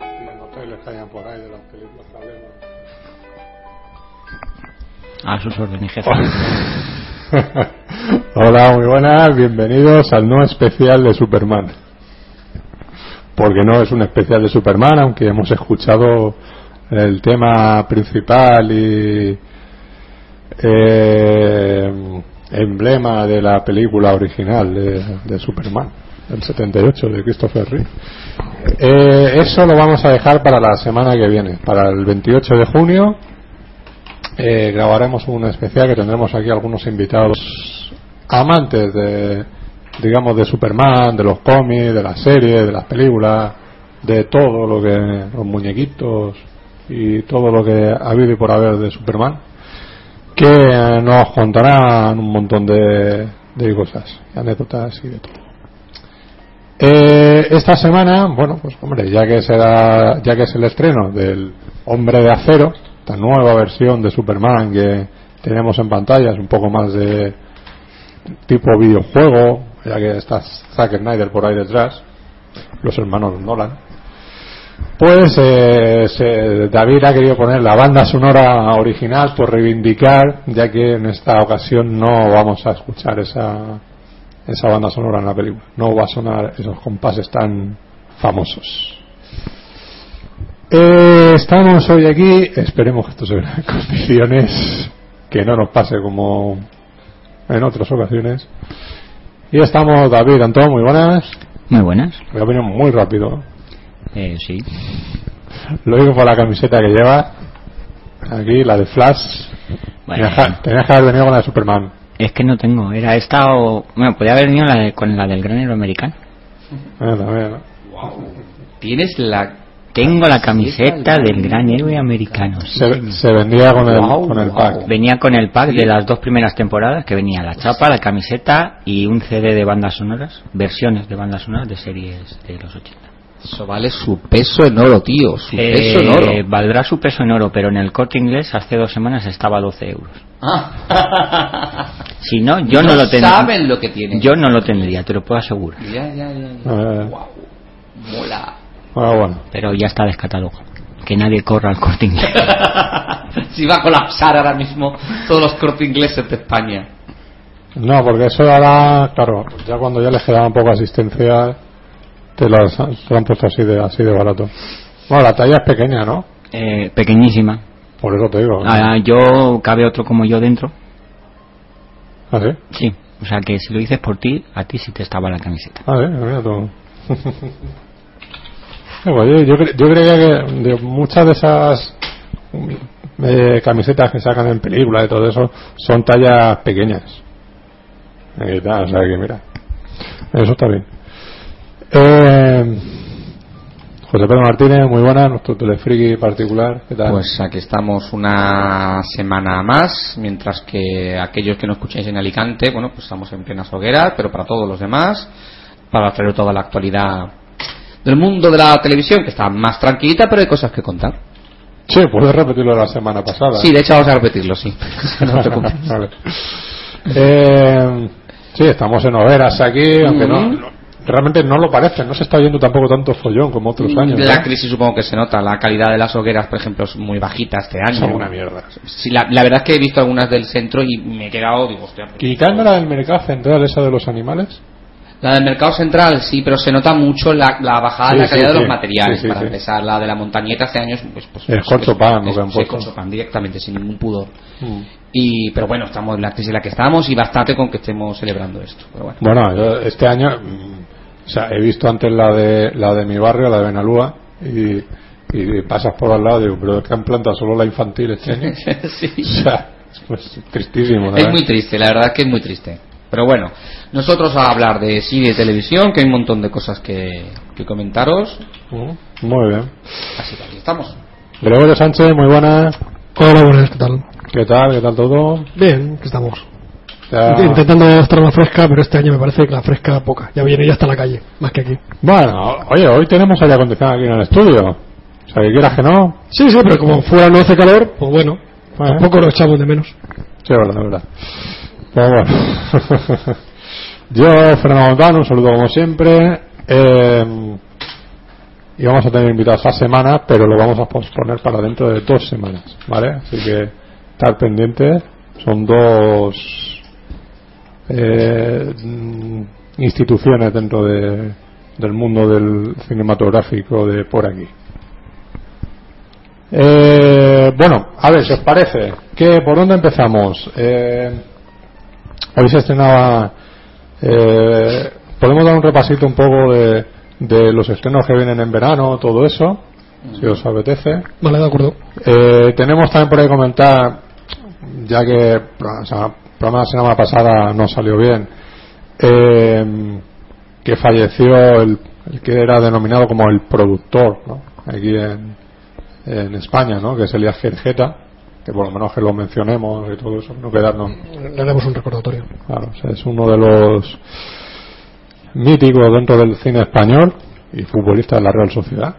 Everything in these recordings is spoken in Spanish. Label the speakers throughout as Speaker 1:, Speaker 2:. Speaker 1: hoteles que hayan por ahí, de las películas que hablemos.
Speaker 2: A sus órdenes, jefe.
Speaker 3: Oh.
Speaker 1: Hola, muy buenas, bienvenidos al no especial de Superman. Porque no es un especial de Superman, aunque hemos escuchado el tema principal y eh, emblema de la película original de, de Superman, del 78, de Christopher Reeve. Eh, eso lo vamos a dejar para la semana que viene, para el 28 de junio. Eh, grabaremos un especial que tendremos aquí algunos invitados amantes de, digamos, de Superman, de los cómics, de las series, de las películas, de todo lo que, los muñequitos y todo lo que ha habido y por haber de Superman, que nos contarán un montón de, de cosas, anécdotas y de todo. Eh, esta semana, bueno, pues hombre, ya que será, ya que es el estreno del Hombre de Acero, esta nueva versión de Superman que tenemos en pantalla, es un poco más de tipo videojuego, ya que está Zack Snyder por ahí detrás, los hermanos Nolan. Pues eh, se- David ha querido poner la banda sonora original por reivindicar, ya que en esta ocasión no vamos a escuchar esa, esa banda sonora en la película. No va a sonar esos compases tan famosos. Eh, estamos hoy aquí, esperemos que esto se vea en condiciones, que no nos pase como en otras ocasiones. Y estamos David, Antón, muy buenas.
Speaker 2: Muy buenas.
Speaker 1: Me ha venido muy rápido.
Speaker 2: Eh, sí.
Speaker 1: Lo digo por la camiseta que lleva. Aquí, la de Flash.
Speaker 2: Bueno,
Speaker 1: Tenías que- tenías que haber venido con la de Superman.
Speaker 2: es que no tengo. Era esta o. Bueno, podía haber venido la de- con la del granero americano.
Speaker 1: Eh, también, ¿no?
Speaker 3: Tienes la.
Speaker 2: Tengo la camiseta del gran héroe americano. sí,
Speaker 1: se,
Speaker 2: señor.
Speaker 1: se vendía con el,
Speaker 3: Guau,
Speaker 1: con el
Speaker 3: guau.
Speaker 1: pack.
Speaker 2: Venía con el pack de las dos primeras temporadas, que venía la chapa, la camiseta y un CD de bandas sonoras, versiones de bandas sonoras de series de los 80.
Speaker 3: Eso vale su peso en oro, tío. Su peso en
Speaker 2: Eh,
Speaker 3: oro.
Speaker 2: valdrá su peso en oro, pero en el corte inglés hace dos semanas estaba a 12 euros.
Speaker 3: Ah.
Speaker 2: Si no, yo no, lo tendría.
Speaker 3: saben lo que tienen.
Speaker 2: Yo no lo tendría, te lo puedo asegurar.
Speaker 3: Ya, ya, ya. ya.
Speaker 1: Eh,
Speaker 3: Guau. Mola.
Speaker 1: bueno, Ah, bueno.
Speaker 2: Pero ya está descatalogado. Que nadie corra al corte inglés.
Speaker 3: si va a colapsar ahora mismo todos los cortes ingleses de España.
Speaker 1: No, porque eso ahora, claro, ya cuando ya les quedaban poca asistencia, te las han- te lo han puesto así de, así de barato. Bueno, la talla es pequeña, ¿no?
Speaker 2: Eh, pequeñísima.
Speaker 1: Por eso te digo.
Speaker 2: Ah, yo, cabe otro como yo dentro.
Speaker 1: ¿Ah, sí?
Speaker 2: Sí. O sea que si lo dices por ti, a ti sí te estaba la camiseta.
Speaker 1: Ah, sí, mira tú. Eh, pues yo, yo, cre- yo creía que de muchas de esas mm, eh, camisetas que sacan en películas y todo eso son tallas pequeñas. Ahí está, o sea que mira. Eso está bien. Eh, José Pedro Martínez, muy buena, nuestro telefriki particular. ¿Qué tal?
Speaker 3: Pues aquí estamos una semana más, mientras que aquellos que no escucháis en Alicante, bueno, pues estamos en plenas hogueras, pero para todos los demás, para traer toda la actualidad del mundo de la televisión, que está más tranquilita, pero hay cosas que contar.
Speaker 1: Sí, puedes repetirlo de la semana pasada.
Speaker 3: Sí, de hecho vamos a repetirlo, sí. No te preocupes.
Speaker 1: Vale. Eh, sí, estamos en hogueras aquí, aunque no,
Speaker 3: Mm.
Speaker 1: no- realmente no lo parece, no se está oyendo tampoco tanto follón como otros años.
Speaker 3: Mm, La
Speaker 1: ¿no?
Speaker 3: crisis supongo que se nota, la calidad de las hogueras, por ejemplo, es muy bajita este año.
Speaker 1: Son una mierda.
Speaker 3: Sí, la, la verdad es que he visto algunas del centro y me he quedado, digo, hostia, pues-
Speaker 1: Quitando la del mercado central, esa de los animales,
Speaker 3: La del mercado central, sí, pero se nota mucho la, la bajada de
Speaker 1: Sí,
Speaker 3: la calidad
Speaker 1: sí,
Speaker 3: de
Speaker 1: sí.
Speaker 3: los materiales.
Speaker 1: Sí, sí,
Speaker 3: para
Speaker 1: sí.
Speaker 3: empezar, la de la montañeta este año es pues, pues,
Speaker 1: Es
Speaker 3: pues,
Speaker 1: corcho
Speaker 3: es-
Speaker 1: pan lo
Speaker 3: es-
Speaker 1: que han
Speaker 3: sí,
Speaker 1: puesto.
Speaker 3: corcho pan directamente, sin ningún pudor. Y, pero bueno, estamos en la crisis en la que estamos y bastante con que estemos celebrando esto. Pero bueno.
Speaker 1: bueno, yo este año, mm, o sea, he visto antes la de la de mi barrio, la de Benalúa, y, y pasas por al lado y digo, pero es que han plantado solo la infantil este año.
Speaker 3: Sí.
Speaker 1: o sea, pues tristísimo. la
Speaker 3: Es
Speaker 1: verdad.
Speaker 3: muy triste, la verdad es que es muy triste. Pero bueno, nosotros a hablar de cine y televisión, que hay un montón de cosas que, que comentaros.
Speaker 1: Mm, muy bien.
Speaker 3: Así que aquí estamos.
Speaker 1: Gregorio Sánchez, muy buenas.
Speaker 4: Hola, buenas, ¿qué tal?
Speaker 1: ¿Qué tal? ¿Qué tal todo?
Speaker 4: Bien, que estamos.
Speaker 1: Ya-
Speaker 4: Intentando estar más fresca, pero este año me parece que la fresca poca. Ya viene ya hasta la calle, más que aquí.
Speaker 1: Bueno, oye, hoy tenemos aire acondicionado aquí en el estudio. O sea, que quieras que no.
Speaker 4: Sí, sí, pero como fuera no hace calor, pues bueno,
Speaker 1: Bueno,
Speaker 4: tampoco lo echamos de menos.
Speaker 1: Sí, es verdad, es verdad. Pero bueno. Yo, Fernando Montano, un saludo como siempre. Eh, y vamos a tener invitados a semana, pero lo vamos a posponer para dentro de dos semanas, ¿vale? Así que estar pendientes. Son dos eh, mm, instituciones dentro de- del mundo del cinematográfico de por aquí. Eh, bueno, a ver, si os parece, ¿qué, ¿por dónde empezamos? Eh, hoy se estrenaba. eh, Podemos dar un repasito un poco de, de los estrenos que vienen en verano, todo eso, si os apetece.
Speaker 4: Vale, de acuerdo.
Speaker 1: Eh, tenemos también por ahí comentar, ya que o sea, el programa de la semana pasada no salió bien, eh, que falleció el, el que era denominado como el productor ¿no? aquí en, en España, ¿no? que es Elías Gerjeta, que por lo menos que lo mencionemos y todo eso, no quedarnos
Speaker 4: Le haremos un recordatorio.
Speaker 1: Claro, o sea, es uno de los míticos dentro del cine español y futbolista de la Real Sociedad.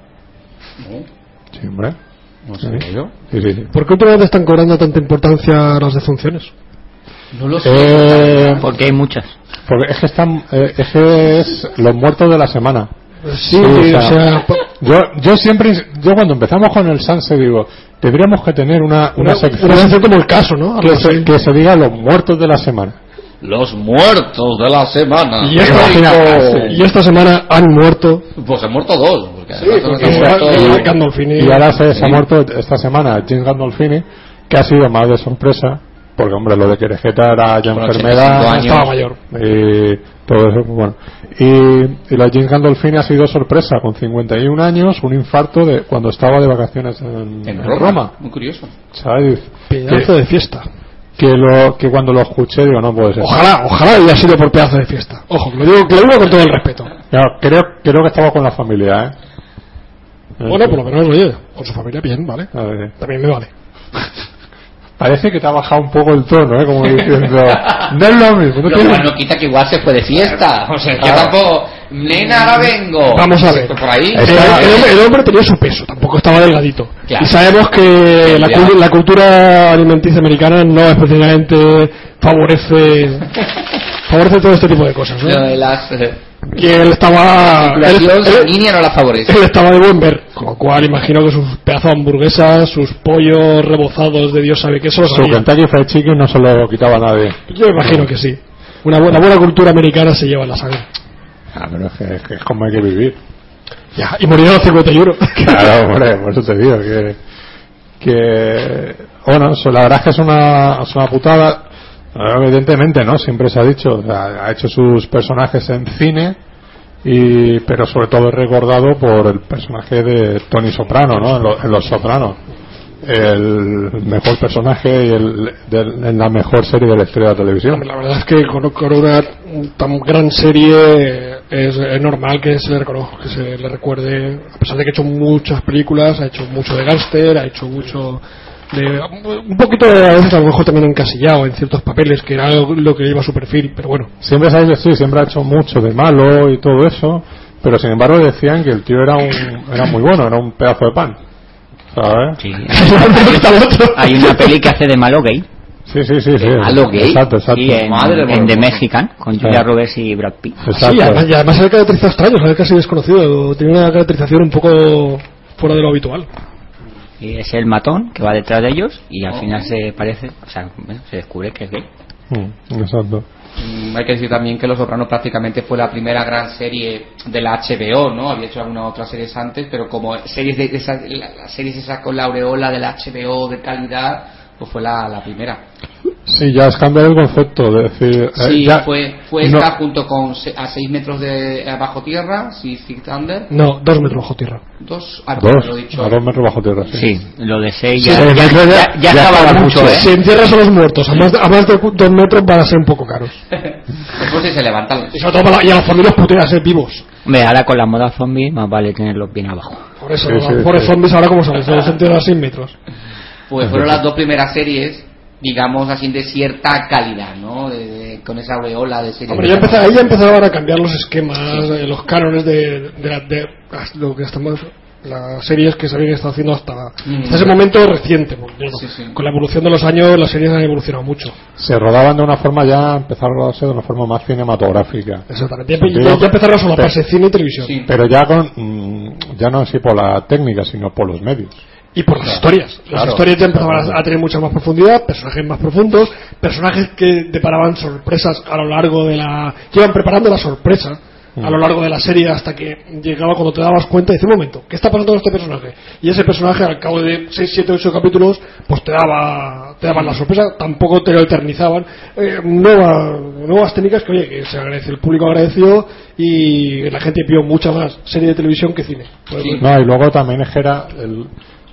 Speaker 1: Sí, hombre.
Speaker 3: No sé yo.
Speaker 1: Sí, sí, sí.
Speaker 4: ¿Por qué últimamente están cobrando tanta importancia las defunciones?
Speaker 3: No lo
Speaker 1: Eh,
Speaker 2: Porque hay muchas.
Speaker 1: porque es que están, eh, es que es los muertos de la semana.
Speaker 4: Pues Sí,
Speaker 1: Sí,
Speaker 4: o
Speaker 1: o
Speaker 4: sea,
Speaker 1: sea,
Speaker 4: po-
Speaker 1: Yo, yo siempre, yo cuando empezamos con el Sanse digo, tendríamos que tener una, una
Speaker 4: una,
Speaker 1: sección
Speaker 4: una sección como el caso, ¿no? Algo
Speaker 1: que se,
Speaker 4: así.
Speaker 1: que se diga los muertos de la semana.
Speaker 3: Los muertos de la semana.
Speaker 4: Y esta,
Speaker 1: Imagínate,
Speaker 4: y esta semana han muerto.
Speaker 3: Pues han muerto dos. Porque además
Speaker 4: porque
Speaker 3: han muerto-
Speaker 4: igual- igual que Gandolfini.
Speaker 1: Y ahora se, se ha muerto esta semana James Gandolfini, que ha sido más de sorpresa, porque hombre, lo de que Querejeta era ya
Speaker 3: Con
Speaker 1: enfermedad
Speaker 3: 85 años.
Speaker 4: Estaba mayor.
Speaker 1: y todo eso, bueno. Y, y lo de James Gandolfini ha sido sorpresa, con 51 años, un infarto de cuando estaba de vacaciones en,
Speaker 3: En
Speaker 1: en
Speaker 3: Roma. Muy curioso.
Speaker 1: ¿sabes?
Speaker 4: Pedazo de fiesta.
Speaker 1: Que, lo, que cuando lo escuché digo, no puede ser.
Speaker 4: Ojalá, ojalá haya sido por pedazo de fiesta. Ojo, que lo digo, que lo digo con todo el respeto.
Speaker 1: Claro, creo, creo que estaba con la familia, ¿eh?
Speaker 4: Bueno, por lo menos, oye, con su familia bien, ¿vale?
Speaker 1: A ver.
Speaker 4: También me vale.
Speaker 1: Parece que te ha bajado un poco el tono, ¿eh? Como diciendo, no es lo mismo. No
Speaker 3: Ah. Lo
Speaker 1: tiene-
Speaker 3: cual no quita que igual se fue de fiesta. O sea, yo
Speaker 1: Claro.
Speaker 3: tampoco. Nena, ahora vengo.
Speaker 4: Vamos a ver.
Speaker 3: Por ahí.
Speaker 4: El, el hombre, el hombre tenía su peso, tampoco estaba delgadito.
Speaker 3: Claro.
Speaker 4: Y sabemos que la,
Speaker 3: Claro.
Speaker 4: cul- la cultura alimenticia americana no especialmente favorece favorece todo este tipo de cosas. ¿no?
Speaker 3: Lo de las. eh,
Speaker 4: Que él estaba él,
Speaker 3: circulación
Speaker 4: él-
Speaker 3: sanguínea no la favorece.
Speaker 4: él estaba de buen ver, con lo cual imagino que sus pedazos de hamburguesas, sus pollos rebozados de Dios sabe qué eso lo
Speaker 1: Su
Speaker 4: sabía.
Speaker 1: Kentucky Fried Chicken no se lo quitaba a nadie.
Speaker 4: Yo imagino que sí. Una buena, buena cultura americana se lleva en la sangre.
Speaker 1: Ah, pero es que, es que es como hay que vivir.
Speaker 4: Ya, y murió a los 51.
Speaker 1: Claro, hombre, por eso te digo que. que bueno, eso, la verdad es que es una, es una putada. Eh, Evidentemente, ¿no? Siempre se ha dicho, o sea, ha hecho sus personajes en cine, y, pero sobre todo es recordado por el personaje de Tony Soprano, ¿no? En, lo- en Los Sopranos. El mejor personaje y el, del- en la mejor serie de la historia de la televisión.
Speaker 4: La verdad es que con, con una tan gran serie es, es normal que se, le reconozca, que se le recuerde, a pesar de que ha hecho muchas películas, ha hecho mucho de gángster, ha hecho mucho de... Un poquito de, a veces a lo mejor también encasillado en ciertos papeles, que era lo que lleva su perfil, pero bueno.
Speaker 1: Siempre se ha dicho, sí, siempre ha hecho mucho de malo y todo eso, pero sin embargo decían que el tío era un era muy bueno, era un pedazo de pan. ¿Sabes?
Speaker 2: Sí. Hay
Speaker 4: Hay
Speaker 2: una peli que hace de malo gay.
Speaker 1: Sí, sí, sí. sí.
Speaker 3: malo gay?
Speaker 1: Exacto, exacto.
Speaker 2: Y en,
Speaker 3: Madre
Speaker 2: en
Speaker 3: mía.
Speaker 2: The Mexican, con Julia
Speaker 1: Sí.
Speaker 2: Roberts y Brad Pitt.
Speaker 1: Exacto.
Speaker 4: Sí, además, y además se le caracteriza extraño, se le casi desconocido, tiene una caracterización un poco fuera de lo habitual.
Speaker 2: Y es el matón que va detrás de ellos y al
Speaker 3: Oh.
Speaker 2: final se parece, o sea, bueno, se descubre que es gay.
Speaker 1: Mm, exacto.
Speaker 3: Mm, Hay que decir también que Los Soprano prácticamente fue la primera gran serie de la HBO, ¿no? Había hecho algunas otras series antes, pero como series de esas, la- las series esas con la aureola de la HBO de calidad, pues fue la, la primera.
Speaker 1: Sí, ya has cambiado el concepto. De decir, eh,
Speaker 3: Sí,
Speaker 1: ya-
Speaker 3: fue, fue
Speaker 1: no,
Speaker 3: esta junto con se- a 6 metros de abajo tierra, Six Feet Under,
Speaker 4: No, dos metros bajo tierra.
Speaker 3: dos, ah,
Speaker 1: Dos,
Speaker 3: lo he dicho.
Speaker 1: a dos metros bajo tierra. Sí.
Speaker 2: Sí, lo de Sei
Speaker 1: Sí,
Speaker 2: ya,
Speaker 1: sí,
Speaker 2: ya,
Speaker 1: yo ya-
Speaker 2: ya- ya
Speaker 1: ya
Speaker 2: estaba
Speaker 1: estaba
Speaker 2: mucho,
Speaker 1: mucho,
Speaker 2: ¿eh?
Speaker 4: Si entierras a los muertos, a más, de, a más de cu- dos metros van a ser un poco caros.
Speaker 3: Después sí se levantan.
Speaker 4: Y sobre todo para la- y a las familias puteras, eh, vivos.
Speaker 2: Hombre, ahora con la moda zombie más vale tenerlos bien abajo.
Speaker 4: Por eso,
Speaker 1: Sí,
Speaker 4: los
Speaker 1: sí,
Speaker 4: pobres
Speaker 1: sí.
Speaker 4: zombies ahora como salen, se les entierran a 6 metros.
Speaker 3: Pues fueron las dos primeras series, digamos así, de cierta calidad, ¿no? De- de- con esa aureola de serie.
Speaker 4: Hombre, ya empezaba, ahí ya empezaban a cambiar los esquemas, eh, los cánones de, de, la- de- as- lo que estamos las series que se habían estado haciendo hasta,
Speaker 3: Mm.
Speaker 4: hasta ese momento reciente. porque, bueno,
Speaker 3: Sí, sí.
Speaker 4: Con la evolución de los años las series han evolucionado mucho.
Speaker 1: Se rodaban de una forma ya, empezaron a rodarse de una forma más cinematográfica.
Speaker 4: Exactamente. Ya,
Speaker 1: Sí.
Speaker 4: ya- ya empezaron a solaparse
Speaker 1: Sí.
Speaker 4: cine y televisión.
Speaker 3: Sí.
Speaker 1: Pero ya con. mm, ya no así por la técnica, sino por los medios.
Speaker 4: Y por las historias. Las
Speaker 1: Claro.
Speaker 4: historias ya empezaban a-
Speaker 1: Claro.
Speaker 4: a tener mucha más profundidad, personajes más profundos, personajes que deparaban sorpresas a lo largo de la. que iban preparando la sorpresa a lo
Speaker 1: Mm.
Speaker 4: largo de la serie hasta que llegaba cuando te dabas cuenta y dices, un momento, ¿qué está pasando con este personaje? Y ese personaje al cabo de 6, 7, 8 capítulos, pues te daba te daban la sorpresa, tampoco te lo eternizaban. Eh, nueva- nuevas técnicas que, oye, que se agradece, el público agradeció y la gente vio mucha más serie de televisión que cine. Por
Speaker 3: Sí.
Speaker 4: ejemplo.
Speaker 1: No, y luego también es que era. el-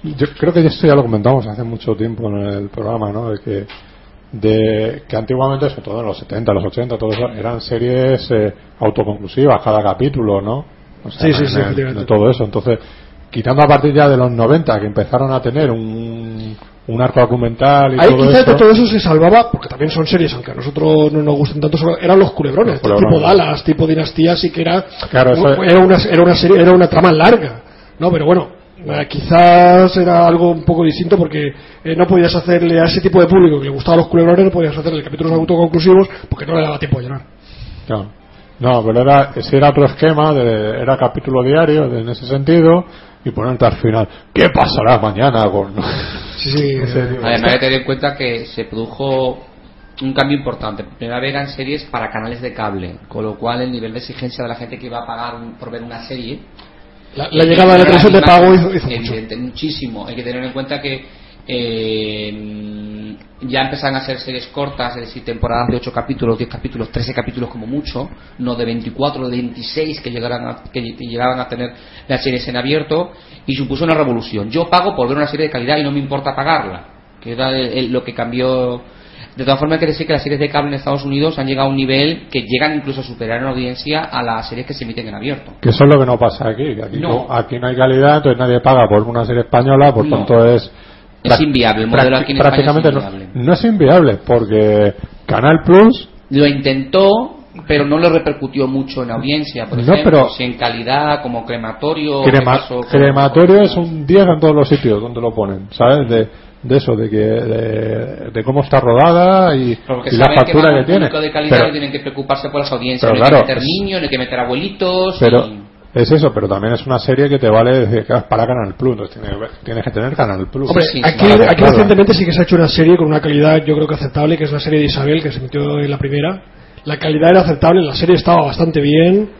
Speaker 1: yo creo que esto ya lo comentamos hace mucho tiempo en el programa, ¿no? De que, de, que antiguamente, sobre todo en los 70, los 80, todo eso, eran series eh, autoconclusivas, cada capítulo, ¿no? O
Speaker 4: Sí, sí, sí,
Speaker 1: en el-
Speaker 4: efectivamente.
Speaker 1: en todo eso. Entonces, quitando a partir ya de los 90, que empezaron a tener un, un arco argumental y
Speaker 4: Ahí
Speaker 1: todo
Speaker 4: quizás
Speaker 1: eso.
Speaker 4: de todo eso se salvaba, porque también son series, aunque a nosotros no nos gusten tanto, solo- eran los culebrones,
Speaker 1: Los culebrones.
Speaker 4: tipo Dallas, tipo Dinastía, sí que era,
Speaker 1: Claro,
Speaker 4: u-
Speaker 1: eso-
Speaker 4: era, una, era, una serie, era una trama larga, ¿no? Pero bueno, eh, quizás era algo un poco distinto porque eh, no podías hacerle a ese tipo de público que le gustaba los culebrones, no podías hacerle capítulos autoconclusivos porque no le daba tiempo a llenar.
Speaker 1: No, no pero era, ese era otro esquema, de, era capítulo diario de- en ese sentido, y ponerte al final, ¿qué pasará mañana con.?
Speaker 4: Sí, sí. eh,
Speaker 3: Además hay que tener en cuenta que se produjo un cambio importante. Por primera vez eran series para canales de cable, con lo cual el nivel de exigencia de la gente que iba a pagar un- por ver una serie.
Speaker 4: la, la llegada de la televisión de pago hizo, hizo mucho.
Speaker 3: Evidente, muchísimo. Hay que tener en cuenta que eh, ya empezaron a ser series cortas, es decir, temporadas de 8 capítulos, 10 capítulos, 13 capítulos como mucho, no de 24 o de 26 que, llegaran a- que llegaban a tener las series en abierto, y supuso una revolución. Yo pago por ver una serie de calidad y no me importa pagarla, que era el- el- lo que cambió. De todas formas, hay que decir que las series de cable en Estados Unidos han llegado a un nivel que llegan incluso a superar en audiencia a las series que se emiten en abierto.
Speaker 1: Que eso es lo que no pasa aquí. que aquí,
Speaker 3: No.
Speaker 1: no. aquí no hay calidad, entonces nadie paga por una serie española, por
Speaker 3: No.
Speaker 1: tanto es.
Speaker 3: Es
Speaker 1: prac-
Speaker 3: inviable, el modelo
Speaker 1: practi-
Speaker 3: aquí en España
Speaker 1: prácticamente
Speaker 3: es
Speaker 1: no-
Speaker 3: inviable.
Speaker 1: No, es inviable, porque Canal Plus.
Speaker 3: lo intentó pero no le repercutió mucho en audiencia por
Speaker 1: No,
Speaker 3: ejemplo
Speaker 1: pero-
Speaker 3: si en calidad como crematorio
Speaker 1: crema-
Speaker 3: ¿qué pasó con-
Speaker 1: crematorio es un 10 en todos los sitios donde lo ponen, ¿sabes? De, de eso, de que de, de cómo está rodada y,
Speaker 3: porque
Speaker 1: y la
Speaker 3: saben
Speaker 1: factura
Speaker 3: que,
Speaker 1: que,
Speaker 3: van a un
Speaker 1: tiene.
Speaker 3: público de calidad
Speaker 1: Pero-
Speaker 3: y tienen que preocuparse por las audiencias
Speaker 1: pero
Speaker 3: no hay
Speaker 1: claro,
Speaker 3: que meter
Speaker 1: es-
Speaker 3: niños no hay que meter abuelitos
Speaker 1: Pero
Speaker 3: y-
Speaker 1: es eso, pero también es una serie que te vale desde que vas para Canal Plus, entonces tienes, tienes que tener Canal Plus.
Speaker 4: Hombre,
Speaker 3: sí,
Speaker 4: aquí,
Speaker 1: claro,
Speaker 4: aquí
Speaker 1: claro.
Speaker 4: recientemente sí que se ha hecho una serie con una calidad yo creo que aceptable, que es la serie de Isabel que se metió en la primera. La calidad era aceptable, la serie estaba bastante bien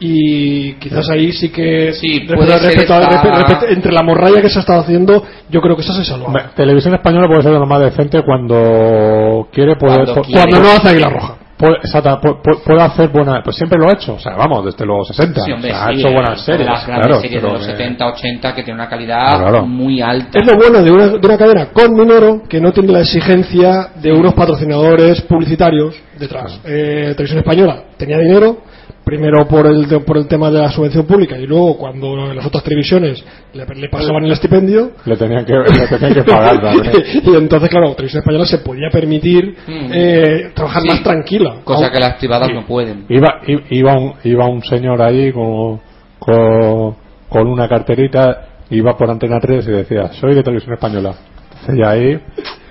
Speaker 4: y quizás ahí sí que
Speaker 3: Sí,
Speaker 4: respe-
Speaker 3: puede ser
Speaker 4: respecto a-
Speaker 3: esta-
Speaker 4: respe- respe- entre la morralla que se ha estado haciendo, yo creo que esa se
Speaker 1: Hombre,
Speaker 4: salva.
Speaker 1: televisión española puede ser lo más decente cuando quiere poder
Speaker 3: Cuando quiere.
Speaker 4: Cuando no hace Águila Roja.
Speaker 1: puede, exacta- pu- pu- puede hacer buena pues siempre lo ha hecho o sea vamos desde los 60
Speaker 3: Sí, hombre,
Speaker 1: o sea, ha
Speaker 3: sí,
Speaker 1: hecho
Speaker 3: eh,
Speaker 1: buenas series
Speaker 3: las grandes
Speaker 1: claro,
Speaker 3: series de
Speaker 1: pero
Speaker 3: los
Speaker 1: que-
Speaker 3: 70 80 que tienen una calidad
Speaker 1: Claro.
Speaker 3: muy alta
Speaker 4: Es lo bueno de una, de una cadena con dinero que no tiene la exigencia de unos patrocinadores publicitarios detrás. Eh, Televisión Española tenía dinero, primero por el, te- por el tema de la subvención pública y luego cuando las otras televisiones le, le pasaban el estipendio.
Speaker 1: le tenían que le tenían que pagar también.
Speaker 4: y entonces, claro, Televisión Española se podía permitir
Speaker 3: Mm.
Speaker 4: eh, trabajar
Speaker 3: Sí.
Speaker 4: más tranquila.
Speaker 3: cosa
Speaker 4: Aun-
Speaker 3: que las privadas no pueden
Speaker 1: iba i- iba un, iba un señor ahí con, con con una carterita iba por Antena 3 y decía soy de televisión española entonces ya ahí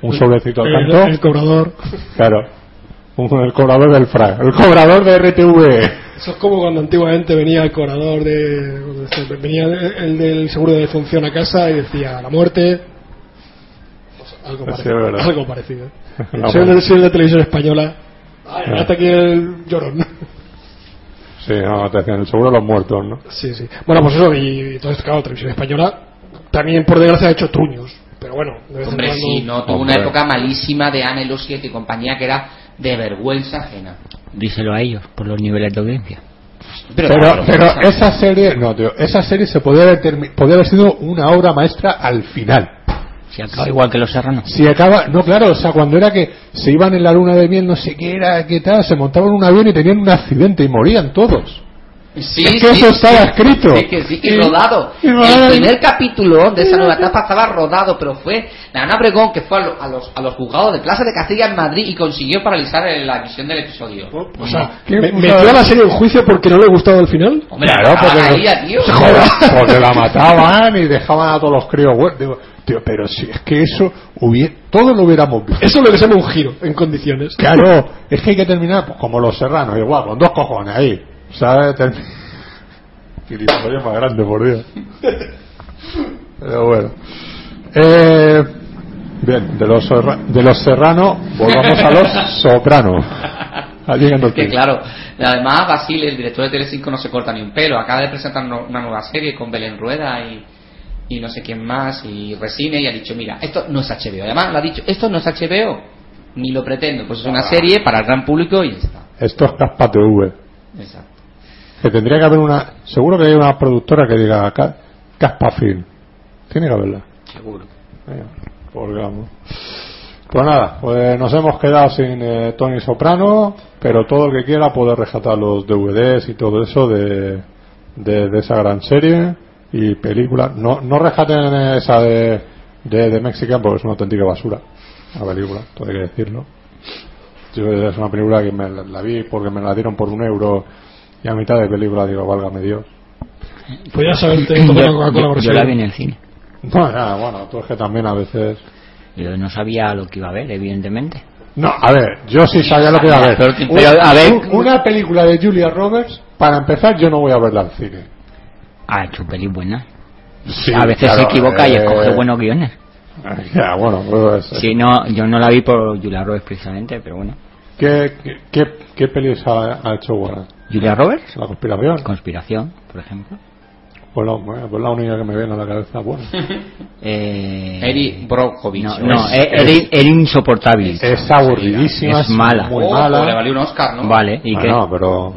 Speaker 1: un sobrecito al
Speaker 4: el,
Speaker 1: canto
Speaker 4: el cobrador.
Speaker 1: claro un- el cobrador del FRA el cobrador de RTV
Speaker 4: Eso es como cuando antiguamente venía el cobrador de. venía el del seguro de función a casa y decía la muerte. Pues algo,
Speaker 1: Sí,
Speaker 4: parecido,
Speaker 1: es verdad.
Speaker 4: algo parecido.
Speaker 1: La
Speaker 4: Soy
Speaker 1: muerte.
Speaker 4: de, soy de televisión española. Ay,
Speaker 1: Ah.
Speaker 4: Hasta aquí el llorón.
Speaker 1: sí no te decían el seguro de los muertos no
Speaker 4: Sí, sí. Bueno, pues eso, y entonces, claro, televisión española también, por desgracia, ha hecho truños. Pero bueno, de vez en
Speaker 3: hombre
Speaker 4: cuando-
Speaker 3: sí no tuvo
Speaker 1: Hombre.
Speaker 3: una época malísima de Ana y los 7 y compañía que era de vergüenza ajena
Speaker 2: Díselo a ellos por los niveles de audiencia.
Speaker 1: Pero, pero esa serie, no, tío, esa serie se podía haber, termi- podía haber sido una obra maestra al final.
Speaker 2: Si acaba igual que los serranos.
Speaker 1: Si acaba, no, claro, o sea, cuando era que se iban en la luna de miel, no sé qué era, qué tal, se montaban en un avión y tenían un accidente y morían todos.
Speaker 3: Sí,
Speaker 1: Es que
Speaker 3: sí,
Speaker 1: eso
Speaker 3: sí.
Speaker 1: estaba escrito.
Speaker 3: Sí, que sí, y
Speaker 1: Y-
Speaker 3: rodado.
Speaker 1: y rodado.
Speaker 3: El primer capítulo de esa nueva etapa estaba rodado, pero fue la Ana Obregón que fue a, lo- a los, a los juzgados de clase de Castilla en Madrid y consiguió paralizar el- la emisión del episodio.
Speaker 4: O sea,
Speaker 1: ¿Qué
Speaker 4: me-
Speaker 1: puta-
Speaker 4: metió a la serie en juicio porque no le gustaba el final.
Speaker 3: Hombre,
Speaker 1: Claro,
Speaker 3: la
Speaker 1: porque-
Speaker 3: caía, tío.
Speaker 1: Joder, porque la mataban y dejaban a todos los críos hue- Digo, tío, pero si es que eso, hubiera, todo lo hubiéramos visto.
Speaker 4: Eso es lo que se llama un giro en condiciones.
Speaker 1: Claro, es que hay que terminar pues, como los serranos, igual, con dos cojones ahí. ¿Sabes? Termi- gilipollas más grande, por Dios. Pero bueno. Eh, bien, de los, serra- de los serrano, volvamos a los soprano. Allí en
Speaker 3: Es que
Speaker 1: Norte.
Speaker 3: claro, además Basile, el director de Telecinco, no se corta ni un pelo. Acaba de presentar no- una nueva serie con Belén Rueda y, y no sé quién más, y Resine, y ha dicho, mira, esto no es HBO. Además, lo ha dicho, esto no es HBO, ni lo pretendo. Pues es una serie para el gran público y ya está.
Speaker 1: Esto es Caspa TV.
Speaker 3: Exacto.
Speaker 1: Que tendría que haber una. Seguro que hay una productora que diga Ca- Caspa Film. Tiene que haberla.
Speaker 3: Seguro.
Speaker 1: Venga, Por vamos. Pues nada, pues nos hemos quedado sin eh, Tony Soprano, pero todo el que quiera puede rescatar los DVDs y todo eso de, de, de esa gran serie y película. No, no rescaten esa de, de, de Mexican porque es una auténtica basura, la película, todo hay que decirlo. Yo, es una película que me la, la vi porque me la dieron por un euro y a mitad de película digo, válgame Dios.
Speaker 4: Podrías saberte
Speaker 2: Yo-
Speaker 4: tomar una Coca-Cola
Speaker 2: yo-
Speaker 4: por
Speaker 2: yo la vi en el cine.
Speaker 1: No, nada, bueno, tú es que también a veces...
Speaker 2: Yo no sabía lo que iba a ver, evidentemente.
Speaker 1: No, a ver, yo sí sabía lo que iba a ver.
Speaker 3: Pero- pero,
Speaker 1: Una-
Speaker 3: a ver.
Speaker 1: un- Una película de Julia Roberts, para empezar, yo no voy a verla al cine.
Speaker 2: Ha hecho pelis buenas. a veces se equivoca
Speaker 1: eh,
Speaker 2: y escoge buenos guiones.
Speaker 1: Ya, bueno, pues,
Speaker 2: Si no, yo no la vi por Julia Roberts precisamente, pero bueno.
Speaker 1: ¿qué, qué, qué, qué pelis ha, ha hecho buena?
Speaker 2: Julia Roberts,
Speaker 1: ¿La conspiración?
Speaker 2: Conspiración, por ejemplo.
Speaker 1: Pues, la, bueno, pues la única que me viene a la cabeza buena.
Speaker 2: Eh,
Speaker 3: Eri Brokovich.
Speaker 2: No,
Speaker 3: ¿o
Speaker 2: no,
Speaker 3: es?
Speaker 2: eh, era, era insoportable.
Speaker 1: Es aburridísima,
Speaker 2: Es mala.
Speaker 1: muy
Speaker 3: Oh,
Speaker 1: mala.
Speaker 3: pues le valió un Oscar, ¿no?
Speaker 2: Vale, ¿y qué?
Speaker 1: Bueno, pero...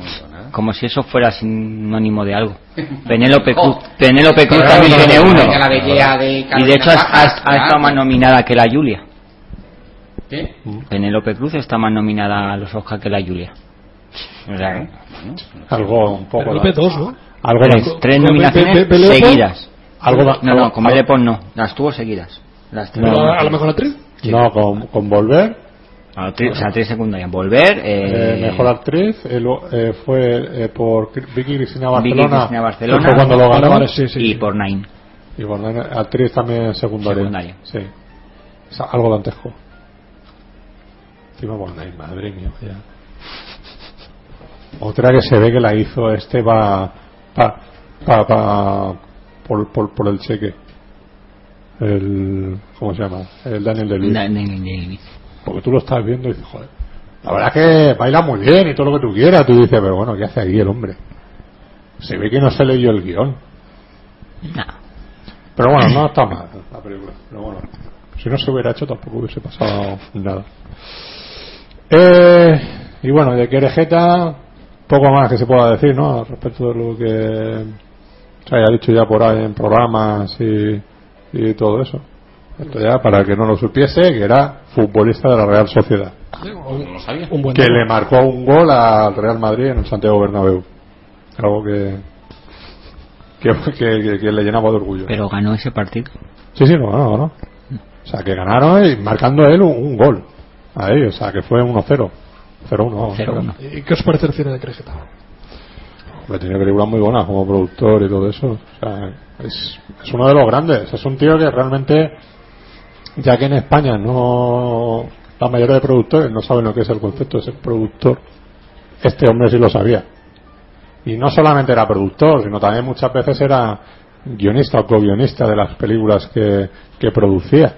Speaker 2: Como si eso fuera sinónimo de algo. Penélope
Speaker 3: Oh.
Speaker 2: Cruz, Penélope Cruz
Speaker 1: Claro,
Speaker 2: también
Speaker 1: no,
Speaker 2: tiene
Speaker 1: no,
Speaker 2: uno.
Speaker 1: no,
Speaker 3: La belleza de
Speaker 2: Y de
Speaker 3: Carolina
Speaker 2: hecho ha, ha-
Speaker 3: Bajas,
Speaker 2: ha
Speaker 3: claro.
Speaker 2: estado más nominada que la Julia.
Speaker 3: ¿Qué?
Speaker 2: Penélope Cruz está más nominada a los Oscar que la Julia. O sea, que-
Speaker 1: Algo un poco...
Speaker 4: Penélope dos, ¿no?
Speaker 1: Algo,
Speaker 2: tres, tres
Speaker 4: con-
Speaker 2: nominaciones
Speaker 4: con- con- con-
Speaker 2: seguidas.
Speaker 1: algo
Speaker 2: No, no, con
Speaker 1: algo-
Speaker 2: Bellepon no. Las tuvo seguidas. Las tres.
Speaker 4: Pero a, a la mejor actriz.
Speaker 1: No, con, con Volver,
Speaker 2: A tri- o sea, tres secundarias. Volver.
Speaker 1: Eh,
Speaker 2: Eh,
Speaker 1: mejor actriz eh, lo- eh, fue eh, por Cri- Vicky Cristina
Speaker 2: Vicky
Speaker 1: Barcelona,
Speaker 2: Cristina Barcelona.
Speaker 1: que fue cuando lo ganó
Speaker 4: Vale, sí, sí.
Speaker 2: y por Nine.
Speaker 1: y por la- actriz también secundaria,
Speaker 2: Secundaria.
Speaker 1: sí O sea, algo dantesco encima por Nine, madre mía vaya. otra que se ve que la hizo este va pa, pa, pa- por, por, por el cheque el ¿cómo se llama? el Daniel de Luis
Speaker 2: Na- na- na- na-
Speaker 1: porque tú lo estás viendo y dices, joder, la verdad es que baila muy bien y todo lo que tú quieras. Tú dices, pero bueno, ¿qué hace aquí el hombre? Se ve que no se leyó el guión.
Speaker 2: na.
Speaker 1: Pero bueno, no está mal la película. Pero bueno, si no se hubiera hecho tampoco hubiese pasado nada. Eh, y bueno, de Querejeta, poco más que se pueda decir, ¿no? Al Respecto de lo que se haya dicho ya por ahí en programas y, y todo eso. Esto ya, para el que no lo supiese, que era futbolista de la Real Sociedad.
Speaker 3: No lo sabía.
Speaker 4: Un buen
Speaker 1: que
Speaker 4: tema.
Speaker 1: le marcó un gol al Real Madrid en el Santiago Bernabéu algo que que, que- que- que le llenaba de orgullo
Speaker 2: Pero ganó ese partido.
Speaker 1: sí sí lo ganó, lo ganó. o sea que ganaron y marcando él un, un gol a ellos o sea que fue 1-0 0-1
Speaker 2: 0-1.
Speaker 4: ¿Y qué os parece el cine de Crejeta?
Speaker 1: Hombre, tiene películas muy buenas como productor y todo eso. O sea, es, es uno de los grandes. Es un tío que realmente, ya que en España no la mayoría de productores no saben lo que es el concepto de ser productor, este hombre sí lo sabía. Y no solamente era productor, sino también muchas veces era guionista o co-guionista de las películas que, que producía.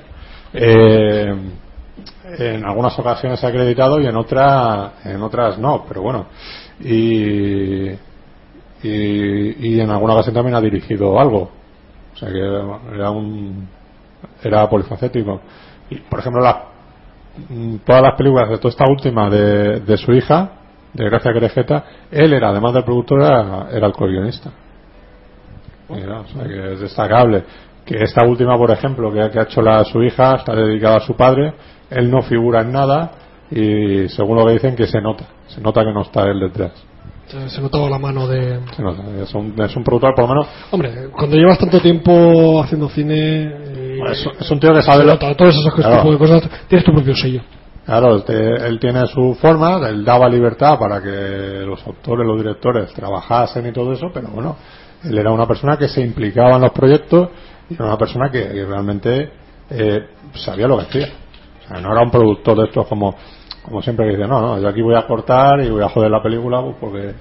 Speaker 1: Eh, en algunas ocasiones ha acreditado y en, otra, en otras no, pero bueno. Y, y, y en alguna ocasión también ha dirigido algo. O sea que era un era polifacético. Y por ejemplo las mm, todas las películas de toda esta última de, de su hija, de Gracia Querejeta, él era, además del productor, era, era el co-guionista. Mira, o sea que es destacable. Que esta última, por ejemplo, que, que ha hecho la, su hija, está dedicada a su padre, él no figura en nada y según lo que dicen que se nota, se nota que no está él detrás.
Speaker 4: Se se notaba la mano de...
Speaker 1: Se nota, es un, es un productor, por lo menos,
Speaker 4: Hombre, cuando llevas tanto tiempo haciendo cine... eh,
Speaker 1: es, es un tío que sabe
Speaker 4: se
Speaker 1: lo,
Speaker 4: nota, todas esas cosas,
Speaker 1: Claro.
Speaker 4: tipo de cosas, tienes tu propio sello.
Speaker 1: Claro, este- él tiene su forma, él daba libertad para que los autores, los directores trabajasen y todo eso, pero bueno, él era una persona que se implicaba en los proyectos y era una persona que, que realmente eh, sabía lo que hacía. O sea, no era un productor de estos como, como siempre que dice, no, no, yo aquí voy a cortar y voy a joder la película pues, porque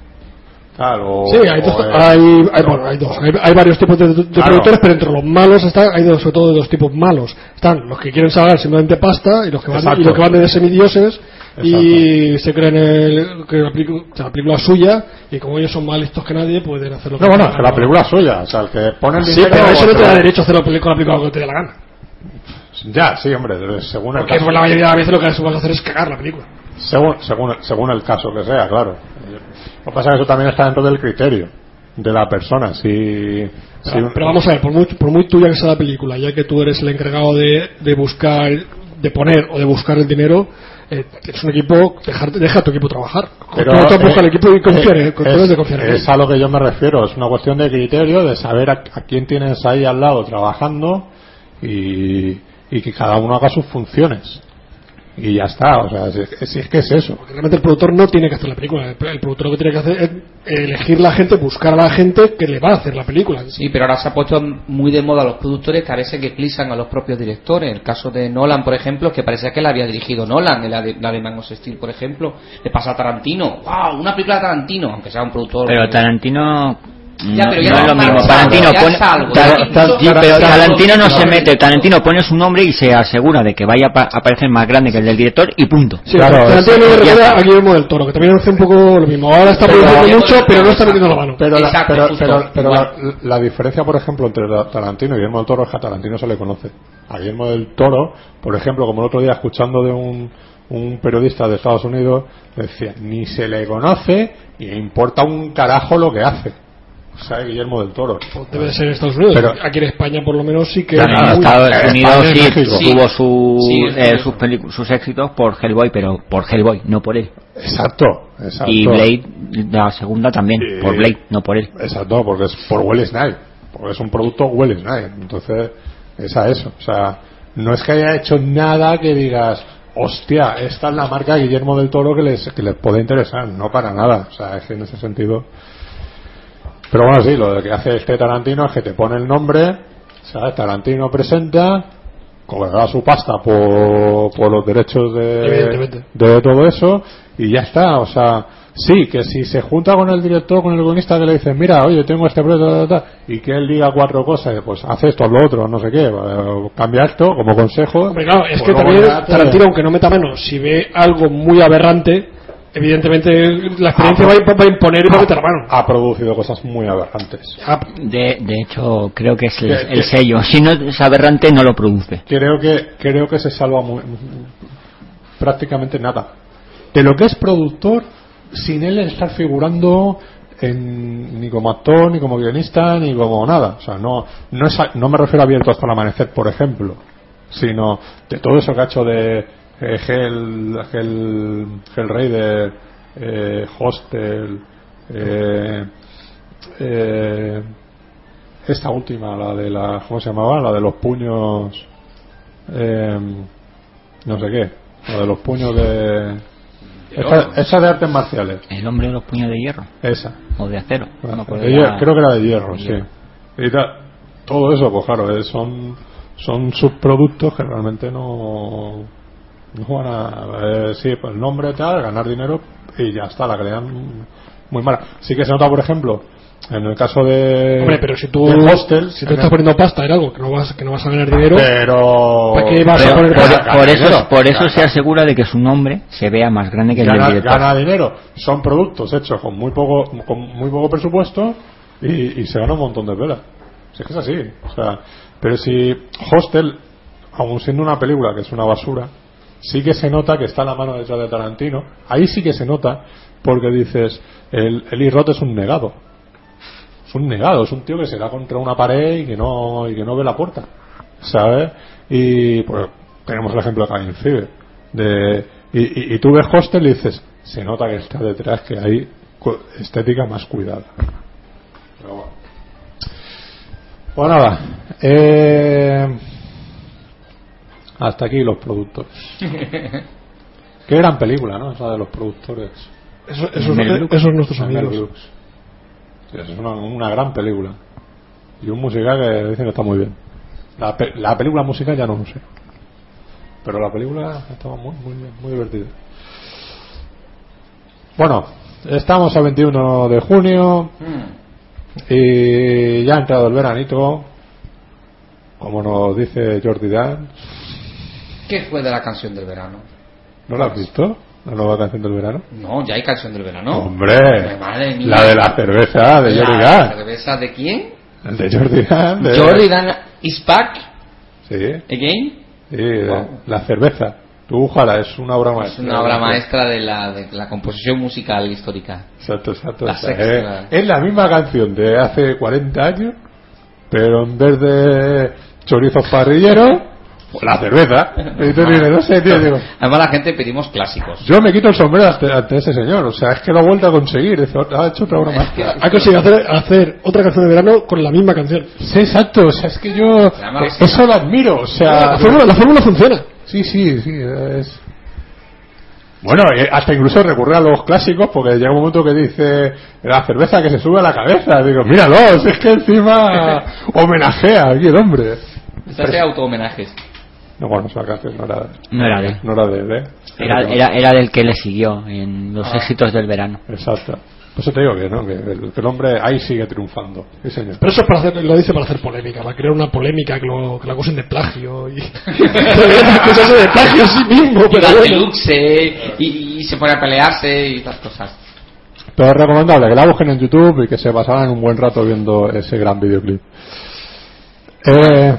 Speaker 1: tal, o-
Speaker 4: Sí, hay, dos,
Speaker 1: o, eh,
Speaker 4: hay, hay- bueno, hay dos. Hay, hay varios tipos de, de
Speaker 1: Claro.
Speaker 4: productores, pero entre los malos están, hay dos, sobre todo de dos tipos malos. Están los que quieren sacar simplemente pasta y los que van,
Speaker 1: Exacto.
Speaker 4: y los que van de semidioses y se creen el, que la, película, o sea, la película es suya y como ellos son más listos que nadie pueden hacer lo que
Speaker 1: No, bueno,
Speaker 4: quieran.
Speaker 1: que la película es suya, o sea, el que pone el
Speaker 4: Sí,
Speaker 1: dinero...
Speaker 4: pero eso no te da
Speaker 1: otro.
Speaker 4: derecho a hacer la película, la película que te dé la gana.
Speaker 1: Ya, sí, hombre, según el
Speaker 4: Porque
Speaker 1: caso.
Speaker 4: por la mayoría de las veces lo que vas a hacer es cagar la película.
Speaker 1: Según, según, según el caso que sea, claro. Lo que pasa es que eso también está dentro del criterio de la persona. Si, si
Speaker 4: Pero, pero vamos a ver, por muy, por muy tuya que sea la película, ya que tú eres el encargado de, de buscar, de poner o de buscar el dinero, eh, es un equipo, dejar, deja a tu equipo trabajar.
Speaker 1: Pero,
Speaker 4: Contrata a buscar
Speaker 1: eh,
Speaker 4: el equipo y confiar, en-
Speaker 1: eh,
Speaker 4: con- puedes de confiar en él.
Speaker 1: es a lo que yo me refiero, es una cuestión de criterio, de saber a, a quién tienes ahí al lado trabajando y, y que cada uno haga sus funciones. Y ya está, o sea, si, si es que es eso.
Speaker 4: Porque realmente el productor no tiene que hacer la película. El, el productor lo que tiene que hacer es elegir la gente, buscar a la gente que le va a hacer la película.
Speaker 3: Sí, pero ahora se ha puesto muy de moda a los productores que parece que eclipsan a los propios directores. El caso de Nolan, por ejemplo, que parecía que la había dirigido Nolan, en la de, la de Man of Steel, por ejemplo. Le pasa a Tarantino. ¡Wow! Una película de Tarantino, aunque sea un productor.
Speaker 2: Pero Tarantino.
Speaker 3: Ya,
Speaker 2: no-
Speaker 3: pero ya
Speaker 2: no es
Speaker 3: no
Speaker 2: lo
Speaker 3: es
Speaker 2: mismo.
Speaker 3: algo,
Speaker 2: Tarantino
Speaker 3: ya
Speaker 2: pone-
Speaker 3: es algo,
Speaker 2: Tar-
Speaker 3: ya es
Speaker 2: Tar-
Speaker 3: algo.
Speaker 2: sí, pero
Speaker 3: Tarantino-
Speaker 2: Tarantino no se
Speaker 3: Tarantino.
Speaker 2: mete. Tarantino pone su nombre y se asegura de que vaya a pa- a aparecer más grande que el del director y punto.
Speaker 4: Sí,
Speaker 1: Claro,
Speaker 4: pero
Speaker 1: es-
Speaker 4: también me recuerda
Speaker 2: ya
Speaker 4: a
Speaker 2: está.
Speaker 4: Guillermo del Toro, que también hace un poco lo mismo. Ahora está
Speaker 1: Pero- eh,
Speaker 4: produciendo mucho, pero no está metiendo la mano.
Speaker 1: Pero, la,
Speaker 3: Exacto,
Speaker 1: pero,
Speaker 3: justo.
Speaker 1: pero, pero la,
Speaker 3: Igual.
Speaker 1: la diferencia, por ejemplo, entre la- Tarantino y Guillermo del Toro es que a Tarantino se le conoce. A Guillermo del Toro, por ejemplo, como el otro día escuchando de un, un periodista de Estados Unidos, decía, ni se le conoce ni le importa un carajo lo que hace. O sea, Guillermo del Toro.
Speaker 4: Pues Debe de ser en Estados Unidos.
Speaker 1: Pero-
Speaker 4: Aquí en España, por lo menos, sí que.
Speaker 2: Claro,
Speaker 4: hay
Speaker 2: en
Speaker 4: muy-
Speaker 2: Estados
Speaker 1: España y
Speaker 2: Unidos sí
Speaker 1: México.
Speaker 2: tuvo su,
Speaker 3: Sí, sí,
Speaker 2: eh,
Speaker 3: sí.
Speaker 2: sus, pelicu- sus éxitos por Hellboy, pero por Hellboy, no por él.
Speaker 1: Exacto, exacto.
Speaker 2: Y Blade, la segunda también,
Speaker 1: Sí.
Speaker 2: por Blade, no por él.
Speaker 1: Exacto, porque es por Well Snide, porque es un producto Well Snide. Entonces, es a eso. O sea, no es que haya hecho nada que digas, hostia, esta es la marca Guillermo del Toro que les, que les puede interesar. No para nada. O sea, es que en ese sentido. Pero bueno, sí, lo que hace este Tarantino es que te pone el nombre, ¿sabes? Tarantino presenta, cobrará su pasta por, por los derechos de,
Speaker 4: Evidentemente.
Speaker 1: de todo eso y ya está. O sea, sí, que si se junta con el director, con el guionista, que le dicen, mira, oye, tengo este proyecto, ta, ta, ta", y que él diga cuatro cosas, pues hace esto, lo otro, no sé qué, eh, cambia esto como consejo.
Speaker 4: Hombre, claro, es
Speaker 1: Pues
Speaker 4: que
Speaker 1: luego
Speaker 4: también
Speaker 1: ya te-
Speaker 4: Tarantino, aunque no meta mano, si ve algo muy aberrante, evidentemente la
Speaker 1: Ah,
Speaker 4: experiencia va
Speaker 1: pues
Speaker 4: a imp- va a imponer y va a meter mano.
Speaker 1: ha producido cosas muy aberrantes.
Speaker 4: Ah,
Speaker 2: De, de hecho, creo que es el,
Speaker 1: Que-
Speaker 2: el
Speaker 1: que-
Speaker 2: sello. Si no es aberrante, no lo produce.
Speaker 1: creo que creo que se salva mu- prácticamente nada de lo que es productor sin él estar figurando en- ni como actor ni como guionista ni como nada o sea no no es a- no me refiero a abiertos para amanecer por ejemplo sino de todo eso que ha hecho de eh, Hell, Hell, Hellraider eh, Hostel eh, eh, esta última, la de la, ¿cómo se llamaba? La de los puños, eh, no sé qué, la de los puños de, esa, esa de artes marciales,
Speaker 2: El hombre de los puños de hierro,
Speaker 1: esa,
Speaker 2: o de acero. no me
Speaker 4: pues
Speaker 2: acuerdo
Speaker 1: De hier-
Speaker 2: ya.
Speaker 1: creo que era de hierro,
Speaker 2: de
Speaker 1: sí,
Speaker 2: hierro.
Speaker 1: y ta- todo eso, pues claro, eh, son, son subproductos que realmente no, no van a, eh, sí, pues el nombre tal, ganar dinero y ya está, la calidad mm, muy mala, sí que se nota, por ejemplo, en el caso de,
Speaker 4: Hombre, pero si tú,
Speaker 1: de eh, Hostel,
Speaker 4: si
Speaker 1: en
Speaker 4: tú estás
Speaker 1: el- Eh,
Speaker 4: poniendo pasta en algo que no vas, que no vas a ganar dinero,
Speaker 1: pero
Speaker 4: ¿Para qué vas a
Speaker 2: Pero
Speaker 4: poner-
Speaker 2: por,
Speaker 1: Gana-
Speaker 2: por
Speaker 1: gana
Speaker 2: eso,
Speaker 1: dinero.
Speaker 2: por eso
Speaker 1: Gana-
Speaker 2: se asegura de que su nombre se vea más grande que el del
Speaker 1: gana,
Speaker 2: director.
Speaker 1: gana dinero son productos hechos con muy poco con muy poco presupuesto y, y se gana un montón de velas si es que es así o sea pero si Hostel aun siendo una película que es una basura sí que se nota que está la mano detrás de Tarantino ahí sí que se nota porque dices el Eli Roth es un negado es un negado, es un tío que se da contra una pared y que no, y que no ve la puerta, ¿sabes? Y pues tenemos el ejemplo de Cabin Fever. De, y, y, y tú ves Hostel y dices, se nota que está detrás, que hay cu- estética más cuidada. Pero bueno. Pues nada, eh, hasta aquí los productos. Qué gran película, ¿no? Esa de los productores.
Speaker 4: eso, eso es-
Speaker 2: Mel
Speaker 4: eso
Speaker 2: Brooks.
Speaker 4: es nuestros
Speaker 1: Mel
Speaker 4: amigos.
Speaker 1: Brooks. Sí, Es una, una gran película. Y un musical que dicen que está muy bien. La, pe- la película musical ya no lo sé. Pero la película estaba muy, muy bien, muy divertida. Bueno, Estamos a 21 de junio
Speaker 3: Hmm.
Speaker 1: y ya ha entrado el veranito, como nos dice Jordi Dan.
Speaker 3: ¿Qué fue de la canción del verano?
Speaker 1: ¿No la has visto? La nueva canción del verano.
Speaker 3: No, ya hay canción del verano.
Speaker 1: Hombre,
Speaker 3: Madre mía.
Speaker 1: la de la cerveza de Jordi
Speaker 3: ¿La
Speaker 1: Dan.
Speaker 3: cerveza de quién?
Speaker 1: El de Jordi Dan. de-
Speaker 3: Jordi Dan is back
Speaker 1: Sí,
Speaker 3: again.
Speaker 1: sí, de-
Speaker 3: Wow.
Speaker 1: la cerveza. Tu bújala, es una obra
Speaker 3: Es
Speaker 1: maestra.
Speaker 3: una obra maestra de la, de la composición musical histórica.
Speaker 1: Exacto, exacto.
Speaker 3: La
Speaker 1: exacto.
Speaker 3: sexta.
Speaker 1: Eh, es la misma canción de hace 40 años, pero en vez de chorizos parrilleros, pues la cerveza. Y tú dices, no sé, tío, digo,
Speaker 3: Además la gente pedimos clásicos.
Speaker 1: yo me quito el sombrero ante, ante ese señor. O sea, es que lo ha vuelto a conseguir. es otra- Ha hecho otra obra
Speaker 3: Es que-
Speaker 1: maestra.
Speaker 4: Ha conseguido hacer, hacer otra canción de verano con la misma canción.
Speaker 1: Sí, exacto. O sea, es que yo
Speaker 3: Además-
Speaker 1: eso lo admiro. O sea,
Speaker 4: La fórmula, la fórmula funciona.
Speaker 1: Sí, sí, sí. Es... Bueno, eh, hasta incluso recurre a los clásicos porque llega un momento que dice la cerveza que se sube a la cabeza. Digo, míralo, si es que encima homenajea aquí el hombre.
Speaker 3: Estas eran auto-homenajes.
Speaker 1: No, bueno, esa canción no era,
Speaker 2: No era de él.
Speaker 1: no era de él, ¿eh?
Speaker 2: Era, era, era del que le siguió en los éxitos del verano.
Speaker 1: Exacto. Por eso te digo que, ¿no? que, el, que el hombre ahí sigue triunfando. Sí, señor.
Speaker 4: Pero eso es para hacer, lo dice para hacer polémica, para crear una polémica que, lo, que la acusen de plagio y. acusarse de plagio a sí mismo,
Speaker 3: Y
Speaker 4: pero
Speaker 3: va
Speaker 4: bueno.
Speaker 3: deluxe, y, y se pone a pelearse y estas cosas.
Speaker 1: Pero es recomendable que la busquen en YouTube y que se pasaran un buen rato viendo ese gran videoclip. Eh,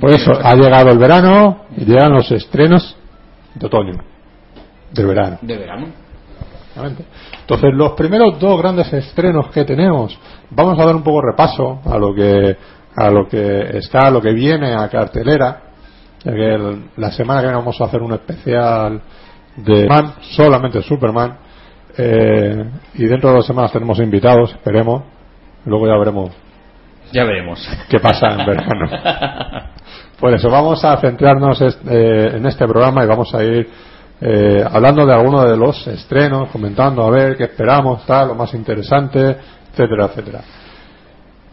Speaker 1: por eso, ha llegado el verano y llegan los estrenos de otoño, de verano.
Speaker 3: De verano.
Speaker 1: Exactamente. Entonces, los primeros dos grandes estrenos que tenemos, vamos a dar un poco repaso a lo que a lo que está, a lo que viene a cartelera, ya que el- la semana que viene vamos a hacer un especial de Superman, solamente Superman, eh, y dentro de dos semanas tenemos invitados, esperemos, luego ya veremos
Speaker 3: Ya veremos.
Speaker 1: qué pasa en verano. Por eso vamos a centrarnos es- eh, en este programa y vamos a ir eh, hablando de algunos de los estrenos, comentando a ver qué esperamos, tal, lo más interesante, etcétera, etcétera.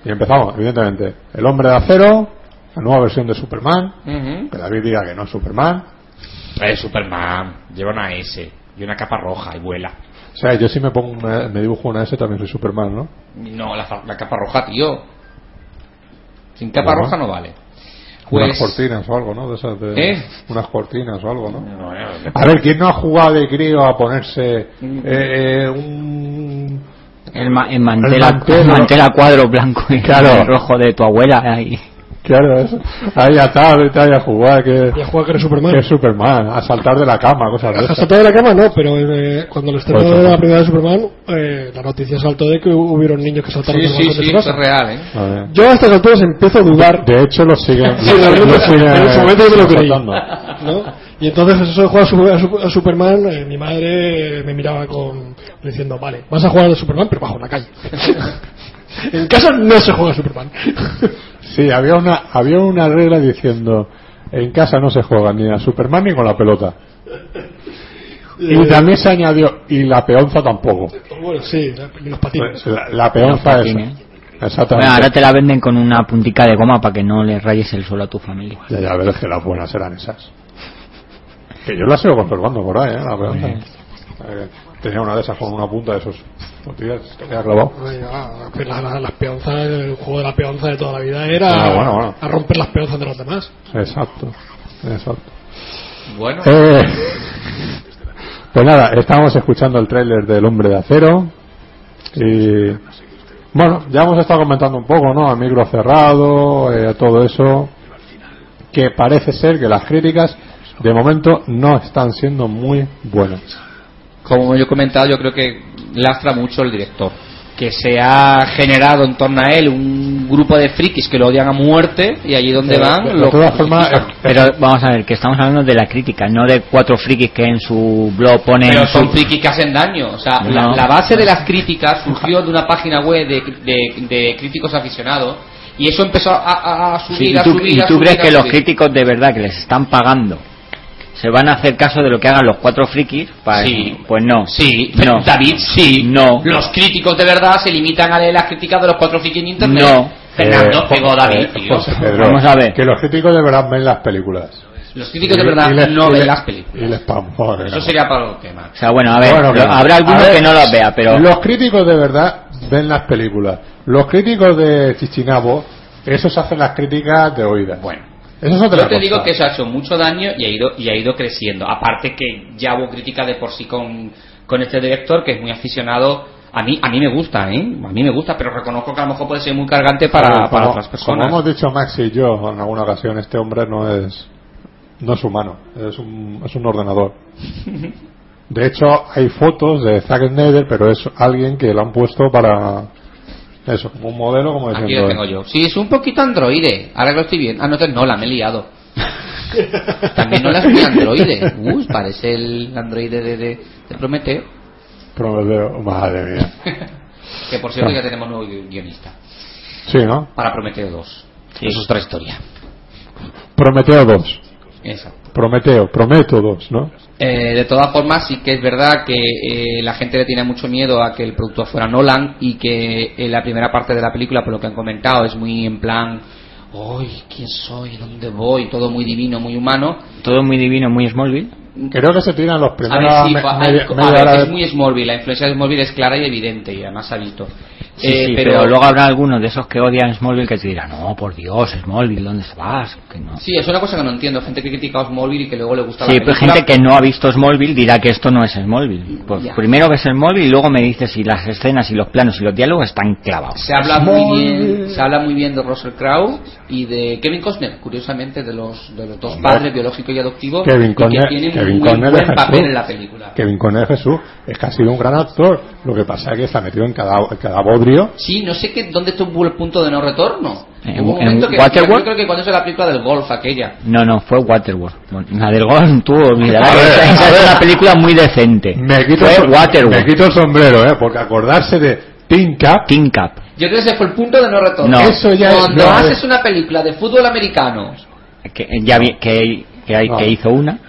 Speaker 1: Y empezamos, evidentemente. El hombre de acero, la nueva versión de Superman,
Speaker 3: Ujú.
Speaker 1: que David diga que no es Superman.
Speaker 3: Es Eh, Superman. Lleva una S y una capa roja y vuela.
Speaker 1: O sea, yo si me pongo una- me dibujo una S también soy Superman, ¿no?
Speaker 3: No, la, fa- la capa roja, tío. Sin capa
Speaker 1: Bueno.
Speaker 3: roja no vale.
Speaker 1: Unas
Speaker 3: Pues.
Speaker 1: cortinas o algo, ¿no? De esas de-
Speaker 3: ¿Eh?
Speaker 1: Unas cortinas o algo, ¿no?
Speaker 3: No, no, no.
Speaker 1: A ver, ¿quién no ha jugado de crío a ponerse eh, eh, un...
Speaker 2: El, ma- en mantela,
Speaker 1: El mantelo.
Speaker 2: mantela cuadro blanco y
Speaker 1: Claro.
Speaker 2: rojo de tu abuela. ahí.
Speaker 1: Claro, eso. Ahí atado y tal, y a jugar, que,
Speaker 4: Y a jugar que eres Superman.
Speaker 1: que es Superman, a saltar de la cama, cosas de
Speaker 4: Hasta
Speaker 1: esas.
Speaker 4: saltado de la cama no, pero eh, cuando el estreno
Speaker 1: Pues,
Speaker 4: de la
Speaker 1: ojo.
Speaker 4: primera de Superman, eh, la noticia saltó de que hu- hubieron niños que saltaron
Speaker 3: Sí,
Speaker 4: del
Speaker 3: sí,
Speaker 4: balcón de
Speaker 3: sí,
Speaker 4: su
Speaker 3: eso es
Speaker 4: casa.
Speaker 3: real, ¿eh?
Speaker 1: A ver.
Speaker 4: Yo a estas alturas empiezo a dudar,
Speaker 1: De hecho, lo siguen.
Speaker 4: Sí, en algún- en su momento yo me lo creí.
Speaker 1: saltando.
Speaker 4: ¿no? Y entonces eso de jugar a, su- a su- a Superman, eh, mi madre eh, me miraba con diciendo, vale, vas a jugar a Superman, pero bajo la calle. en casa no se juega a Superman.
Speaker 1: Sí, había una, había una regla diciendo: en casa no se juega ni a Superman ni con la pelota. Y
Speaker 4: Eh,
Speaker 1: también se añadió: y la peonza tampoco.
Speaker 4: Bueno, sí, la- y los patines.
Speaker 1: La, la peonza
Speaker 2: Los
Speaker 1: es.
Speaker 2: patines. Bueno,
Speaker 1: Exactamente.
Speaker 2: ahora te la venden con una puntica de goma para que no le rayes el suelo a tu familia.
Speaker 1: Ya, ya verás que las buenas eran esas. Que yo las sigo conservando por ahí, ¿eh? La peonza. Eh, Tenía una de esas con una punta de esos. Hostia, se queda clavado.
Speaker 4: Ay, ah, que la- la- las peonzas, el juego de la peonza de toda la vida era
Speaker 1: Ah, bueno, bueno.
Speaker 4: a romper las peonzas de los demás.
Speaker 1: Exacto, exacto.
Speaker 3: Bueno,
Speaker 1: Eh, pues nada, estábamos escuchando el tráiler del Hombre de Acero y bueno, ya hemos estado comentando un poco, ¿no? A micro cerrado, eh, todo eso, que parece ser que las críticas de momento no están siendo muy buenas.
Speaker 3: como yo he comentado, yo creo que lastra mucho el director. Que se ha generado en torno a él un grupo de frikis que lo odian a muerte y allí donde
Speaker 1: Eh,
Speaker 3: van
Speaker 1: de- de
Speaker 3: lo
Speaker 1: todas formas,
Speaker 3: crucifican.
Speaker 1: eh,
Speaker 2: Pero vamos a ver, que estamos hablando de la crítica, no de cuatro frikis que en su blog ponen...
Speaker 3: Pero son
Speaker 2: su-
Speaker 3: frikis que hacen daño. O sea,
Speaker 2: No.
Speaker 3: la, la base de las críticas surgió de una página web de, de- de críticos aficionados y eso empezó a, a- a
Speaker 2: Sí,
Speaker 3: subir,
Speaker 2: ¿Y
Speaker 3: a
Speaker 2: tú,
Speaker 3: subir,
Speaker 2: y
Speaker 3: a
Speaker 2: tú
Speaker 3: subir,
Speaker 2: crees
Speaker 3: a
Speaker 2: que los
Speaker 3: subir.
Speaker 2: críticos de verdad que les están pagando se van a hacer caso de lo que hagan los cuatro frikis? Para
Speaker 3: Sí.
Speaker 2: Pues no.
Speaker 3: Sí,
Speaker 2: No.
Speaker 3: David, sí.
Speaker 2: No.
Speaker 3: Los críticos de verdad se limitan a leer las críticas de los cuatro frikis en internet.
Speaker 2: No.
Speaker 3: Fernando
Speaker 1: Eh,
Speaker 3: pegó
Speaker 1: jo-
Speaker 3: David,
Speaker 1: eh,
Speaker 3: tío.
Speaker 1: José Pedro,
Speaker 2: Vamos a ver.
Speaker 1: Que los críticos de verdad ven las películas.
Speaker 3: Los críticos de verdad no ven las películas.
Speaker 1: Y les pam, joder,
Speaker 3: Eso
Speaker 1: no.
Speaker 3: sería para otro tema.
Speaker 2: O sea, bueno, a ver,
Speaker 1: Bueno,
Speaker 2: lo-
Speaker 1: claro.
Speaker 2: habrá alguno
Speaker 1: A ver,
Speaker 2: que no los vea, pero...
Speaker 1: Los críticos de verdad ven las películas. Los críticos de Chichinabo, esos hacen las críticas de oídas.
Speaker 3: Bueno.
Speaker 1: eso es otra
Speaker 3: Yo te
Speaker 1: cosa.
Speaker 3: digo que eso ha hecho mucho daño y ha ido, y ha ido creciendo. Aparte que ya hubo crítica de por sí con, con este director, que es muy aficionado. A mí, a mí me gusta, ¿eh? A mí me gusta, pero reconozco que a lo mejor puede ser muy cargante para,
Speaker 1: Pero
Speaker 3: para
Speaker 1: como-
Speaker 3: otras
Speaker 1: Como
Speaker 3: personas.
Speaker 1: hemos dicho Max y yo en alguna ocasión, este hombre no es no es humano, es un, es un ordenador. De hecho, hay fotos de Zack Snyder, pero es alguien que lo han puesto para eso, como un modelo, como
Speaker 3: Aquí
Speaker 1: diciendo.
Speaker 3: lo tengo yo. Sí, es un poquito androide. Ahora que lo estoy viendo. Ah, no, entonces no, la me he liado. También no la es muy androide. Uy, parece el androide de, de, de Prometeo.
Speaker 1: Prometeo, madre mía.
Speaker 3: Que por cierto
Speaker 1: Ah.
Speaker 3: ya tenemos nuevo gui- guionista.
Speaker 1: Sí, ¿no?
Speaker 3: Para Prometeo 2. Eso es otra historia.
Speaker 1: Prometeo 2.
Speaker 3: Exacto.
Speaker 1: Prometeo, Prometo 2, ¿no?
Speaker 3: Eh, de todas formas, sí que es verdad que eh, la gente le tiene mucho miedo a que el productor fuera Nolan y que en la primera parte de la película, por lo que han comentado, es muy en plan, ¡Uy, quién soy! ¿Dónde voy? Todo muy divino, muy humano.
Speaker 2: Todo muy divino, muy Smallville.
Speaker 1: Creo que se tiran los
Speaker 3: A
Speaker 1: primeros.
Speaker 3: ver, sí,
Speaker 1: me-
Speaker 3: va- hay-
Speaker 1: media-
Speaker 3: a
Speaker 1: media
Speaker 3: ver,
Speaker 1: hora
Speaker 3: es
Speaker 1: de-
Speaker 3: muy Smallville, la influencia de Smallville es clara y evidente y además se ha visto.
Speaker 2: Sí,
Speaker 3: Eh,
Speaker 2: sí, pero, luego habrá algunos de esos que odian Smallville que te dirán, no, por Dios, Smallville, ¿dónde vas? Que no.
Speaker 3: Sí, es una cosa que no entiendo. Gente que critica a Smallville y que luego le gusta
Speaker 2: Sí,
Speaker 3: la
Speaker 2: pero
Speaker 3: película.
Speaker 2: gente que no ha visto Smallville dirá que esto no es Smallville. Pues
Speaker 3: Ya.
Speaker 2: primero ves Smallville y luego me dices si las escenas y los planos y los diálogos están clavados.
Speaker 3: Se habla muy bien,
Speaker 1: Smallville.
Speaker 3: se habla muy bien de Russell Crowe y de Kevin Costner, curiosamente de los de los dos
Speaker 1: Hombre.
Speaker 3: padres biológico y adoptivo
Speaker 1: Kevin
Speaker 3: y
Speaker 1: Conner,
Speaker 3: que tienen
Speaker 1: Kevin
Speaker 3: un muy
Speaker 1: Conner
Speaker 3: buen
Speaker 1: es
Speaker 3: papel
Speaker 1: Jesús.
Speaker 3: en la película.
Speaker 1: Kevin Conner Jesús es que ha sido un gran actor. Lo que pasa es que está metido en cada, en cada bodrio.
Speaker 3: Sí, no sé qué dónde estuvo el punto de no retorno.
Speaker 2: En-
Speaker 3: Hubo un
Speaker 2: en
Speaker 3: momento que
Speaker 2: Waterworld.
Speaker 3: yo creo que cuando se la película del golf aquella.
Speaker 2: No, no, fue Waterworld. Bueno, La del Gol, tú, mira,
Speaker 1: A ver,
Speaker 2: esa, esa
Speaker 1: a
Speaker 2: es
Speaker 1: ver.
Speaker 2: una película muy decente.
Speaker 1: Me quito,
Speaker 2: fue
Speaker 1: el, me
Speaker 2: Waterworld,
Speaker 1: quito el sombrero, ¿eh? Porque acordarse de Tin Cup,
Speaker 2: King Cup.
Speaker 3: Yo creo que ese fue el punto de no retorno.
Speaker 2: No.
Speaker 1: Eso ya es-
Speaker 3: cuando
Speaker 1: no, a ver.
Speaker 3: haces una película de fútbol americano,
Speaker 2: Que, ya vi- que, que hay-
Speaker 1: No.
Speaker 2: que hizo una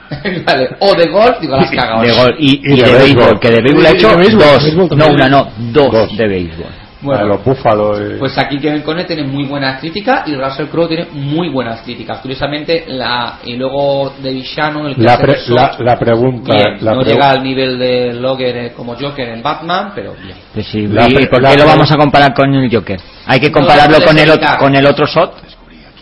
Speaker 3: vale, o de golf, digo las cagado.
Speaker 2: de gol y,
Speaker 1: Y
Speaker 2: y
Speaker 1: de
Speaker 2: de
Speaker 1: béisbol.
Speaker 2: béisbol, que de béisbol ha
Speaker 1: Y de
Speaker 2: hecho
Speaker 1: béisbol,
Speaker 2: dos,
Speaker 1: béisbol
Speaker 2: no
Speaker 1: también.
Speaker 2: una, no, dos,
Speaker 1: Dos.
Speaker 2: de béisbol.
Speaker 1: la de
Speaker 3: Bueno,
Speaker 1: los búfalos. eh, y-
Speaker 3: Pues aquí Kevin Conner tiene muy buenas críticas y Russell Crowe tiene muy buenas críticas. Curiosamente, la, y luego de villano, el que
Speaker 1: la,
Speaker 3: hace
Speaker 1: pre-
Speaker 3: de Saw,
Speaker 1: la, la pregunta.
Speaker 3: pues, bien,
Speaker 1: la
Speaker 3: no
Speaker 1: pregu-
Speaker 3: llega al nivel de Logger eh, como Joker en Batman, pero bien.
Speaker 2: Pues sí,
Speaker 1: La
Speaker 2: ¿Y
Speaker 1: pre-
Speaker 2: por
Speaker 1: la
Speaker 2: qué lo
Speaker 1: pre-
Speaker 2: vamos a comparar con el Joker? Hay que
Speaker 3: No
Speaker 2: compararlo
Speaker 3: puedes
Speaker 2: con, el, ot-
Speaker 3: evitar.
Speaker 2: con el otro shot,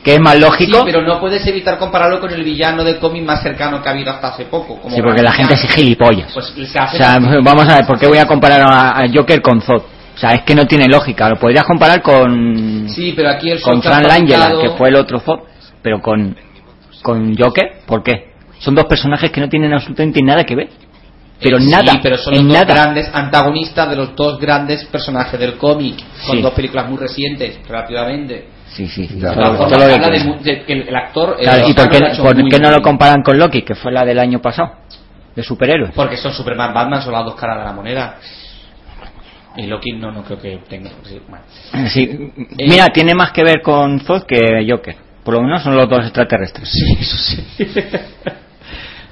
Speaker 2: que es más
Speaker 3: Sí,
Speaker 2: lógico. Sí,
Speaker 3: pero no puedes evitar compararlo con el villano de cómic más cercano que ha habido hasta hace poco. Como
Speaker 2: porque la
Speaker 3: Batman.
Speaker 2: gente es gilipollas.
Speaker 3: Pues se
Speaker 2: o
Speaker 3: hace
Speaker 2: sea, vamos a ver, ¿por qué voy a comparar a, a Joker con Zod? O sea, es que no tiene lógica. Lo podrías comparar con,
Speaker 3: Sí, pero aquí el
Speaker 2: con
Speaker 3: Soul que
Speaker 2: Fran
Speaker 3: ha
Speaker 2: Langella,
Speaker 3: fabricado-
Speaker 2: que fue el otro Zod, pero con, con Joker, ¿por qué? Son dos personajes que no tienen absolutamente nada que ver. Pero
Speaker 3: Sí,
Speaker 2: nada,
Speaker 3: pero son los
Speaker 2: en
Speaker 3: dos
Speaker 2: nada.
Speaker 3: grandes antagonistas de los dos grandes personajes del cómic. Son
Speaker 2: Sí.
Speaker 3: dos películas muy recientes, relativamente.
Speaker 2: Sí, sí.
Speaker 1: Ya,
Speaker 2: Todo-
Speaker 1: claro.
Speaker 3: Todo
Speaker 2: todo
Speaker 3: lo que
Speaker 2: lo que-
Speaker 3: habla de mu- de que el, el actor. eh,
Speaker 2: Claro, ¿Y por qué,
Speaker 3: lo ha hecho
Speaker 2: por
Speaker 3: muy
Speaker 2: qué no
Speaker 3: bien.
Speaker 2: lo comparan con Loki, que fue la del año pasado? De superhéroes.
Speaker 3: Porque son Superman, Batman, son las dos caras de la moneda. Y Loki no, no creo que tenga. sí, bueno.
Speaker 2: Sí,
Speaker 3: eh,
Speaker 2: mira, tiene más que ver con Zod que Joker. Por lo menos son los dos extraterrestres.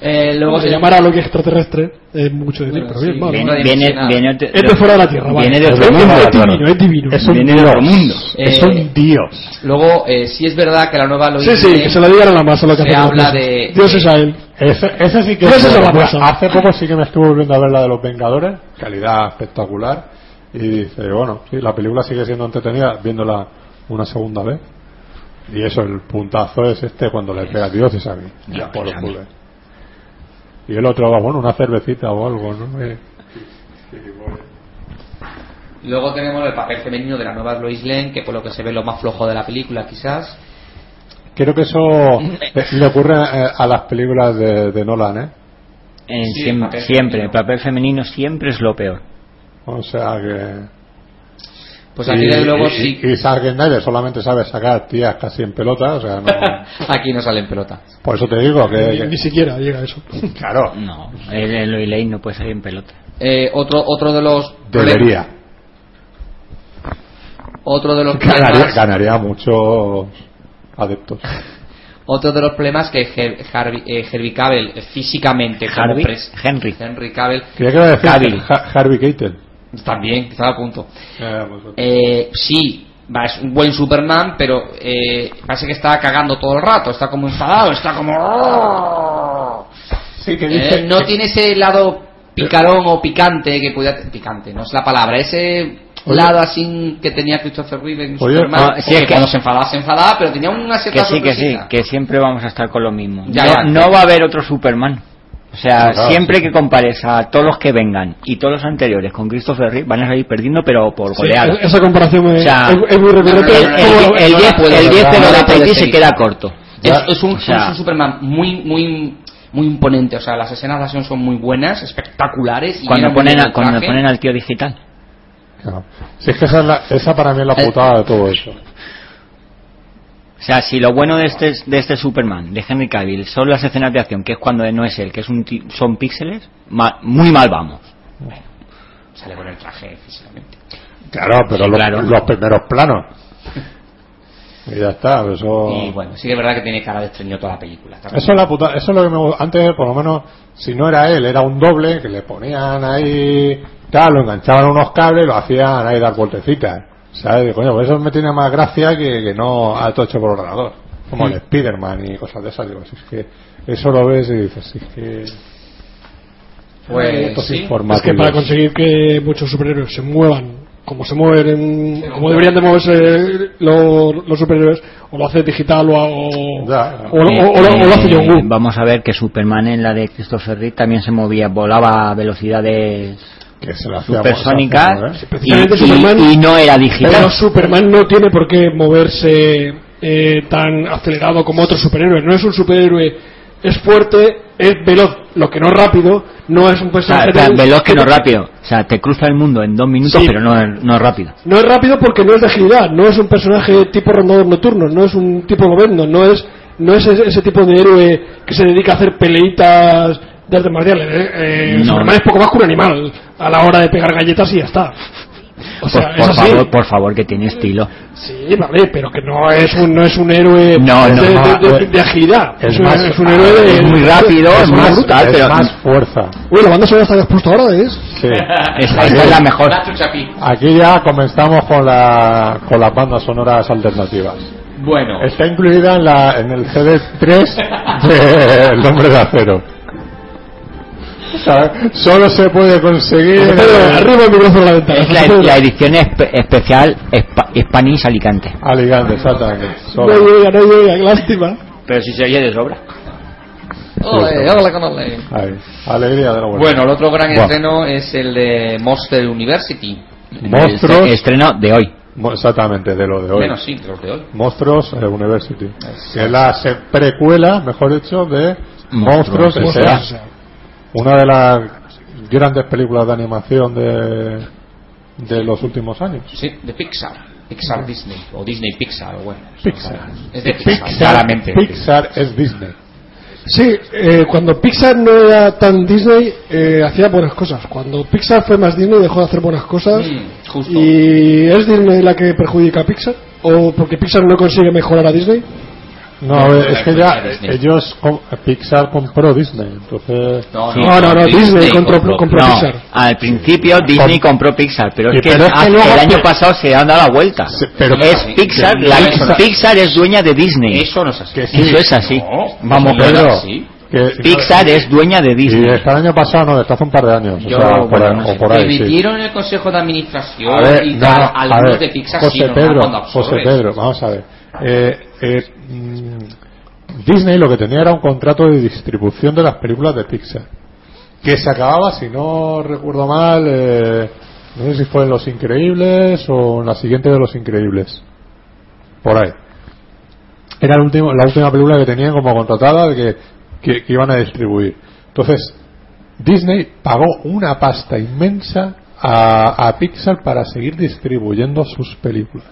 Speaker 3: Eh, luego
Speaker 4: Luego se llamará a lo que es extraterrestre, es mucho decir,
Speaker 3: Bueno,
Speaker 4: pero bien,
Speaker 3: sí,
Speaker 4: vale.
Speaker 3: bien.
Speaker 4: vale.
Speaker 2: Viene, viene, viene de,
Speaker 4: Es de fuera de la Tierra, vale.
Speaker 2: viene de
Speaker 4: Pero
Speaker 2: otro
Speaker 4: es
Speaker 2: mundo.
Speaker 4: divino,
Speaker 2: claro.
Speaker 4: Es divino, es
Speaker 1: Es un
Speaker 4: divino.
Speaker 2: Viene de otro mundo.
Speaker 1: es
Speaker 3: Eh,
Speaker 1: un dios.
Speaker 3: Luego, eh, sí es verdad que la nueva lo
Speaker 4: Sí, sí, que se lo digan a la masa lo que
Speaker 3: Se
Speaker 4: hace con
Speaker 3: habla
Speaker 4: los
Speaker 3: de-
Speaker 4: dioses. Dios es a él.
Speaker 1: Ese, ese sí que
Speaker 4: Pero eso es otra
Speaker 1: Mira,
Speaker 4: cosa.
Speaker 1: Hace poco sí que me estuve volviendo a ver la de los Vengadores, calidad espectacular. Y dice, bueno, sí, la película sigue siendo entretenida viéndola una segunda vez. Y eso, el puntazo es este cuando le pega a Dios y sabe. Ya, por los culos. Y el otro, bueno, una cervecita o algo, ¿no? Eh,
Speaker 3: Luego tenemos el papel femenino de la nueva Lois Lane, que por lo que se ve lo más flojo de la película, quizás.
Speaker 1: Creo que eso eh, le ocurre eh, a las películas de, de Nolan, ¿eh?
Speaker 2: Eh,
Speaker 3: Sí,
Speaker 2: siem-
Speaker 3: el papel
Speaker 2: siempre,
Speaker 3: femenino.
Speaker 2: el papel femenino siempre es lo peor.
Speaker 1: O sea que...
Speaker 3: Pues aquí, desde luego,
Speaker 1: y,
Speaker 3: sí.
Speaker 1: y Zack Snyder solamente sabe sacar tías casi en pelota, o sea, no...
Speaker 3: Aquí no salen pelota.
Speaker 1: Por eso te digo que,
Speaker 4: Ni, ni siquiera llega a eso.
Speaker 1: que- claro,
Speaker 2: No, el, el Lois Lane no puede salir en pelota.
Speaker 3: Eh, otro, otro de los.
Speaker 1: debería.
Speaker 3: Otro de los
Speaker 1: Ganaría,
Speaker 3: problemas,
Speaker 1: ganaría muchos adeptos.
Speaker 3: otro de los problemas que Her- Harvey, eh, Harvey Cabell eh, físicamente como
Speaker 2: Harvey,
Speaker 3: pres-
Speaker 2: Henry.
Speaker 3: Henry Cabell
Speaker 1: Creía que iba a decir
Speaker 2: Cavill.
Speaker 1: Ha- Harvey Keitel.
Speaker 3: también estaba a punto. Eh, sí, va, es un buen Superman, pero eh, parece que está cagando todo el rato, está como enfadado, está como...
Speaker 1: Sí, que
Speaker 3: Eh, no tiene ese lado picarón o picante que pudiera... Picante, no es la palabra, ese...
Speaker 1: Oye.
Speaker 3: lado así que tenía Christopher Reeve en
Speaker 1: Oye,
Speaker 3: Superman,
Speaker 2: ah, sí, es
Speaker 3: que
Speaker 2: que-
Speaker 3: cuando se enfadaba se enfadaba, pero tenía una
Speaker 2: Que
Speaker 3: cierta
Speaker 2: sí, que sí,
Speaker 3: sorpresita.
Speaker 2: que siempre vamos a estar con lo mismo.
Speaker 3: Ya,
Speaker 2: no,
Speaker 3: ya.
Speaker 2: no va a haber otro Superman. O sea,
Speaker 1: No, claro,
Speaker 2: siempre
Speaker 1: sí.
Speaker 2: que compares a todos los que vengan y todos los anteriores con Christopher Reeve van a salir perdiendo, pero por
Speaker 4: Sí,
Speaker 2: goleada.
Speaker 4: es- esa comparación es,
Speaker 2: O sea,
Speaker 4: es- es muy
Speaker 3: no, no,
Speaker 4: recurrente.
Speaker 2: el,
Speaker 3: no,
Speaker 2: el-
Speaker 3: no, no,
Speaker 2: el- el
Speaker 3: no,
Speaker 2: 10
Speaker 3: no,
Speaker 2: el
Speaker 3: no,
Speaker 2: 10
Speaker 3: no,
Speaker 2: de
Speaker 3: no,
Speaker 2: los
Speaker 3: no,
Speaker 2: de
Speaker 3: no,
Speaker 2: Petit
Speaker 3: no,
Speaker 2: se
Speaker 3: no,
Speaker 2: queda
Speaker 3: no,
Speaker 2: corto.
Speaker 3: Es,
Speaker 1: Ya.
Speaker 3: es un,
Speaker 2: O sea-
Speaker 3: es un Superman muy, muy, muy imponente. O sea, las escenas de acción son muy buenas, espectaculares. Y
Speaker 2: Cuando
Speaker 3: viene muy
Speaker 2: ponen,
Speaker 3: bien
Speaker 2: a-
Speaker 3: el
Speaker 2: cuando
Speaker 3: traje.
Speaker 2: ponen al tío digital.
Speaker 1: Claro. Si es que esa, es la- esa para mí es la
Speaker 3: Eh.
Speaker 1: putada de todo eso.
Speaker 2: O sea, si lo bueno de este, de este Superman, de Henry Cavill, son las escenas de acción, que es cuando no es él, que es un ti- son píxeles, ma- muy mal vamos.
Speaker 3: Sale con el traje físicamente.
Speaker 1: Claro, pero
Speaker 2: Sí,
Speaker 1: los,
Speaker 2: claro.
Speaker 1: los primeros planos. Y ya está, eso.
Speaker 3: Y bueno, sí que es verdad que tiene cara de extraño toda la película. Está
Speaker 1: Eso es, la puta- eso es lo que me gu- Antes, por lo menos, si no era él, era un doble que le ponían ahí, tal, lo enganchaban a unos cables y lo hacían ahí dar vueltecitas. ¿Sabes? Y, Coño, pues eso me tiene más gracia que, que no a todo hecho por ordenador. Como
Speaker 4: Mm.
Speaker 1: el Spiderman y cosas de esas. Digo, si es que eso lo ves y dices, si es que.
Speaker 3: Pues
Speaker 1: estos
Speaker 3: sí.
Speaker 4: Es que
Speaker 1: informáticos.
Speaker 4: para conseguir que muchos superhéroes se muevan como se mueven, en- como deberían de moverse los, los superhéroes, o lo hace digital o, o,
Speaker 1: Ya.
Speaker 4: o- o- o- o lo hace
Speaker 2: Eh,
Speaker 4: John Woo.
Speaker 2: Vamos a ver que Superman en la de Christopher Reeve también se movía, volaba a velocidades
Speaker 1: que se lo hacíamos, se lo
Speaker 2: supersónicas
Speaker 1: hacíamos, ¿eh?
Speaker 2: y,
Speaker 4: Especialmente
Speaker 2: y-
Speaker 4: Superman.
Speaker 2: y no era digital.
Speaker 4: Pero Superman no tiene por qué moverse eh, tan acelerado como otros superhéroes. No es un superhéroe, es fuerte, es veloz, lo que no es rápido, no es un
Speaker 2: O sea,
Speaker 4: personaje
Speaker 2: tan
Speaker 4: tan-
Speaker 2: veloz que no rápido. O sea, te cruza el mundo en dos minutos,
Speaker 4: Sí.
Speaker 2: pero no, no es rápido.
Speaker 4: No es rápido porque no es de agilidad, no es un personaje tipo rondador nocturno, no es un tipo gobierno, no es, no es ese, ese tipo de héroe que se dedica a hacer peleitas de artes marciales. ¿eh? Eh,
Speaker 2: No.
Speaker 4: Superman es poco más que un animal a la hora de pegar galletas y ya está. O sea,
Speaker 2: por,
Speaker 4: es
Speaker 2: por
Speaker 4: así.
Speaker 2: favor, por favor, que tiene estilo.
Speaker 4: Sí, vale, pero que no es un, no es un héroe
Speaker 2: No,
Speaker 4: de,
Speaker 2: no,
Speaker 4: de-
Speaker 1: no,
Speaker 4: de-
Speaker 1: eh,
Speaker 4: de agilidad.
Speaker 1: es
Speaker 4: Es, un-
Speaker 1: más-
Speaker 4: es un héroe de-
Speaker 2: es muy rápido, es
Speaker 4: una
Speaker 2: más-
Speaker 4: bruta.
Speaker 2: brutal,
Speaker 1: es
Speaker 2: pero-
Speaker 1: más fuerza.
Speaker 4: Uy, la banda sonora esta que has puesto ahora ¿eh? es.
Speaker 1: Sí.
Speaker 2: Esa, esa es la mejor.
Speaker 3: La chuchapi.
Speaker 1: Aquí ya comenzamos con, la, con las bandas sonoras alternativas.
Speaker 3: Bueno,
Speaker 1: Está incluida en, la, en el CD3 de El Hombre de Acero. O sea, Solo se puede conseguir.
Speaker 4: Pedro,
Speaker 1: en
Speaker 4: arriba el micrófono a la ventana.
Speaker 2: Es la, la edición espe- especial Spa- Spanish Alicante.
Speaker 1: Alicante, exactamente.
Speaker 4: No
Speaker 1: Solo.
Speaker 4: llega, no llega, qué lástima.
Speaker 2: Pero si se oye de sobra.
Speaker 3: ole, ole con ole.
Speaker 1: Ahí. Alegría de la buena.
Speaker 3: Bueno, el otro gran
Speaker 1: Buah.
Speaker 3: estreno es el de Monster University.
Speaker 1: Monstruos.
Speaker 2: Estreno de hoy.
Speaker 1: Mo- Exactamente, de lo de hoy.
Speaker 3: Menos sí, de los de hoy.
Speaker 1: Monstruos eh, University. Que es la se- precuela, mejor dicho, de Monstruos,
Speaker 2: Monstruos
Speaker 1: S.A. Una de las grandes películas de animación de, de los últimos años.
Speaker 3: Sí, de Pixar. Pixar Disney. O Disney Pixar, o bueno.
Speaker 1: Pixar.
Speaker 3: Es de Pixar, claramente.
Speaker 1: Pixar es Disney.
Speaker 4: Sí, eh, cuando Pixar no era tan Disney, eh, hacía buenas cosas. Cuando Pixar fue más Disney, dejó de hacer buenas cosas.
Speaker 3: Mm, justo.
Speaker 4: ¿Y es Disney la que perjudica a Pixar? ¿O porque Pixar no consigue mejorar a Disney?
Speaker 1: No,
Speaker 3: No,
Speaker 1: eh, es que ya
Speaker 3: Pixar es Disney.
Speaker 1: ellos, com- Pixar compró Disney, entonces...
Speaker 3: No,
Speaker 2: Sí.
Speaker 4: No, no, no, Disney compró- compró-
Speaker 2: No,
Speaker 4: Pixar.
Speaker 2: al principio Disney
Speaker 1: Com-
Speaker 2: compró Pixar, pero es
Speaker 1: Sí,
Speaker 2: que,
Speaker 1: pero es que
Speaker 2: hace-
Speaker 1: luego-
Speaker 2: el año pasado se han dado la vuelta.
Speaker 1: Sí, pero-
Speaker 2: es Pixar,
Speaker 1: pero-
Speaker 2: la,
Speaker 1: Pixar-
Speaker 2: Pixar es dueña de Disney.
Speaker 3: Eso no es así.
Speaker 1: Que sí.
Speaker 2: Eso es así.
Speaker 3: No,
Speaker 2: Vamos,
Speaker 3: no es
Speaker 2: Pedro.
Speaker 3: así.
Speaker 1: que-
Speaker 2: Pixar es dueña de
Speaker 1: Y
Speaker 2: Disney.
Speaker 1: hasta el año pasado, no, desde hace un par de años.
Speaker 2: Yo,
Speaker 1: o, sea, por
Speaker 2: bueno,
Speaker 1: ahí-
Speaker 2: no
Speaker 1: o
Speaker 2: sé.
Speaker 1: por ahí,
Speaker 3: Me
Speaker 1: sí.
Speaker 3: metieron en el consejo de administración
Speaker 1: A ver,
Speaker 3: y
Speaker 1: no,
Speaker 3: tal,
Speaker 1: no, a
Speaker 3: algunos
Speaker 1: ver,
Speaker 3: de Pixar
Speaker 1: José
Speaker 3: sí, no,
Speaker 1: Pedro,
Speaker 3: cuando absorbes.
Speaker 1: José Pedro, vamos a ver. Eh, eh, mm, Disney lo que tenía era un contrato de distribución de las películas de Pixar, que se acababa, si no recuerdo mal, eh, no sé si fue en Los Increíbles o en la siguiente de Los Increíbles, por ahí. Era el último, la última película que tenían como contratada de que, que- que iban a distribuir. Entonces, Disney pagó una pasta inmensa a, a Pixar para seguir distribuyendo sus películas.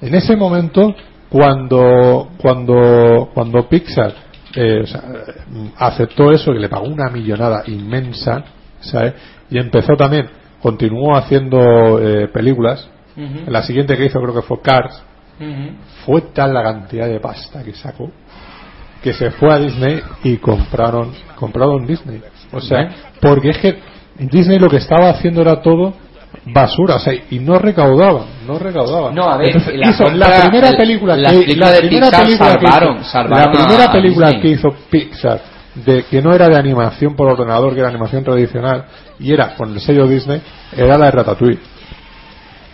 Speaker 1: En ese momento, cuando, cuando, cuando Pixar eh, o sea, eh, aceptó eso, que le pagó una millonada inmensa, ¿sabes? Y empezó también, continuó haciendo eh, películas.
Speaker 3: Ujú,
Speaker 1: La siguiente que hizo creo que fue Cars,
Speaker 3: ujú.
Speaker 1: fue tal la cantidad de pasta que sacó que se fue a Disney y compraron compraron Disney o sea porque es que Disney lo que estaba haciendo era todo basura, o sea, y no recaudaban, no recaudaban.
Speaker 3: No, a ver,
Speaker 1: Entonces,
Speaker 3: la
Speaker 1: hizo la
Speaker 3: compra-
Speaker 1: primera
Speaker 3: el-
Speaker 1: película
Speaker 3: la
Speaker 1: que
Speaker 3: película
Speaker 1: la
Speaker 3: de
Speaker 1: primera
Speaker 3: Pixar
Speaker 1: película que hizo-
Speaker 3: salvaron- salvaron
Speaker 1: la
Speaker 3: a-
Speaker 1: primera
Speaker 3: a
Speaker 1: película
Speaker 3: Disney.
Speaker 1: que hizo Pixar de que no era de animación por ordenador, que era animación tradicional y era con el sello Disney, era la de Ratatouille.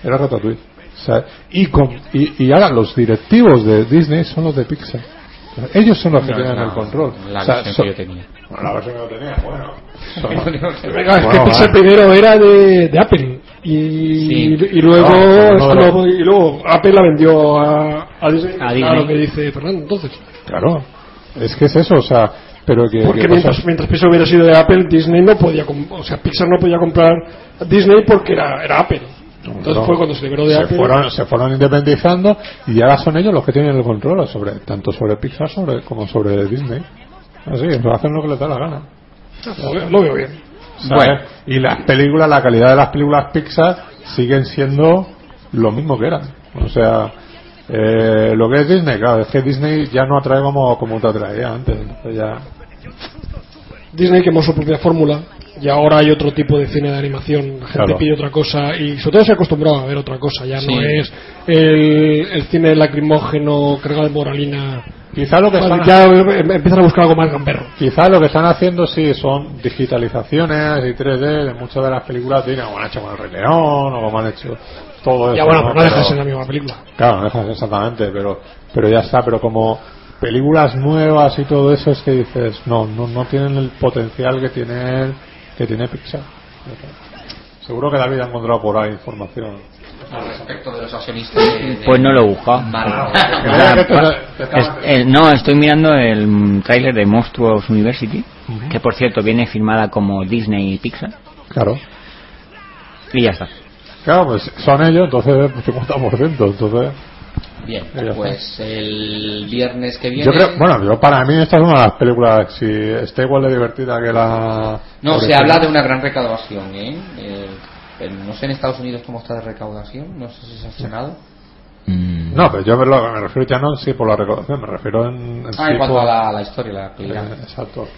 Speaker 1: Era Ratatouille. O sea, y, con, y, y ahora los directivos de Disney son los de Pixar. Ellos son los que
Speaker 3: No,
Speaker 1: tienen
Speaker 3: no,
Speaker 1: el control.
Speaker 3: La
Speaker 1: O sea,
Speaker 3: versión
Speaker 1: son-
Speaker 3: que yo tenía.
Speaker 1: Bueno, la versión que yo tenía, bueno.
Speaker 4: Venga, es
Speaker 1: Bueno,
Speaker 4: que Pixar
Speaker 1: vale.
Speaker 4: primero era de, de Apple y, y luego
Speaker 1: No, no,
Speaker 4: esto
Speaker 1: no.
Speaker 4: lo- y luego Apple la vendió a, a Disney,
Speaker 2: A
Speaker 4: a
Speaker 2: Disney.
Speaker 4: lo que dice Fernando entonces
Speaker 1: Claro, es que es eso, o sea, pero que...
Speaker 4: porque
Speaker 1: que pasa-
Speaker 4: mientras mientras eso hubiera sido de Apple Disney no podía com- o sea Pixar no podía comprar a Disney porque era, era Apple entonces
Speaker 1: No,
Speaker 4: fue cuando se liberó de
Speaker 1: se
Speaker 4: Apple
Speaker 1: Fueron, se fueron independizando y ahora son ellos los que tienen el control, sobre tanto sobre Pixar sobre, como sobre Disney. Así, es, hacen lo que les da la gana.
Speaker 4: Ah, lo, veo, lo veo bien
Speaker 1: ¿sabes?
Speaker 3: Bueno.
Speaker 1: Y las películas, la calidad de las películas Pixar siguen siendo lo mismo que eran. O sea, eh, lo que es Disney, claro, es que Disney ya no atrae como, como te atraía antes. entonces ya-
Speaker 4: Disney quemó su propia fórmula y ahora hay otro tipo de cine de animación. La gente
Speaker 1: Claro.
Speaker 4: pide otra cosa y sobre todo se ha acostumbrado a ver otra cosa. Ya no
Speaker 3: Sí.
Speaker 4: es el, el cine lacrimógeno cargado de moralina.
Speaker 1: Quizá lo que
Speaker 4: Bueno,
Speaker 1: están
Speaker 4: ya eh, empiezan a buscar algo más gamberro.
Speaker 1: Quizás lo que están haciendo sí son digitalizaciones y 3D de muchas de las películas de Disney, como han hecho con el Rey León o como han hecho todo eso.
Speaker 4: Ya bueno, pues no deja de
Speaker 1: Pero-
Speaker 4: ser la misma película.
Speaker 1: Claro, no dejas exactamente, pero, pero ya está. Pero como películas nuevas y todo eso es que dices, no, no, no tienen el potencial que tiene, que tiene Pixar. Seguro que David ha encontrado por ahí información.
Speaker 3: Al respecto de los accionistas. de- de-
Speaker 2: Pues no lo he buscado.
Speaker 3: Vale.
Speaker 1: Creía que te- te
Speaker 2: Es-
Speaker 1: estabas-
Speaker 2: eh, no, estoy mirando el mm, tráiler de Monstruos University,
Speaker 1: Ujú.
Speaker 2: que por cierto viene firmada como Disney y Pixar,
Speaker 1: Claro.
Speaker 2: y ya está.
Speaker 1: Claro, pues son ellos, entonces pues, 50%, entonces...
Speaker 3: Bien,
Speaker 1: Ya está.
Speaker 3: pues el viernes que viene.
Speaker 1: Yo creo, bueno, yo para mí esta es una de las películas, si está igual de divertida que la...
Speaker 3: No, se
Speaker 1: original.
Speaker 3: habla de una gran recaudación, ¿eh? Eh, pero no sé en Estados Unidos cómo está de recaudación, no sé si se ha accionado.
Speaker 2: Mm,
Speaker 1: No, pero yo me, lo- me refiero ya no en sí por la recaudación, me refiiro en... en
Speaker 3: Ah,
Speaker 1: Pues sí
Speaker 3: en cuanto
Speaker 1: por-
Speaker 3: a la, la historia, la
Speaker 1: eh,
Speaker 3: actividad.
Speaker 1: Exacto.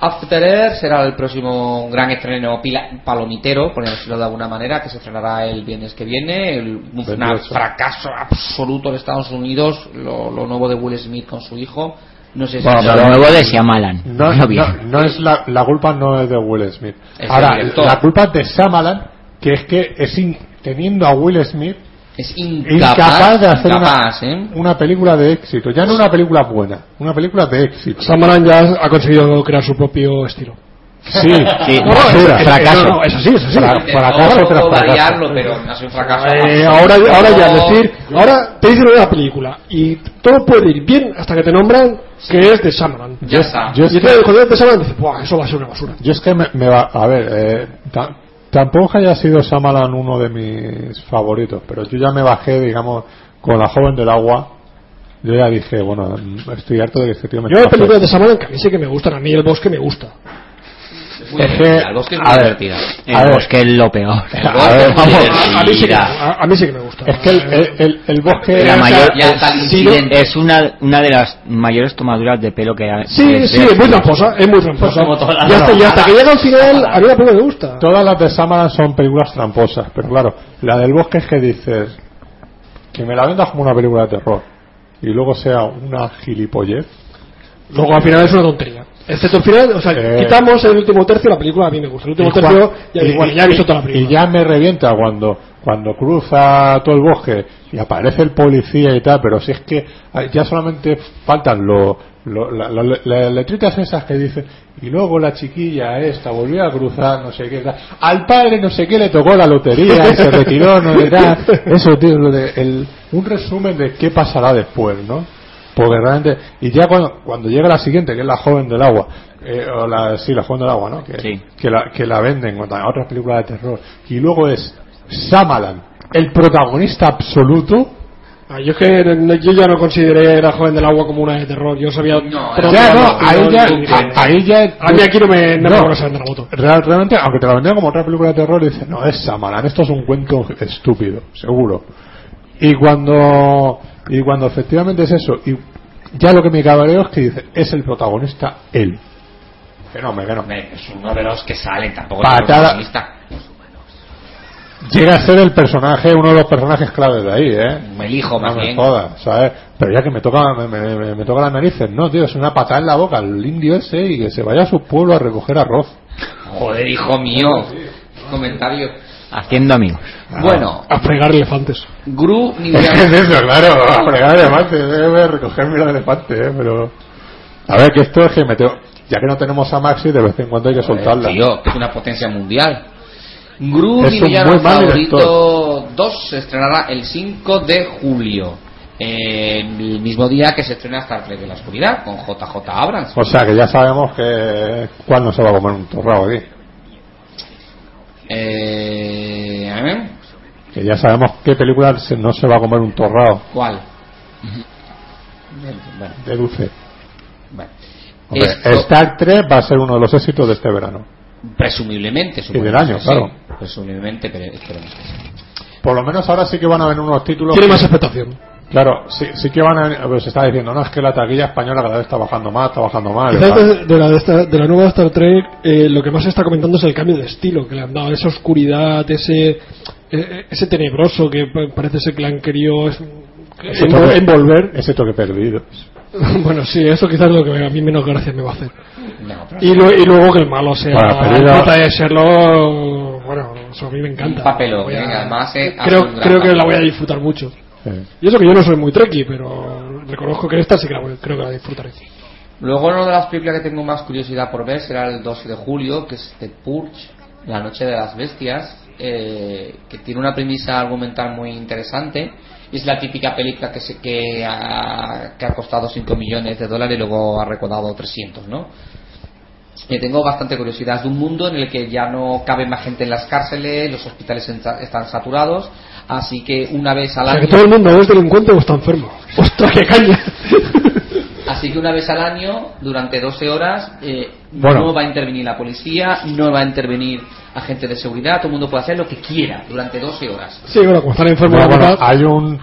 Speaker 3: After Earth será el próximo gran estreno pila- palomitero, por decirlo de alguna manera, que se estrenará el viernes que viene. El, un
Speaker 1: 28.
Speaker 3: fracaso absoluto en Estados Unidos, lo, lo nuevo de Will Smith con su hijo. No sé si
Speaker 1: Bueno,
Speaker 2: Lo nuevo de Shyamalan.
Speaker 1: No,
Speaker 2: Lo
Speaker 1: no,
Speaker 2: vi.
Speaker 1: no es la, la culpa no es de Will Smith.
Speaker 3: Es
Speaker 1: Ahora,
Speaker 3: el director.
Speaker 1: la culpa es de Shyamalan, que es que es in- teniendo a Will Smith
Speaker 3: es
Speaker 1: incapaz,
Speaker 3: incapaz,
Speaker 1: de hacer
Speaker 3: incapaz,
Speaker 1: una,
Speaker 3: ¿eh?
Speaker 1: una película de éxito. Ya no una película buena, una película de éxito.
Speaker 4: Samaran ya ha conseguido crear su propio estilo.
Speaker 1: Sí,
Speaker 2: Sí,
Speaker 1: basura,
Speaker 2: basura,
Speaker 4: es-
Speaker 2: fracaso.
Speaker 4: no, no, es así, es así.
Speaker 1: Fra- fracaso tras
Speaker 3: no, puedo
Speaker 1: fracaso.
Speaker 3: variarlo, pero ha sido un fracaso. absoluto.
Speaker 4: Eh, ahora, ahora ya, es decir, ahora te dicen una película y todo puede ir bien hasta que te nombran que es de Samaran.
Speaker 3: ya está.
Speaker 1: Yo es
Speaker 4: y
Speaker 1: que-
Speaker 4: entonces cuando te Samaran dices, "Buah, eso va a ser una basura.
Speaker 1: Yo es que me, me va. A ver, eh, ta- tampoco es que haya sido Samalan uno de mis favoritos, pero yo ya me bajé, digamos, con la joven del agua. Yo ya dije, bueno, mm, estoy harto de que este tío me.
Speaker 4: Yo hay
Speaker 1: esté
Speaker 4: películas de Samaran que a mí sí que me gustan, a mí el bosque me gusta.
Speaker 3: Muy
Speaker 1: Es
Speaker 3: divertida,
Speaker 1: que-
Speaker 3: el bosque es
Speaker 1: a
Speaker 3: muy
Speaker 1: ver.
Speaker 3: divertida.
Speaker 2: El
Speaker 1: a ver.
Speaker 2: bosque es lo peor.
Speaker 3: El
Speaker 1: A
Speaker 3: bosque
Speaker 1: ver,
Speaker 3: es
Speaker 1: vamos,
Speaker 3: divertida.
Speaker 4: Ah, A mí sí que, a- a mí sí que me gusta.
Speaker 1: Es que el, el, el- el bosque.
Speaker 2: La
Speaker 3: Ya
Speaker 2: mayor,
Speaker 3: está- ya está el
Speaker 2: es-
Speaker 3: incidente.
Speaker 2: es una, una de las mayores tomaduras de pelo que ha
Speaker 4: Sí,
Speaker 2: que
Speaker 4: sí,
Speaker 2: se-
Speaker 4: es muy tramposa, es muy tramposa.
Speaker 3: Como todas las-
Speaker 4: Y hasta, y hasta que llega al final, a mí la película me gusta.
Speaker 1: Todas las de Samalan son películas tramposas, pero claro, la del bosque es que dices. Que me la vendas como una película de terror. Y luego sea una gilipollez.
Speaker 4: Luego al final es una tontería. Excepto el final, o sea,
Speaker 1: Eh.
Speaker 4: quitamos el último tercio, la película a mí me gusta. El último
Speaker 1: Juan-
Speaker 4: tercio, ya,
Speaker 1: y-
Speaker 4: digo, bueno, ya he
Speaker 1: y-
Speaker 4: visto toda la
Speaker 1: y
Speaker 4: película.
Speaker 1: ya me revienta cuando cuando cruza todo el bosque y aparece el policía y tal, pero si es que ah, ya solamente faltan lo- lo- la- la- la- las letritas esas que dicen y luego la chiquilla esta volvió a cruzar no sé qué tal. al padre no sé qué le tocó la lotería y se retiró no le da eso tío lo de- el- un resumen de qué pasará después no porque realmente y ya cuando, cuando llega la siguiente que es la joven del agua eh, o la, sí la joven del agua no que,
Speaker 2: Sí.
Speaker 1: que la, que la venden con a otras películas de terror. Y luego es Samalan, el protagonista absoluto.
Speaker 4: Ah, yo es que no- yo ya no consideré La Joven del Agua como una de terror. Yo sabía.
Speaker 3: No,
Speaker 4: pero-
Speaker 1: ya, no,
Speaker 4: pero-
Speaker 1: ahí ya,
Speaker 4: pero-
Speaker 1: a- ahí ya-
Speaker 4: A mí aquí no me, no me
Speaker 1: No.
Speaker 4: van a sacar de la moto.
Speaker 1: Real- realmente, aunque te la vendían como otra película de terror, dices, no, es Samalan, esto es un cuento estúpido, seguro. Y cuando, y cuando efectivamente es eso, y ya lo que me cabreo es que dice, es el protagonista él. Que no, hombre, que no.
Speaker 3: Hombre, Es uno de los que sale, tampoco
Speaker 1: Patada.
Speaker 3: es protagonista.
Speaker 1: Llega a ser el personaje, uno de los personajes claves de ahí, ¿eh?
Speaker 3: Me elijo más
Speaker 1: no me
Speaker 3: bien.
Speaker 1: jodas, ¿sabes? Pero ya que me toca, me, me- me- me toca las narices, no, tío, es una patada en la boca al indio ese y que se vaya a su pueblo a recoger arroz.
Speaker 3: Joder, hijo mío. Comentario.
Speaker 2: Haciendo amigos.
Speaker 3: Bueno,
Speaker 4: A fregar elefantes.
Speaker 3: Gru ni
Speaker 1: Ah. Es
Speaker 3: William-
Speaker 1: eso, claro, a fregar eh, elefante, debe recogerme los elefantes, ¿eh? Pero. A ver, que esto es que me tengo. Ya que no tenemos a Maxi, de vez en cuando hay que soltarla.
Speaker 3: Tío, que es una potencia mundial. Gru,
Speaker 1: Es
Speaker 3: mi
Speaker 1: un
Speaker 3: villano
Speaker 1: muy mal
Speaker 3: favorito 2 se estrenará el 5 de julio. Eh, el mismo día que se estrena Star Trek de la Oscuridad con JJ Abrams.
Speaker 1: O sea, que ya sabemos que. ¿Cuál no se va a comer un torrado aquí?
Speaker 3: Eh, ¿eh?
Speaker 1: Que ya sabemos qué película se- no se va a comer un torrado
Speaker 3: ¿Cuál? Bueno,
Speaker 1: de dulce.
Speaker 3: bueno.
Speaker 1: Hombre,
Speaker 3: Esto-
Speaker 1: Star Trek va a ser uno de los éxitos de este verano.
Speaker 3: Presumiblemente, supongo.
Speaker 1: del año,
Speaker 3: que
Speaker 1: claro.
Speaker 3: sí. Presumiblemente, pero esperemos que sí.
Speaker 1: Por lo menos ahora sí que van a venir unos títulos.
Speaker 4: Tiene más expectación.
Speaker 1: Claro, sí, sí que van a venir. Pues se está diciendo, no, es que la taquilla española cada vez está bajando más, está bajando más.
Speaker 4: Quizás
Speaker 1: ¿verdad?
Speaker 4: de, de la, de esta- de la nueva Star Trek eh, lo que más se está comentando es el cambio de estilo que le han dado, esa oscuridad, ese eh, eh, ese tenebroso que pa- parece ser que le han querido es-
Speaker 1: Ese
Speaker 4: envol-
Speaker 1: toque-
Speaker 4: envolver.
Speaker 1: Ese toque perdido.
Speaker 4: bueno, sí, eso quizás es lo que a mí menos gracia me va a hacer.
Speaker 3: No, pero-
Speaker 4: Y, lo- y luego que el malo sea
Speaker 1: Bueno, pero
Speaker 4: el
Speaker 1: yo-
Speaker 4: prota de Sherlock, bueno, eso a mí me encanta.
Speaker 3: Un papelón,
Speaker 4: Voy a-
Speaker 3: venga, además, eh, hace
Speaker 4: creo
Speaker 3: un gran
Speaker 4: creo que la
Speaker 3: papel.
Speaker 4: voy a disfrutar mucho.
Speaker 1: Eh,
Speaker 4: Y eso que yo no soy muy treki, pero reconozco que esta sí que la voy- creo que la disfrutaré.
Speaker 3: Luego una de las películas que tengo más curiosidad por ver será el 12 de julio, que es The Purge, La Noche de las Bestias, eh, que tiene una premisa argumental muy interesante. Es la típica película que, se, que, ha, que ha costado 5 millones de dólares y luego ha recaudado 300, ¿no? que tengo bastante curiosidad. Es de un mundo en el que ya no cabe más gente en las cárceles, los hospitales enta- están saturados, así que una vez
Speaker 4: O
Speaker 3: al
Speaker 4: sea, que
Speaker 3: año...
Speaker 4: todo el mundo o es delincuente o está enfermo. ¡Ostras, qué caña!
Speaker 3: Así que una vez al año, durante 12 horas, eh,
Speaker 1: Bueno.
Speaker 3: no va a intervenir la policía, no va a intervenir agente de seguridad, todo el mundo puede hacer lo que quiera durante 12 horas.
Speaker 4: sí, bueno, como están enfermos
Speaker 1: No,
Speaker 4: la
Speaker 1: bueno, ah.
Speaker 4: verdad,
Speaker 1: hay un.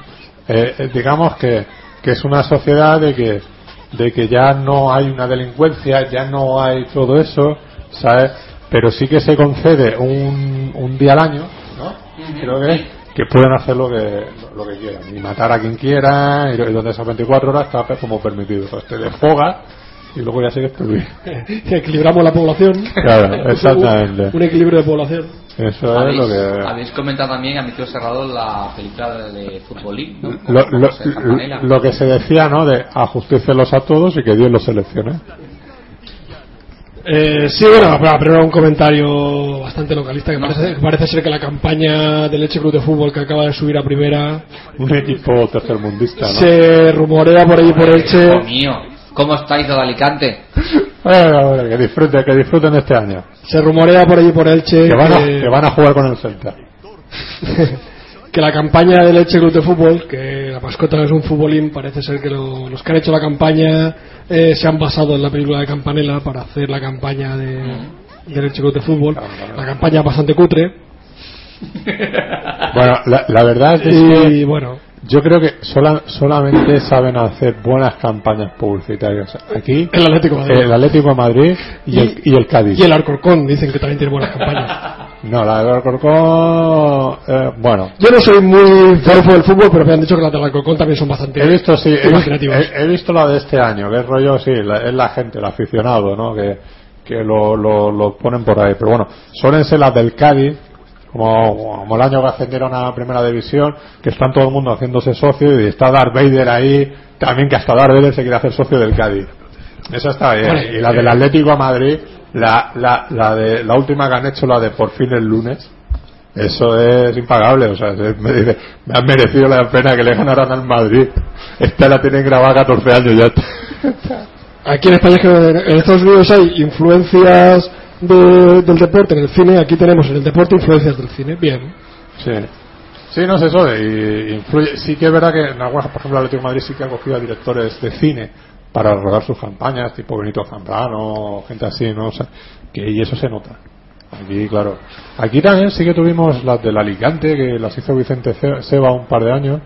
Speaker 1: eh, eh, digamos que, que es una sociedad de que, de que ya no hay una delincuencia, ya no hay todo eso, ¿sabes? Pero sí que se concede un, un día al año, ¿no? Creo que, es, que pueden hacer lo que, lo que quieran. Y matar a quien quieran, y lo- y donde esas 24 horas está pues, como permitido. O sea, te desfoga y luego ya sigues tu vida.
Speaker 4: eh, equilibramos la población.
Speaker 1: Claro,
Speaker 4: Un,
Speaker 1: exactamente.
Speaker 4: equilibrio de población.
Speaker 1: Eso es lo que.
Speaker 3: habéis comentado también a micro cerrado la película de, de Fútbol League, ¿no? Con
Speaker 1: lo, lo-
Speaker 3: José Campanella.
Speaker 1: lo que se decía, ¿no? De ajustícelos a todos y que Dios los seleccione.
Speaker 4: Eh, sí, bueno, pero, pero era un comentario bastante localista que parece, que parece ser que la campaña del Leche Club de Fútbol que acaba de subir a primera
Speaker 1: Un equipo tercermundista, ¿no?
Speaker 4: se rumorea por ahí por Elche.
Speaker 1: este-
Speaker 3: Hijo mío, ¿cómo estáis de Alicante?
Speaker 1: Bueno, bueno, que disfruten, que disfruten este año.
Speaker 4: Se rumorea por ahí por Elche
Speaker 1: Que van, a,
Speaker 4: que-
Speaker 1: que van a jugar con el Celta.
Speaker 4: que la campaña del Elche Club de Fútbol, que la mascota es un futbolín, parece ser que lo- los que han hecho la campaña eh, se han basado en la película de Campanella para hacer la campaña de, del Elche Club de Fútbol. La campaña es bastante cutre
Speaker 1: Bueno, la, la verdad es que
Speaker 4: y bueno,
Speaker 1: yo creo que sola- solamente saben hacer buenas campañas publicitarias. Aquí,
Speaker 4: el Atlético de Madrid.
Speaker 1: el Atlético de Madrid y el, y el Cádiz.
Speaker 4: Y el Alcorcón dicen que también tiene buenas campañas.
Speaker 1: No, la del Alcorcón... eh, bueno,
Speaker 4: Yo no soy muy fan del fútbol, pero me han dicho que las del Alcorcón también son bastante
Speaker 1: He visto, sí, he,
Speaker 4: imaginativas.
Speaker 1: he- he visto la de este año, que es rollo, sí, la- es la gente, el aficionado, ¿no? Que, que lo, lo, lo ponen por ahí. Pero bueno, suelen ser las del Cádiz, como, como el año que ascendieron a primera división, que están todo el mundo haciéndose socio y está Darth Vader ahí, también que hasta Darth Vader se quiere hacer socio del Cádiz. Esa está bien.
Speaker 4: Vale.
Speaker 1: y la del Atlético a Madrid, la, la, la, de, la última que han hecho, la de por fin el lunes. Eso es impagable, o sea, se- me dice, me han merecido la pena que le ganaran al Madrid. Esta la tienen grabada 14 años ya.
Speaker 4: Aquí en España, es que en Estados Unidos hay influencias de- del deporte en el cine. Aquí tenemos en el deporte influencias del cine. Bien.
Speaker 1: Sí. Sí, no sé eso, de- y influye. Sí que es verdad que en algunas, por ejemplo, el Atlético de Madrid sí que ha cogido a directores de cine para rodar sus campañas, tipo Benito Zambrano, gente así, ¿no? O sea, que, y eso se nota. Aquí, claro. Aquí también sí que tuvimos las del Alicante, que las hizo Vicente Ce- Seba un par de años,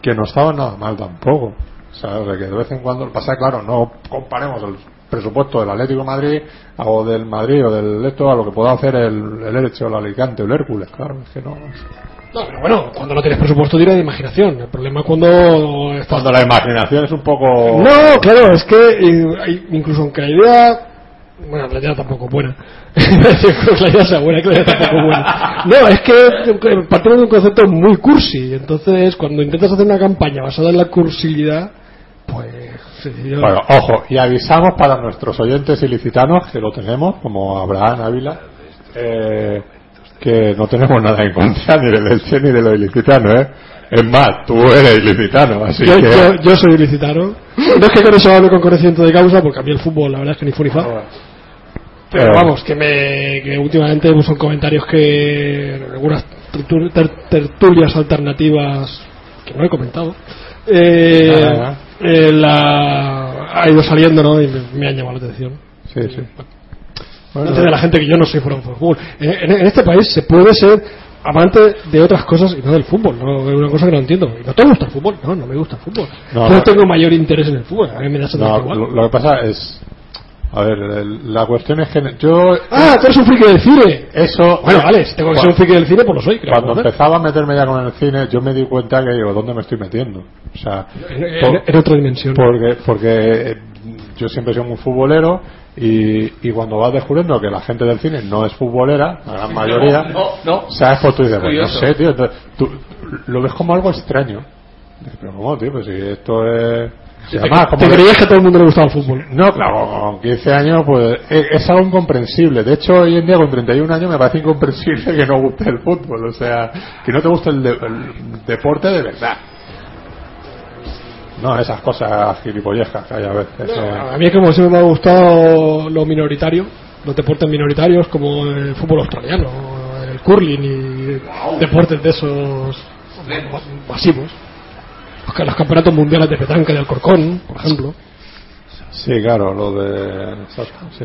Speaker 1: que no estaban nada mal tampoco. O sea, o sea, que de vez en cuando, lo que pasa es que, claro, no comparemos el presupuesto del Atlético de Madrid o del Madrid o del esto a lo que pueda hacer el, el Elche o el Alicante o el Hércules, claro, es que no.
Speaker 4: No, pero bueno, cuando no tienes presupuesto tira de imaginación. El problema es cuando estás...
Speaker 1: Cuando la imaginación es un poco.
Speaker 4: No, claro, es que eh, hay- incluso aunque la idea... Bueno, la idea tampoco es buena. pues la idea sea buena, que la idea tampoco es buena. No, es que partimos de un concepto muy cursi. Entonces, cuando intentas hacer una campaña basada en la cursilidad, pues... sí, yo-
Speaker 1: Bueno, ojo, y avisamos para nuestros oyentes ilicitanos, que lo tenemos, como Abraham Ávila, eh, que no tenemos nada en contra ni del Elche ni de los ilicitanos, ¿eh? Es más, tú eres ilicitano, así
Speaker 4: yo,
Speaker 1: que...
Speaker 4: yo- yo soy ilicitano. No es que con eso hable con conocimiento de causa, porque a mí el fútbol, la verdad es que ni fu ni fa.
Speaker 1: Eh,
Speaker 4: Pero vamos, que, me, que últimamente pues, son comentarios que en algunas tertu- ter- tertulias alternativas que no he comentado eh,
Speaker 1: Ah.
Speaker 4: eh, la, ha ido saliendo ¿no? y me, me han llamado la atención.
Speaker 1: Sí, sí. Bueno,
Speaker 4: Antes de la gente que yo no soy fuera del fútbol. En, en- en este país se puede ser amante de otras cosas y no del fútbol. ¿no? Es una cosa que no entiendo. ¿Y ¿No te gusta el fútbol? No, no me gusta el fútbol.
Speaker 1: No,
Speaker 4: No,
Speaker 1: no.
Speaker 4: tengo mayor interés en el fútbol. A mí me
Speaker 1: no,
Speaker 4: da exactamente igual.
Speaker 1: lo, lo que pasa es... A ver, el- la cuestión es que yo...
Speaker 4: Ah, tú eres un friki del cine.
Speaker 1: Eso...
Speaker 4: Bueno, vale, si tengo que ser un friki del cine, pues lo soy. creo,
Speaker 1: Cuando
Speaker 4: ¿no?
Speaker 1: empezaba a meterme ya con el cine, yo me di cuenta que digo, ¿dónde me estoy metiendo? O sea,
Speaker 4: En, en-
Speaker 1: por-
Speaker 4: Eh, en otra dimensión.
Speaker 1: Porque, porque eh, yo siempre he sido un futbolero y, y cuando vas descubriendo que la gente del cine no es futbolera, la gran mayoría,
Speaker 3: No, no.
Speaker 1: sabes por tu idea, pues, no
Speaker 3: Curioso.
Speaker 1: sé, tío, entonces, tú lo ves como algo extraño. Dices, Pero cómo, tío, pues si esto es... Y además, Ah, como
Speaker 4: ¿Te
Speaker 1: que-
Speaker 4: creías que a todo el mundo le gustaba el fútbol?
Speaker 1: no, claro, con 15 años pues e- es algo incomprensible. De hecho, hoy en día con 31 años me parece incomprensible que no guste el fútbol, o sea, que no te guste el, de- el deporte de verdad. No esas cosas gilipollejas que hay a veces.
Speaker 4: A
Speaker 1: eh.
Speaker 4: mí es que como siempre me ha gustado lo minoritario, los deportes minoritarios como el fútbol australiano, el curling y deportes de esos ma- masivos. Los ca- Los campeonatos mundiales de petanca de Alcorcón, por ejemplo.
Speaker 1: Sí, claro, lo de... exacto, sí.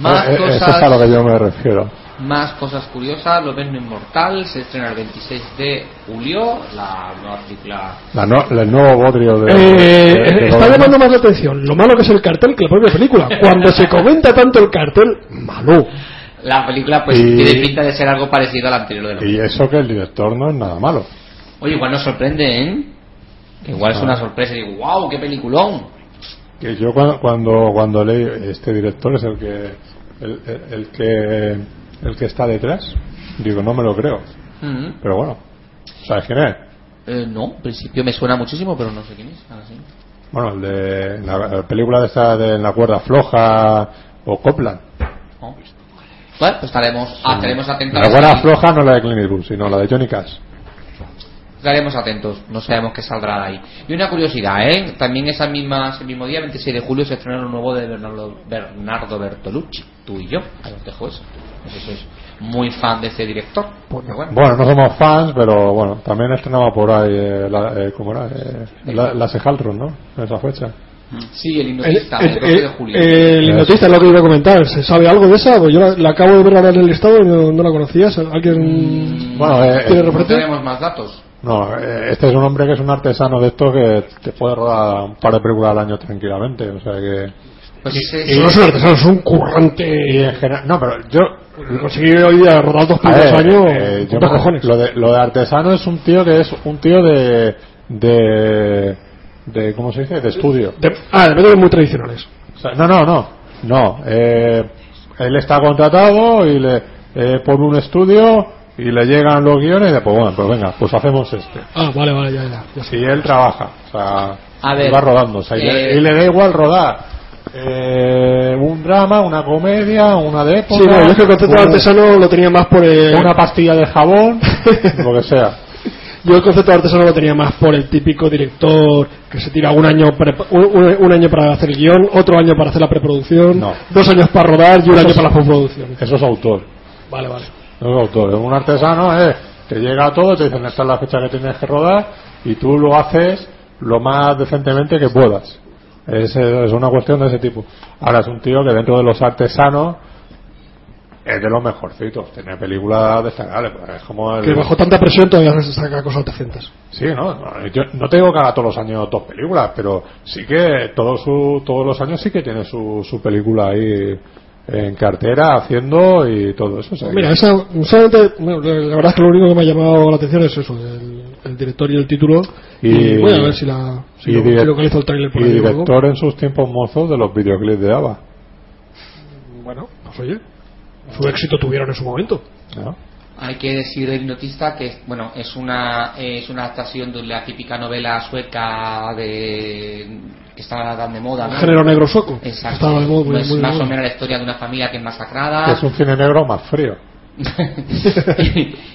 Speaker 3: Más
Speaker 1: Eh, eh, Eso es a lo
Speaker 3: cosas,
Speaker 1: que yo me refiero.
Speaker 3: más cosas curiosas. Lo ven inmortal. Se estrena el 26 de julio. La nueva película.
Speaker 1: La no- el nuevo bodrio de...
Speaker 4: Eh,
Speaker 1: de- de
Speaker 4: está
Speaker 1: gobierno.
Speaker 4: llamando más la atención lo malo que es el cartel que la propia película. Cuando se comenta tanto el cartel, malo.
Speaker 3: La película pues
Speaker 1: Y-
Speaker 3: tiene pinta de ser algo parecido a la anterior de la
Speaker 1: Y eso que el director no es nada malo.
Speaker 3: Oye, igual nos sorprende, ¿eh? Que igual es una sorpresa. Digo, wow, qué peliculón.
Speaker 1: que yo cuando cuando, cuando leí este director es el que el, el- el que el que está detrás digo no me lo creo
Speaker 3: Mm.
Speaker 1: pero bueno sabes quién es
Speaker 3: Eh, no, en principio me suena muchísimo, pero no sé quién es. ahora sí.
Speaker 1: bueno el de la, la película de esta de la cuerda floja o Copland
Speaker 3: No. Bueno, pues estaremos,
Speaker 4: Ah,
Speaker 3: estaremos atentos.
Speaker 1: la cuerda floja no la de Clint Eastwood sino la de Johnny Cash
Speaker 3: Estaremos atentos, no sabemos qué saldrá de ahí. Y una curiosidad, ¿eh? También esa misma, ese mismo día, 26 de julio, se estrenó lo nuevo de Bernardo, Bernardo Bertolucci, tú y yo. Ahí os dejo Pues eso. No sé si sois muy fan de ese director. Pero bueno.
Speaker 1: bueno no somos fans pero bueno también estrenaba por ahí eh, la, eh, ¿cómo era? Eh, la, la Sejaltron ¿no? en esa fecha
Speaker 3: Sí, el
Speaker 4: El,
Speaker 3: hipnotista,
Speaker 4: el,
Speaker 3: el 12 de
Speaker 4: el-
Speaker 3: julio.
Speaker 4: el hipnotista es lo que iba a comentar. ¿Se sabe algo de esa? Pues yo la, la acabo de ver ahora en el estado y no, no la conocía. ¿Alguien
Speaker 1: bueno eh,
Speaker 4: tiene
Speaker 1: eh,
Speaker 3: no
Speaker 4: referencia?
Speaker 3: tenemos más datos.
Speaker 1: No, eh, este es un hombre que es un artesano de esto que te puede rodar un par de películas al año tranquilamente. O sea que.
Speaker 3: Pues
Speaker 4: Y
Speaker 3: ese-
Speaker 4: no es un artesano, es un currante.
Speaker 1: Y en general. No, pero yo.
Speaker 4: Conseguir hoy día rodar dos
Speaker 1: a
Speaker 4: películas
Speaker 1: ver,
Speaker 4: al año,
Speaker 1: eh, yo
Speaker 4: con dos
Speaker 1: me-
Speaker 4: cojones.
Speaker 1: Lo de, lo de artesano es un tío que es un tío de. de. de ¿Cómo se dice? De estudio.
Speaker 4: De- ah, de métodos muy tradicionales.
Speaker 1: O sea, no, no, no. No. eh, él está contratado y le. eh, por un estudio y le llegan los guiones y después, bueno, pues venga, pues hacemos este.
Speaker 4: Ah, vale, vale, ya, ya. ya sé.
Speaker 1: Si él trabaja, o sea,
Speaker 3: A
Speaker 1: y
Speaker 3: ver,
Speaker 1: va rodando, o sea, y, le,
Speaker 3: eh,
Speaker 1: y le da igual rodar eh, un drama, una comedia, una de
Speaker 4: Sí,
Speaker 1: época,
Speaker 4: bueno, yo es que el concepto de
Speaker 1: un-
Speaker 4: artesano lo tenía más por el,
Speaker 1: una pastilla de jabón, lo que sea.
Speaker 4: yo el concepto de artesano lo tenía más por el típico director que se tira un año pre- un, un- un año para hacer el guión, otro año para hacer la preproducción,
Speaker 1: No.
Speaker 4: dos años para rodar y un
Speaker 1: Eso
Speaker 4: año
Speaker 1: sí.
Speaker 4: para la postproducción.
Speaker 1: Eso es autor,
Speaker 4: Vale, vale.
Speaker 1: no es autor. Un artesano es que llega a todo, te dicen esta es la fecha que tienes que rodar y tú lo haces lo más decentemente que puedas. Es, eh, es una cuestión de ese tipo. Ahora es un tío que dentro de los artesanos es de los mejorcitos. Tiene películas destacables. pues, Es como el.
Speaker 4: Que bajo tanta presión todavía se saca cosas decentes.
Speaker 1: Sí, no, no, yo no te digo que haga todos los años dos películas, pero sí que todos su, todos los años sí que tiene su, su película ahí en cartera, haciendo y todo eso. o sea que-
Speaker 4: Mira, esa, solamente, bueno, la la verdad es que lo único que me ha llamado la atención es eso, el, el director y el título. Y,
Speaker 1: Y-
Speaker 4: voy a ver si, la, si
Speaker 1: y
Speaker 4: lo-
Speaker 1: direc-
Speaker 4: localizo el trailer por
Speaker 1: y
Speaker 4: ahí o algo.
Speaker 1: director en sus tiempos mozos de los videoclips de ABBA.
Speaker 4: Bueno, pues oye, su éxito tuvieron en su momento.
Speaker 1: ¿no?
Speaker 3: Hay que decir del hipnotista que bueno es una es una adaptación de la típica novela sueca de que está tan de moda.
Speaker 4: El
Speaker 3: ¿no?
Speaker 4: género negro sueco.
Speaker 3: Exacto.
Speaker 4: Estaba de moda, muy,
Speaker 3: es
Speaker 4: muy de
Speaker 3: más
Speaker 4: moda.
Speaker 3: o menos la historia de una familia que es masacrada.
Speaker 1: Que Es un cine negro más frío.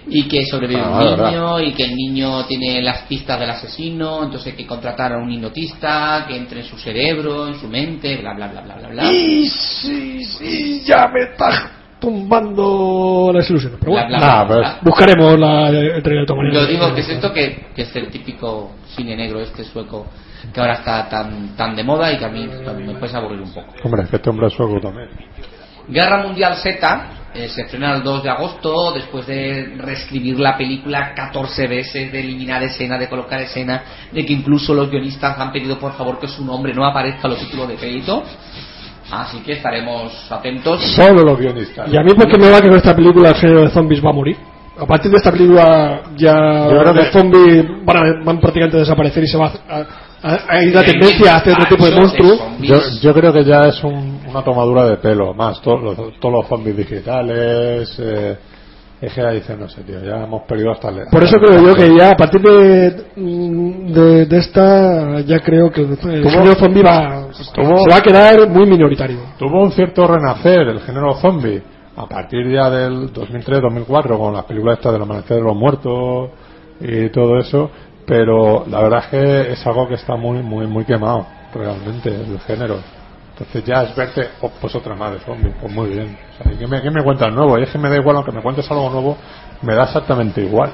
Speaker 3: y que sobrevive
Speaker 1: Ah,
Speaker 3: un
Speaker 1: verdad.
Speaker 3: niño y que el niño tiene las pistas del asesino, entonces hay que contratar a un hipnotista que entre en su cerebro, en su mente, bla bla bla bla bla bla.
Speaker 4: Y sí, sí, ya me está tumbando las ilusiones. Pero bueno,
Speaker 3: Bla, bla,
Speaker 1: Ah,
Speaker 3: bla, bla.
Speaker 4: buscaremos la, el trailer de todas maneras.
Speaker 3: Lo digo que es esto que, que es el típico cine negro este sueco que ahora está tan tan de moda y que a mí también me puede aburrir un poco.
Speaker 1: Hombre, es que este hombre es sueco también.
Speaker 3: Guerra Mundial Z eh, se estrena el 2 de agosto después de reescribir la película 14 veces, de eliminar escena, de colocar escena, de que incluso los guionistas han pedido por favor que su nombre no aparezca en los títulos de crédito. Así que estaremos atentos.
Speaker 1: Solo los guionistas.
Speaker 4: Y a mí porque me va que con esta película el género de zombies va a morir. A partir de esta película ya
Speaker 1: Yo creo
Speaker 4: los
Speaker 1: que-
Speaker 4: zombies van, a- van prácticamente a desaparecer y se va a, a- a ir la tendencia hacia otro tipo de monstruo.
Speaker 1: Yo, yo creo que ya es un- una tomadura de pelo, más todos los, todos los zombies digitales. Eh, es que ya dicen, no sé, tío, ya hemos perdido hasta el.
Speaker 4: Por eso creo yo que ya a partir de, mm, de, de esta ya creo que el género zombie va,
Speaker 1: Tuvo-
Speaker 4: se va a quedar muy minoritario.
Speaker 1: Tuvo un cierto renacer el género zombie a partir ya del 2003-2004 con las películas estas del amanecer de los muertos y todo eso, pero la verdad es que es algo que está muy muy muy quemado realmente el género. Entonces ya es verte oh, pues otra más de zombie, pues muy bien. O sea, ¿y ¿qué, me, ¿Qué me cuentas nuevo? Y es que me da igual, aunque me cuentes algo nuevo, me da exactamente igual.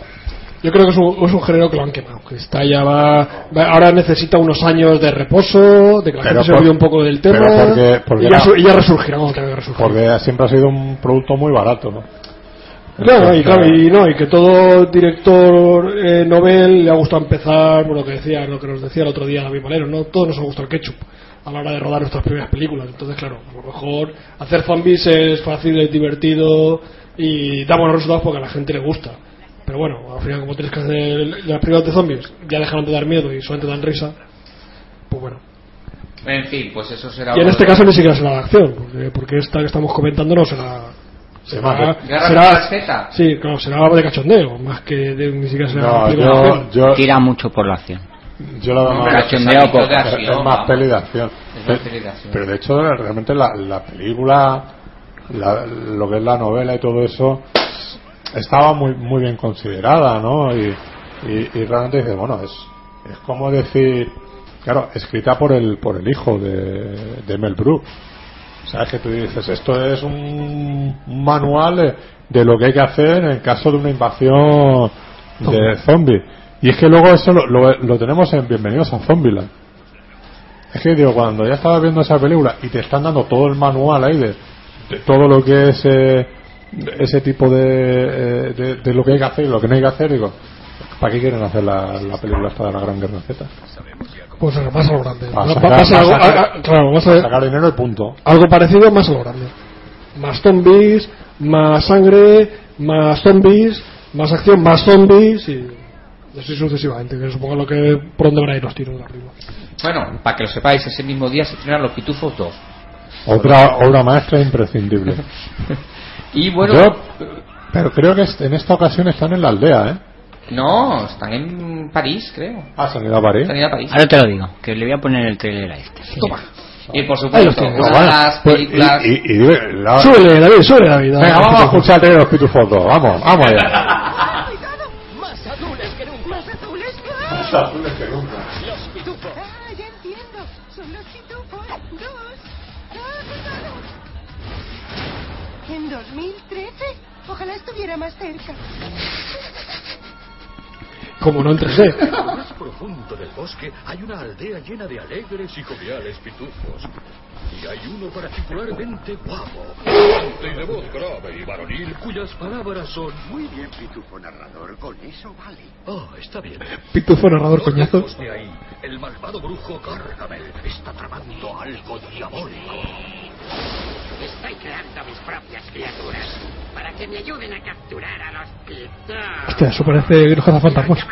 Speaker 4: Yo creo que es un, es un género que lo han quemado, que está ya va, va- ahora necesita unos años de reposo, de que la
Speaker 1: Pero
Speaker 4: gente se
Speaker 1: por-
Speaker 4: olvide un poco del tema
Speaker 1: pero porque- porque
Speaker 4: y, ya,
Speaker 1: no.
Speaker 4: su- y ya resurgirá cuando tenga que resurgir.
Speaker 1: Porque siempre ha sido un producto muy barato, ¿no?
Speaker 4: Claro, y claro, y no, y que todo director eh, novel le ha gustado empezar, por lo que decía, lo que nos decía el otro día David Valero, ¿no? Todos nos ha gustado el ketchup a la hora de rodar nuestras primeras películas. Entonces, claro, a lo mejor hacer zombies es fácil, es divertido y da buenos resultados porque a la gente le gusta. Pero bueno, al final como tienes que hacer las películas de zombies, ya dejaron de dar miedo y solamente dan risa, pues bueno.
Speaker 3: En fin, pues eso será.
Speaker 4: Y en
Speaker 3: uno
Speaker 4: este
Speaker 3: de-
Speaker 4: caso ni siquiera será la acción, porque, porque esta que estamos comentando no será...
Speaker 1: llama-
Speaker 3: Guerra
Speaker 4: será,
Speaker 3: Mundial Z.
Speaker 4: sí, claro, será de cachondeo, más que de, ni siquiera será
Speaker 1: No,
Speaker 4: una película de
Speaker 1: yo,
Speaker 4: acción.
Speaker 1: yo,
Speaker 2: Tira mucho por la acción.
Speaker 1: yo la
Speaker 3: Hombre,
Speaker 1: veo-
Speaker 3: es
Speaker 2: Cachondeo,
Speaker 3: ámbito de
Speaker 1: Es-
Speaker 3: acción,
Speaker 1: es más
Speaker 3: vamos.
Speaker 1: peli de acción.
Speaker 3: Es más
Speaker 1: Pero,
Speaker 3: peli de acción.
Speaker 1: pero de hecho, realmente la, la película, la- lo que es la novela y todo eso, estaba muy muy bien considerada, ¿no? Y, y- y realmente dice, bueno, es, es como decir, claro, escrita por el por el hijo de, de Mel Brooks. Sabes que tú dices, esto es un un manual de, de lo que hay que hacer en caso de una invasión de zombies. Y es que luego eso lo, lo- lo tenemos en Bienvenidos a Zombieland. Es que digo, cuando ya estaba viendo esa película y te están dando todo el manual ahí de, de todo lo que es eh, de ese tipo de, eh, de, de lo que hay que hacer y lo que no hay que hacer, digo, ¿para qué quieren hacer la, la película esta de la Gran Guerra Z?
Speaker 4: Pues eh, más a lo grande.
Speaker 1: Para
Speaker 4: Va- va-
Speaker 1: sacar-
Speaker 4: va a ser
Speaker 1: para
Speaker 4: algo,
Speaker 1: sacar-
Speaker 4: a- a- claro, va a ser
Speaker 1: Sacar dinero y punto.
Speaker 4: algo parecido más a lo grande. Más zombies, más sangre, más zombies, más acción, más zombies y y así sucesivamente, que supongo lo que por donde van a ir los tiros de arriba.
Speaker 3: Bueno, para que lo sepáis, ese mismo día se estrenan Los Pitufos 2.
Speaker 1: Otra obra maestra imprescindible.
Speaker 3: Y bueno,
Speaker 1: Yo- pero creo que est- en esta ocasión están en la aldea, ¿eh?
Speaker 3: no, están en París, creo.
Speaker 1: Ah, se han ido a París.
Speaker 3: Están en París.
Speaker 2: Ahora te lo digo, que le voy a poner el trailer a este.
Speaker 3: Toma. Y por
Speaker 4: Ahí los
Speaker 3: supuesto,
Speaker 4: tienes.
Speaker 3: una de las
Speaker 1: Pues, y-
Speaker 3: películas.
Speaker 1: y, y dime, la-
Speaker 4: Súbele, David, súbele, David.
Speaker 1: Ah. Venga, vamos a escuchar el trailer de los Pitufos 2, vamos, vamos allá.
Speaker 5: Cuidado, más azules que nunca. Más azules que Los pitufos. Ah, ya entiendo. Son los pitufos. Dos. Ah, cuidado. En 2013. Ojalá estuviera más cerca.
Speaker 4: Como no en 3D.
Speaker 6: lo más profundo del bosque hay una aldea llena de alegres y joviales pitufos. Y hay uno particularmente guapo, alto y de voz grave y varonil, cuyas palabras son muy bien.
Speaker 5: Pitufo narrador, con eso vale.
Speaker 6: Oh, está bien.
Speaker 4: Pitufo narrador coñazo.
Speaker 6: Lejos de ahí, el malvado brujo Gargamel está tramando algo diabólico.
Speaker 5: Estoy creando mis propias criaturas para que me ayuden a capturar a los pitufos.
Speaker 4: Hostia, eso parece los cazafantasmas.
Speaker 5: ¡Los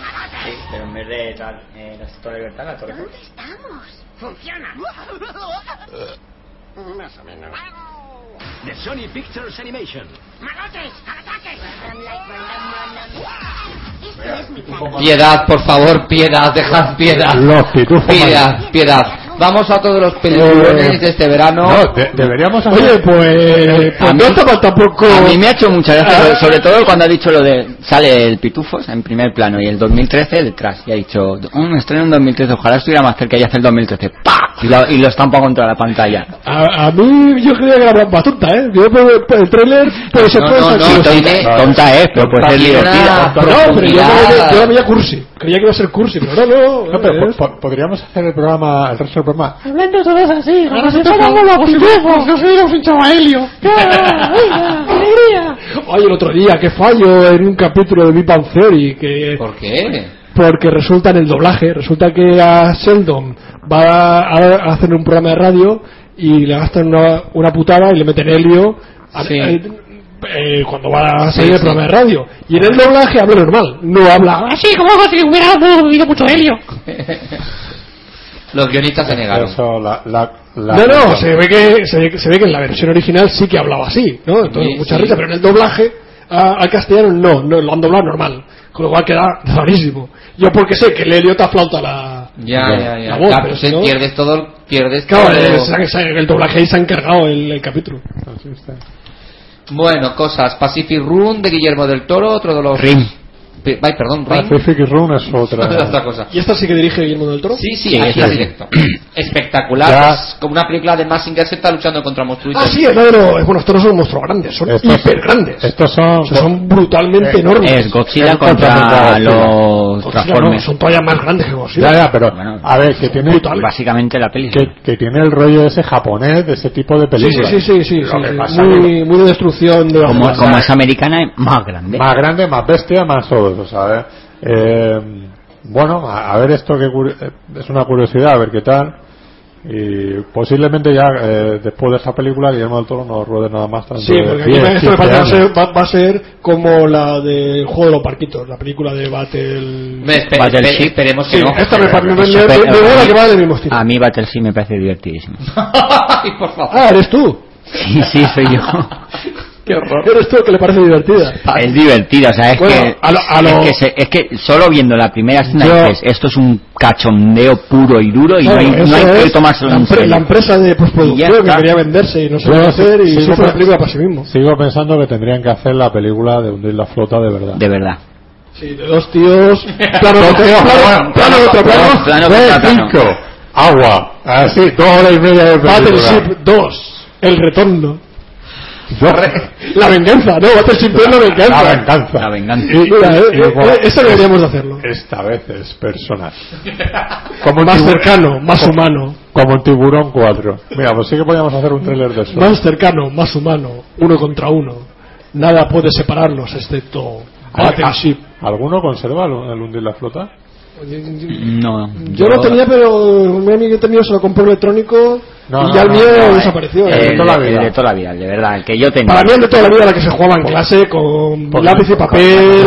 Speaker 5: malotes!
Speaker 2: Pero en vez de tal, eh, la Torre Libertad, la Torre
Speaker 5: ¿Dónde estamos? ¡Funciona! Más o menos.
Speaker 6: De Sony Pictures Animation.
Speaker 5: ¡Malotes! ¡Al ataque! Esto Este es mi plan.
Speaker 3: Piedad, por favor, piedad, dejad piedad.
Speaker 4: Ah.
Speaker 1: Los pitufos.
Speaker 3: Piedad, piedad. Vamos a todos los peliculones de este verano.
Speaker 1: No, de- deberíamos hacer...
Speaker 4: Oye, pues, pues
Speaker 2: A mí-
Speaker 4: no estaba tampoco.
Speaker 2: A mí me ha hecho mucha gracia, sobre- sobre todo cuando ha dicho lo de sale el Pitufos en primer plano y el 2013 detrás. Y ha dicho, un estreno en 2013, ojalá estuviera más cerca y hace el 2013. ¡pa! Y lo, y lo estampa contra la pantalla.
Speaker 4: A, a mí yo creía que era más tonta, ¿eh? Yo por, por el trailer, pues se
Speaker 3: No,
Speaker 4: puede
Speaker 3: no,
Speaker 4: ser
Speaker 3: no,
Speaker 4: cursi.
Speaker 3: entonces-
Speaker 2: Tonta, tonta es, pero puede ser
Speaker 3: Imagina-
Speaker 2: divertida.
Speaker 4: No, pero yo,
Speaker 3: Profundidad.
Speaker 4: la veía- yo la veía cursi. Creía que iba a ser cursi, pero no, no.
Speaker 1: No, pero
Speaker 4: es-
Speaker 1: po- po- podríamos hacer el programa, el resto del programa.
Speaker 7: Hablando todos
Speaker 4: Eh,
Speaker 7: así, como si fuéramos los pitufos.
Speaker 4: nos hubiéramos hinchado a Helio.
Speaker 7: ¡Ah, venga, alegría!
Speaker 4: Ay, el otro día, qué fallo en un capítulo de Big Bang Theory, que
Speaker 3: ¿Por qué?
Speaker 4: porque resulta en el doblaje, resulta que a Sheldon va a, a hacer un programa de radio y le gastan una, una putada y le meten helio a-
Speaker 3: Sí.
Speaker 4: eh, eh, cuando va a
Speaker 3: Sí,
Speaker 4: salir el
Speaker 3: sí.
Speaker 4: programa de radio. Y en el doblaje habla normal, no habla así.
Speaker 7: Así como si hubiera bebido mucho helio.
Speaker 3: Los guionistas se negaron.
Speaker 1: Eso, la, la, la-
Speaker 4: No, no, se ve, que, se, ve, que- se ve que en la versión original sí que hablaba así, ¿no? Entonces,
Speaker 3: Sí,
Speaker 4: mucha
Speaker 3: sí.
Speaker 4: risa, pero en el doblaje a- al castellano no, no, lo han doblado normal. Con lo cual queda rarísimo. Yo porque sé que el helio te aflauta la...
Speaker 3: Ya, ya, ya.
Speaker 1: Ah,
Speaker 4: La voz,
Speaker 3: Claro,
Speaker 4: pero
Speaker 3: se-
Speaker 4: si no-
Speaker 3: pierdes todo, pierdes
Speaker 4: Claro, eh,
Speaker 3: todo.
Speaker 4: el, el- el doblaje ahí se ha encargado el, el capítulo.
Speaker 1: Así está.
Speaker 3: Bueno, cosas. Pacific Run de Guillermo del Toro, otro de los...
Speaker 2: Rim.
Speaker 3: Pe- Ay, perdón, Rim.
Speaker 1: Ah, Pacific Run es
Speaker 3: otra
Speaker 1: otra.
Speaker 3: cosa.
Speaker 4: ¿Y esta sí que dirige Guillermo del Toro?
Speaker 3: Sí, sí,
Speaker 2: Sí,
Speaker 3: aquí
Speaker 2: esa
Speaker 3: en
Speaker 2: sí.
Speaker 3: directo. Espectacular.
Speaker 1: Ya.
Speaker 3: Es como una película de Massinger Z luchando contra monstruitos.
Speaker 4: Ah, sí, es la de los... Bueno, estos no son monstruos grandes, son
Speaker 1: Estos-
Speaker 4: hiper grandes.
Speaker 1: Estos son...
Speaker 4: son brutalmente
Speaker 1: eh,
Speaker 4: enormes.
Speaker 2: Es Godzilla
Speaker 1: Es contra-
Speaker 2: contra
Speaker 1: contra
Speaker 2: los
Speaker 4: Godzilla no,
Speaker 2: Transformers.
Speaker 4: son todavía más grandes que Godzilla.
Speaker 1: Ya, ya, pero...
Speaker 2: Bueno,
Speaker 1: A ver, que tiene...
Speaker 4: brutal.
Speaker 2: Básicamente la peli.
Speaker 1: Que, que tiene el rollo ese japonés de ese tipo de
Speaker 4: Sí,
Speaker 1: películas.
Speaker 4: sí, sí, sí, sí,
Speaker 1: Lo
Speaker 4: sí,
Speaker 1: que
Speaker 4: sí,
Speaker 1: pasa
Speaker 4: Muy, muy de destrucción de
Speaker 2: Como,
Speaker 4: bazookas.
Speaker 2: como es americana, es más grande.
Speaker 1: Más grande, más bestia, más todo, ¿sabes? Eh, bueno, a, a ver esto que cur- eh, es una curiosidad, a ver qué tal. Y posiblemente ya eh, después de esta película Guillermo del Toro no ruede nada más. tanto
Speaker 4: Sí,
Speaker 1: de
Speaker 4: porque
Speaker 1: 10,
Speaker 4: aquí me- esto
Speaker 1: 15
Speaker 4: me parece va a
Speaker 1: años.
Speaker 4: ser, va, va a ser como la del Juego de los Parquitos, la película de Battle...
Speaker 3: Hombre, espe-
Speaker 2: Battleship.
Speaker 3: espe- esperemos que
Speaker 4: Sí,
Speaker 3: no.
Speaker 4: esta me parece... Me, me, me,
Speaker 2: Eso, pero-
Speaker 4: me huele a que va del mismo estilo.
Speaker 2: A mí Battle sí me parece divertidísimo.
Speaker 3: Ay, por favor.
Speaker 4: Ah, eres tú.
Speaker 2: Sí, sí, soy yo.
Speaker 4: Qué horror. Eres tú el que le parece divertida.
Speaker 2: Es divertido, o sea, es
Speaker 4: Bueno,
Speaker 2: que...
Speaker 4: a lo- a lo-
Speaker 2: Es, que se- es que solo viendo la primera escena
Speaker 4: Yo-
Speaker 2: dices, esto es un cachondeo puro y duro y
Speaker 4: Claro,
Speaker 2: no hay,
Speaker 4: eso
Speaker 2: no hay que
Speaker 4: es
Speaker 2: tomárselo
Speaker 4: la,
Speaker 2: en
Speaker 4: empre-
Speaker 2: serio.
Speaker 4: la empresa de
Speaker 2: Y ya
Speaker 4: postproducción que
Speaker 2: está.
Speaker 4: quería venderse y no se
Speaker 1: Yo
Speaker 4: puede
Speaker 1: sí-
Speaker 4: hacer y
Speaker 1: sigo
Speaker 4: hizo una
Speaker 1: pe-
Speaker 4: película para sí mismo.
Speaker 1: Sigo pensando que tendrían que hacer la película de hundir la flota de verdad.
Speaker 2: De verdad.
Speaker 4: Sí, de dos tíos, plano
Speaker 1: Dos
Speaker 4: contra
Speaker 1: tíos,
Speaker 4: plano,
Speaker 2: bueno,
Speaker 4: plano
Speaker 2: bueno,
Speaker 4: contra
Speaker 2: bueno,
Speaker 4: plano,
Speaker 2: plano
Speaker 1: Tres,
Speaker 2: contra plano.
Speaker 1: cinco, agua, así, dos horas y media de película.
Speaker 4: Battleship 2, el retorno.
Speaker 1: Yo-
Speaker 4: La venganza, no, Battleship 2 la venganza.
Speaker 1: La venganza.
Speaker 2: La venganza.
Speaker 1: Y- y-
Speaker 4: Ah, Mira, eh,
Speaker 1: y-
Speaker 4: eh,
Speaker 1: bueno,
Speaker 4: eh, eso deberíamos de hacerlo.
Speaker 1: Esta vez es personal. Como un
Speaker 4: Más
Speaker 1: tiburón-
Speaker 4: cercano, más
Speaker 1: como-
Speaker 4: humano.
Speaker 1: Como un tiburón 4. Mira, pues sí que podíamos hacer un tráiler de eso.
Speaker 4: Más cercano, más humano, uno contra uno. Nada puede separarlos excepto
Speaker 1: ¿Al-
Speaker 4: Battleship.
Speaker 1: a- ¿Alguno conserva el, el hundir la flota?
Speaker 2: No.
Speaker 4: Yo lo tenía, pero mi amiguito mío se lo compró electrónico
Speaker 1: No,
Speaker 4: y
Speaker 1: no,
Speaker 4: ya el
Speaker 1: no,
Speaker 4: mío
Speaker 1: no,
Speaker 2: eh,
Speaker 4: desapareció.
Speaker 2: El,
Speaker 1: de
Speaker 2: de
Speaker 1: toda la vida.
Speaker 2: el de toda la vida, el de verdad, el que yo tenía.
Speaker 4: Para mí el de toda la vida la que se jugaba en clase con
Speaker 1: Por-
Speaker 4: lápiz y
Speaker 1: por-
Speaker 4: papel,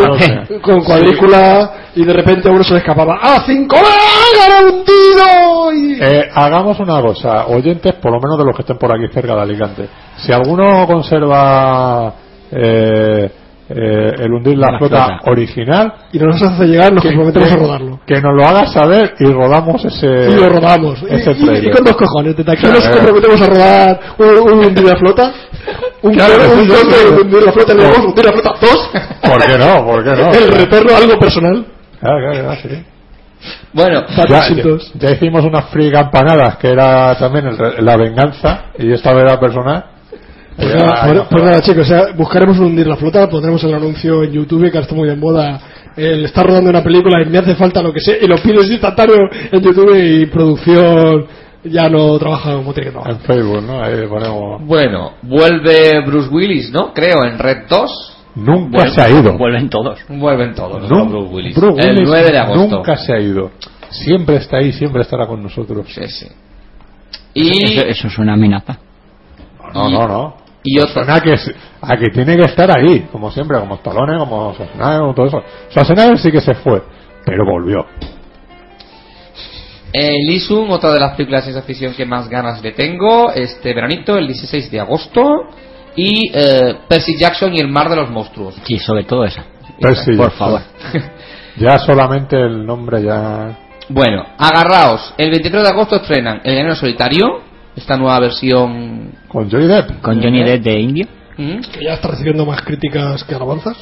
Speaker 1: por-
Speaker 4: con cuadrícula y de repente a uno se le escapaba. ¡Ah, cinco! ¡Ah, hundido! Y...
Speaker 1: Eh, hagamos una cosa, oyentes, por lo menos de los que estén por aquí cerca de Alicante. Si alguno conserva eh, eh, el hundir la,
Speaker 2: La
Speaker 1: flota,
Speaker 2: flota.
Speaker 1: original,
Speaker 4: Y no nos hace llegar, nos
Speaker 1: que,
Speaker 4: comprometemos
Speaker 1: que-
Speaker 4: a rodarlo.
Speaker 1: que nos lo haga saber y rodamos ese.
Speaker 4: Y lo rodamos. Y,
Speaker 1: Eh. ese
Speaker 4: y- y
Speaker 1: trailer. Eh.
Speaker 4: con dos cojones, desde aquí
Speaker 1: Claro.
Speaker 4: nos comprometemos a rodar un, un hundido de la flota. Un
Speaker 1: Claro,
Speaker 4: coro- un
Speaker 1: sí, sí,
Speaker 4: coro de
Speaker 1: sí.
Speaker 4: hundido de la flota, le damos hundido de la flota dos.
Speaker 1: ¿Por qué no? ¿Por qué no?
Speaker 4: El retorno a algo personal.
Speaker 1: Claro, claro, claro, sí.
Speaker 3: Bueno,
Speaker 1: Ya,
Speaker 4: Battleship
Speaker 1: ya-
Speaker 4: 2.
Speaker 1: ya hicimos unas free campanadas que era también el re- la venganza y esta vez la personal.
Speaker 4: Pues
Speaker 1: Ya,
Speaker 4: nada,
Speaker 1: ahí
Speaker 4: pues-
Speaker 1: está.
Speaker 4: pues nada, chicos, o sea, buscaremos hundir la flota, pondremos el anuncio en YouTube que ahora está muy de moda el estar rodando una película y me hace falta lo que sé, y lo pides instantáneo en YouTube y producción ya no trabaja como tiene que trabajar.
Speaker 1: En Facebook, ¿no? Ahí ponemos.
Speaker 3: Bueno, vuelve Bruce Willis, ¿no? Creo, en Red 2.
Speaker 1: Nunca
Speaker 3: Bueno,
Speaker 1: se ha ido.
Speaker 2: Vuelven todos.
Speaker 3: Vuelven todos, ¿no?
Speaker 1: Nun-
Speaker 3: Bruce Willis.
Speaker 1: Bruce
Speaker 3: el
Speaker 1: Willis
Speaker 3: 9 de agosto.
Speaker 1: Nunca se ha ido. Siempre está ahí, siempre estará con nosotros.
Speaker 3: Sí, sí. Y,
Speaker 2: Eso, eso es una amenaza.
Speaker 1: No, no, no.
Speaker 3: y otro.
Speaker 1: Suena a que, se- a que tiene que estar ahí, como siempre, como Stallone, como Schwarzenegger, como todo eso. Schwarzenegger sí que se fue, pero volvió.
Speaker 3: Eh, Lee Sung, otra de las películas de ciencia ficción que más ganas le tengo, este veranito, el 16 de agosto. Y eh, Percy Jackson y el mar de los monstruos.
Speaker 2: Sí, sobre todo esa.
Speaker 1: Percy
Speaker 2: Por
Speaker 1: Jackson.
Speaker 2: favor.
Speaker 1: Ya solamente el nombre ya...
Speaker 3: Bueno, agarraos. El 23 de agosto estrenan El Enano Solitario, esta nueva versión.
Speaker 1: Con Johnny Depp.
Speaker 2: Con Johnny Depp de Indio.
Speaker 3: ¿Mm?
Speaker 4: Que ya está recibiendo más críticas que alabanzas.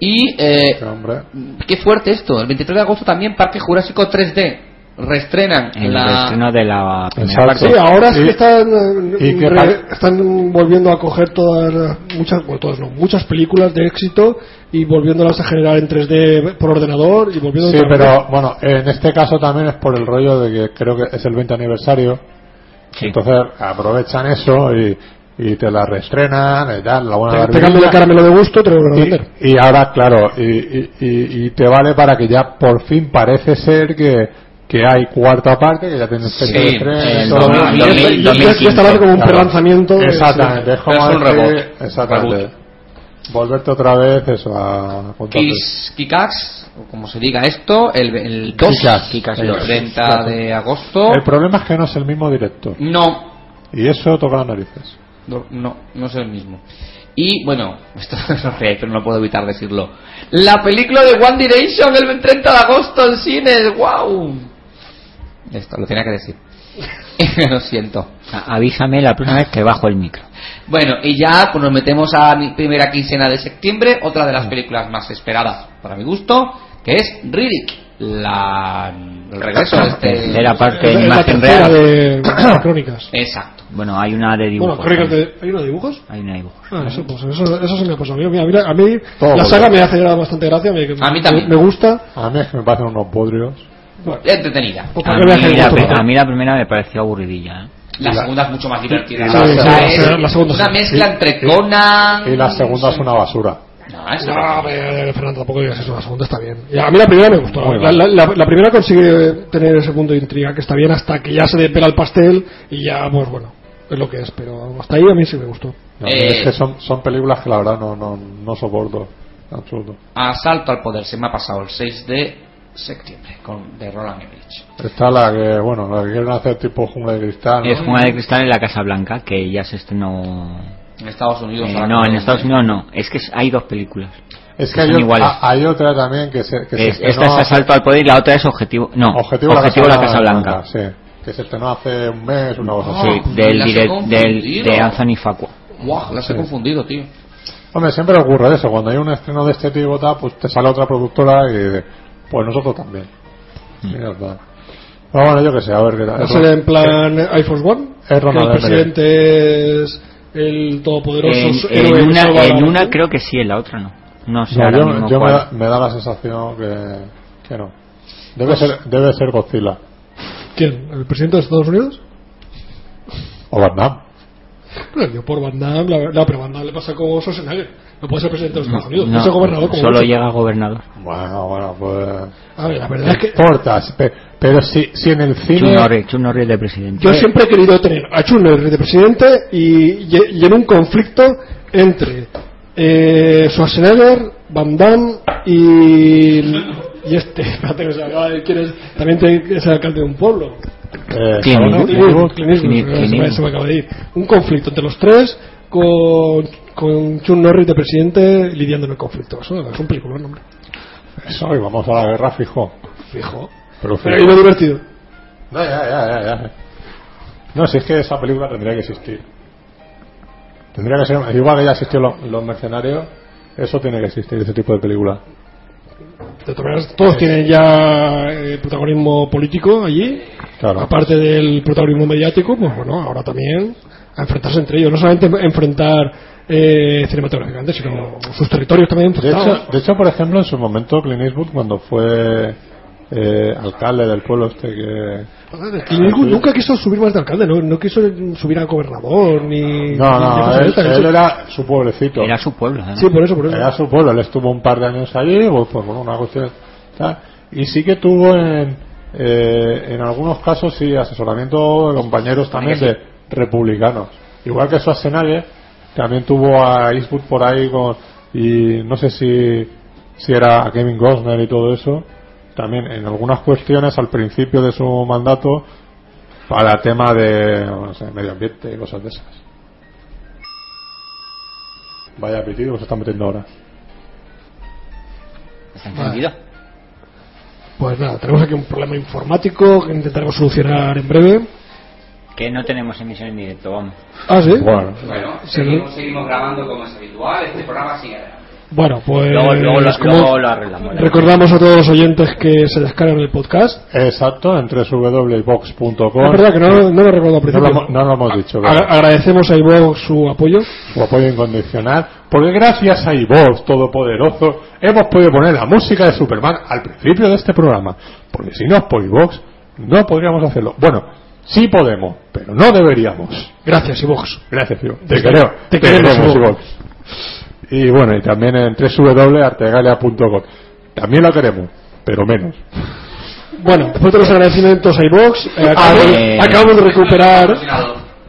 Speaker 3: Y eh,
Speaker 1: Qué hombre.
Speaker 3: Qué fuerte esto. El 23 de agosto también Parque Jurásico 3D. Reestrenan
Speaker 2: El
Speaker 3: la...
Speaker 2: estreno de la primera
Speaker 1: Exacto.
Speaker 4: Sí,
Speaker 2: parte.
Speaker 4: ahora es
Speaker 1: Y-
Speaker 4: que están, eh,
Speaker 1: y que
Speaker 4: re-
Speaker 1: pa-
Speaker 4: están volviendo a coger todas, las- muchas, bueno, todas no, muchas películas de éxito y volviéndolas a generar en 3D por ordenador y volviendo
Speaker 1: Sí, pero bueno, en este caso también es por el rollo de que creo que es el 20 aniversario.
Speaker 2: Sí.
Speaker 1: Entonces aprovechan eso y, y te la reestrenan, y tal, la buena
Speaker 4: te, te
Speaker 1: barbilla.
Speaker 4: cambio el caramelo de gusto, te lo van a vender.
Speaker 1: Y, y ahora, claro, y, y- y- y te vale para que ya por fin parece ser que, que hay cuarta parte, que ya tienes
Speaker 3: Sí,
Speaker 1: fecha de estreno y
Speaker 3: el
Speaker 1: todo.
Speaker 3: dos
Speaker 1: Y
Speaker 3: mil-
Speaker 4: Y
Speaker 3: dos
Speaker 1: es-
Speaker 4: esto-
Speaker 3: mil-
Speaker 4: y
Speaker 3: dos
Speaker 4: esto
Speaker 3: mil
Speaker 4: es que está dando como un
Speaker 1: Claro.
Speaker 4: relanzamiento. de-
Speaker 1: Exactamente, es como
Speaker 3: Pero es un
Speaker 1: decir-
Speaker 3: reboot.
Speaker 1: exactamente.
Speaker 3: Reboot.
Speaker 1: Volverte otra vez eso a contar-
Speaker 3: Kiss- Kickass, o como se diga esto, el, el 2,
Speaker 2: Kickass, Kickass Eh,
Speaker 3: el
Speaker 2: 2.
Speaker 3: 30 de agosto.
Speaker 1: El problema es que no es el mismo director.
Speaker 2: pues-
Speaker 3: No,
Speaker 1: Y eso toca las narices.
Speaker 3: no, no, no es el mismo. Y bueno, esto es real, pero no puedo evitar decirlo. La película de One Direction el 30 de agosto en cines, wow. Esto lo tenía que decir. lo siento.
Speaker 2: A- Avísame la próxima vez que bajo el micro.
Speaker 3: Bueno, y ya pues nos metemos a mi primera quincena de septiembre, otra de las
Speaker 2: Mm.
Speaker 3: películas más esperadas para mi gusto, que es Riddick, la el regreso de este
Speaker 2: Tercera parte
Speaker 4: Es
Speaker 2: en
Speaker 4: la
Speaker 2: imagen
Speaker 4: tercera
Speaker 2: real.
Speaker 4: de crónicas.
Speaker 3: Exacto.
Speaker 2: Bueno, hay una de dibujos.
Speaker 4: Bueno, crónicas
Speaker 2: también.
Speaker 4: de. ¿Hay unos dibujos?
Speaker 2: Hay una de dibujos.
Speaker 4: Ah, eso, pues eso, eso se me ha pasado. Mira, mira, a mí
Speaker 1: Todo
Speaker 4: la
Speaker 1: bueno.
Speaker 4: saga me hace bastante gracia. Me,
Speaker 3: A mí también.
Speaker 4: Me gusta.
Speaker 1: A mí es que me parecen unos podrios.
Speaker 4: Bueno,
Speaker 3: Entretenida.
Speaker 4: pues
Speaker 2: A
Speaker 4: para que veas que hay
Speaker 2: mí, la,
Speaker 4: gusto,
Speaker 2: pri-
Speaker 4: ¿no?
Speaker 2: a mí la primera me pareció aburridilla. ¿eh?
Speaker 3: La segunda es mucho más divertida.
Speaker 1: Sí,
Speaker 3: O
Speaker 1: sí, sí,
Speaker 3: sea, es
Speaker 4: la segunda- la segunda
Speaker 3: una
Speaker 4: sí.
Speaker 3: mezcla
Speaker 1: Y-
Speaker 3: entre
Speaker 1: y-
Speaker 3: Conan
Speaker 1: Y
Speaker 2: Mm,
Speaker 1: la segunda es una basura.
Speaker 3: No, esa-
Speaker 4: No, pero, Fernando, tampoco digas eso. La segunda está bien. Y a mí la primera me gustó.
Speaker 1: Muy
Speaker 4: La, la, la- la primera consigue tener ese punto de intriga que está bien hasta que ya se depela el pastel y ya, pues bueno, es lo que es. Pero hasta ahí a mí sí me gustó.
Speaker 1: No,
Speaker 3: Eh.
Speaker 1: Es que son, son películas que la verdad no, no, no soporto. en Absoluto.
Speaker 3: Asalto al poder se me ha pasado el 6 de septiembre con de Roland Emmerich.
Speaker 1: Está la que, bueno, la que quieren hacer tipo jungla de cristal. ¿no?
Speaker 2: Es Jungla de Cristal en la Casa Blanca, que ya se estrenó...
Speaker 3: En Estados Unidos
Speaker 2: Eh,
Speaker 3: ahora
Speaker 2: no,
Speaker 3: con-
Speaker 2: en Estados Unidos no. Es que hay dos películas.
Speaker 1: Es que
Speaker 2: que
Speaker 1: hay,
Speaker 2: son
Speaker 1: ot-
Speaker 2: iguales.
Speaker 1: a- hay otra también que se. Que se
Speaker 2: Es- esta
Speaker 1: estrenó
Speaker 2: es Asalto al Poder y la otra es Objetivo... No, Objetivo, la Casa Blanca. Oh.
Speaker 1: sí. Que se estrenó hace un mes, una cosa así.
Speaker 2: Sí, del
Speaker 3: las he
Speaker 2: direct, del,
Speaker 3: confundido.
Speaker 2: de Anthony Facua.
Speaker 3: Guau, las he
Speaker 1: Sí.
Speaker 3: confundido, tío.
Speaker 1: Hombre, siempre ocurre eso. Cuando hay un estreno de este tipo, tal, pues te sale otra productora y dice, pues nosotros también.
Speaker 2: Mm.
Speaker 1: Y ya está. Pero bueno, yo que sé, a ver qué tal. Eh,
Speaker 4: Va a ser en plan iPhone One.
Speaker 1: Ah, Es
Speaker 4: que
Speaker 1: Ronald
Speaker 4: el presidente es el todopoderoso.
Speaker 2: En, en
Speaker 4: héroe que
Speaker 2: una,
Speaker 4: salva a la
Speaker 2: en una
Speaker 4: nación.
Speaker 2: creo que sí, en la otra no. No sé
Speaker 1: No,
Speaker 2: ahora
Speaker 1: yo
Speaker 2: mismo
Speaker 1: yo me,
Speaker 2: cuál.
Speaker 1: da, me da la sensación que, que no. Debe ser, debe ser Godzilla.
Speaker 4: ¿Quién? ¿El presidente de Estados Unidos?
Speaker 1: O Vietnam.
Speaker 4: Bueno, yo por Van Damme, la, no, pero Van Damme le pasa como Schwarzenegger. No puede ser presidente de Estados Unidos, no,
Speaker 2: No,
Speaker 4: es gobernador como
Speaker 2: solo
Speaker 4: mucho.
Speaker 2: llega gobernador.
Speaker 1: Bueno, bueno, pues.
Speaker 4: A ver, la verdad es que
Speaker 1: Portas. Pe- pero si, si en el
Speaker 2: Chun
Speaker 1: cine.
Speaker 2: Norris, Chun Norris de presidente.
Speaker 4: yo siempre he querido tener a Chun de presidente y, y, y en un conflicto entre eh, Schwarzenegger, Van Damme y, y este, espérate que se me acaba de- ¿quién es? También te- es el alcalde de un pueblo.
Speaker 1: eh,
Speaker 2: Clint
Speaker 1: ¿no?
Speaker 2: Eastwood.
Speaker 4: Clint Eastwood, Clint
Speaker 2: Clint-
Speaker 4: Eastwood, se me-
Speaker 2: Clint
Speaker 4: se me-
Speaker 2: Eastwood.
Speaker 4: se me acaba de ir. Un conflicto entre los tres con, con Chun Norris de presidente lidiando en el conflicto. Eso es un peliculón, hombre.
Speaker 1: Eso, y vamos a la guerra, fijo.
Speaker 4: Fijo.
Speaker 1: Pero fijo.
Speaker 4: Pero y lo divertido.
Speaker 1: No, ya, ya, ya, ya. No, si es que esa película tendría que existir. Tendría que ser. Igual que ya existió Lo- Los Mercenarios, eso tiene que existir, ese tipo de película.
Speaker 4: De todas maneras, todos tienen ya eh, protagonismo político allí.
Speaker 1: Claro.
Speaker 4: Aparte del protagonismo mediático, pues bueno, ahora también a enfrentarse entre ellos. No solamente enfrentar eh, cinematográficamente, sino sus territorios también
Speaker 1: De
Speaker 4: enfrentados.
Speaker 1: hecho, de hecho, por ejemplo, en su momento Clint Eastwood, cuando fue eh, alcalde del pueblo este que...
Speaker 4: Y nunca- nunca quiso subir más de alcalde, no, no quiso subir a gobernador ni.
Speaker 1: No,
Speaker 4: ni
Speaker 1: no,
Speaker 4: cosas de
Speaker 1: él,
Speaker 4: estas.
Speaker 1: él era su pueblecito.
Speaker 2: Era su pueblo, además.
Speaker 4: Sí, por eso, por eso.
Speaker 1: Era su pueblo, él estuvo un par de años allí, o por bueno, una cuestión. tal. Y sí que tuvo en, eh, en algunos casos sí asesoramiento de compañeros también de republicanos. Igual que Schwarzenegger, también tuvo a Eastwood por ahí con, y no sé si, si era a Kevin Gosner y todo eso. También en algunas cuestiones al principio de su mandato para tema de no sé, medio ambiente y cosas de esas. Vaya apetito que se está metiendo ahora.
Speaker 2: ¿Está entendido?
Speaker 4: Pues nada, tenemos aquí un problema informático que intentaremos solucionar en breve.
Speaker 2: Que no tenemos emisión en directo, vamos.
Speaker 4: Ah, sí.
Speaker 1: Bueno,
Speaker 3: Bueno,
Speaker 4: Sí.
Speaker 3: seguimos, seguimos grabando como es habitual, este programa sigue adelante.
Speaker 4: Bueno,
Speaker 3: Eh,
Speaker 4: pues.
Speaker 2: Luego, luego lo-
Speaker 4: como
Speaker 2: luego lo arreglamos.
Speaker 4: Recordamos a todos los oyentes que se descargan el podcast.
Speaker 1: exacto, en
Speaker 4: Es
Speaker 1: www.box.com.
Speaker 4: verdad que no, no lo recuerdo al
Speaker 1: No
Speaker 4: principio.
Speaker 1: lo, hemos- no lo hemos dicho. Ah,
Speaker 4: Agra-
Speaker 1: ¿verdad?
Speaker 4: agradecemos a Ivo su apoyo.
Speaker 1: Su apoyo incondicional. Porque gracias a Ivox Todopoderoso hemos podido poner la música de Superman al principio de este programa. Porque si no es por Ivox, no podríamos hacerlo. Bueno, sí podemos, pero no deberíamos.
Speaker 4: Gracias, Ivox.
Speaker 1: Gracias, Ivo. Te creo.
Speaker 4: te queremos, Ivo.
Speaker 1: Y bueno, y también en www.artegalia.com. También lo queremos, pero menos.
Speaker 4: Bueno, después de los agradecimientos a Ivox, eh, acabo,
Speaker 2: Eh.
Speaker 4: acabo de recuperar.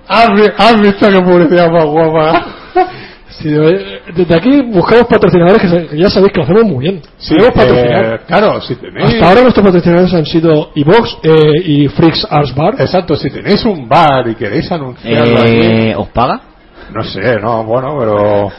Speaker 1: ¿Has, vi- has visto qué publicidad más guapa?
Speaker 4: Sí, eh, desde aquí buscamos patrocinadores que, se- que ya sabéis que lo hacemos muy bien.
Speaker 1: Sí,
Speaker 4: Queremos
Speaker 1: eh,
Speaker 4: patrocinar.
Speaker 1: claro, si tenéis...
Speaker 4: Hasta ahora nuestros patrocinadores han sido Ivox eh, y Freaks Arts Bar.
Speaker 1: Exacto, si tenéis un bar y queréis anunciarlo aquí,
Speaker 2: Eh, ¿Os paga?
Speaker 1: no sé, no, bueno, pero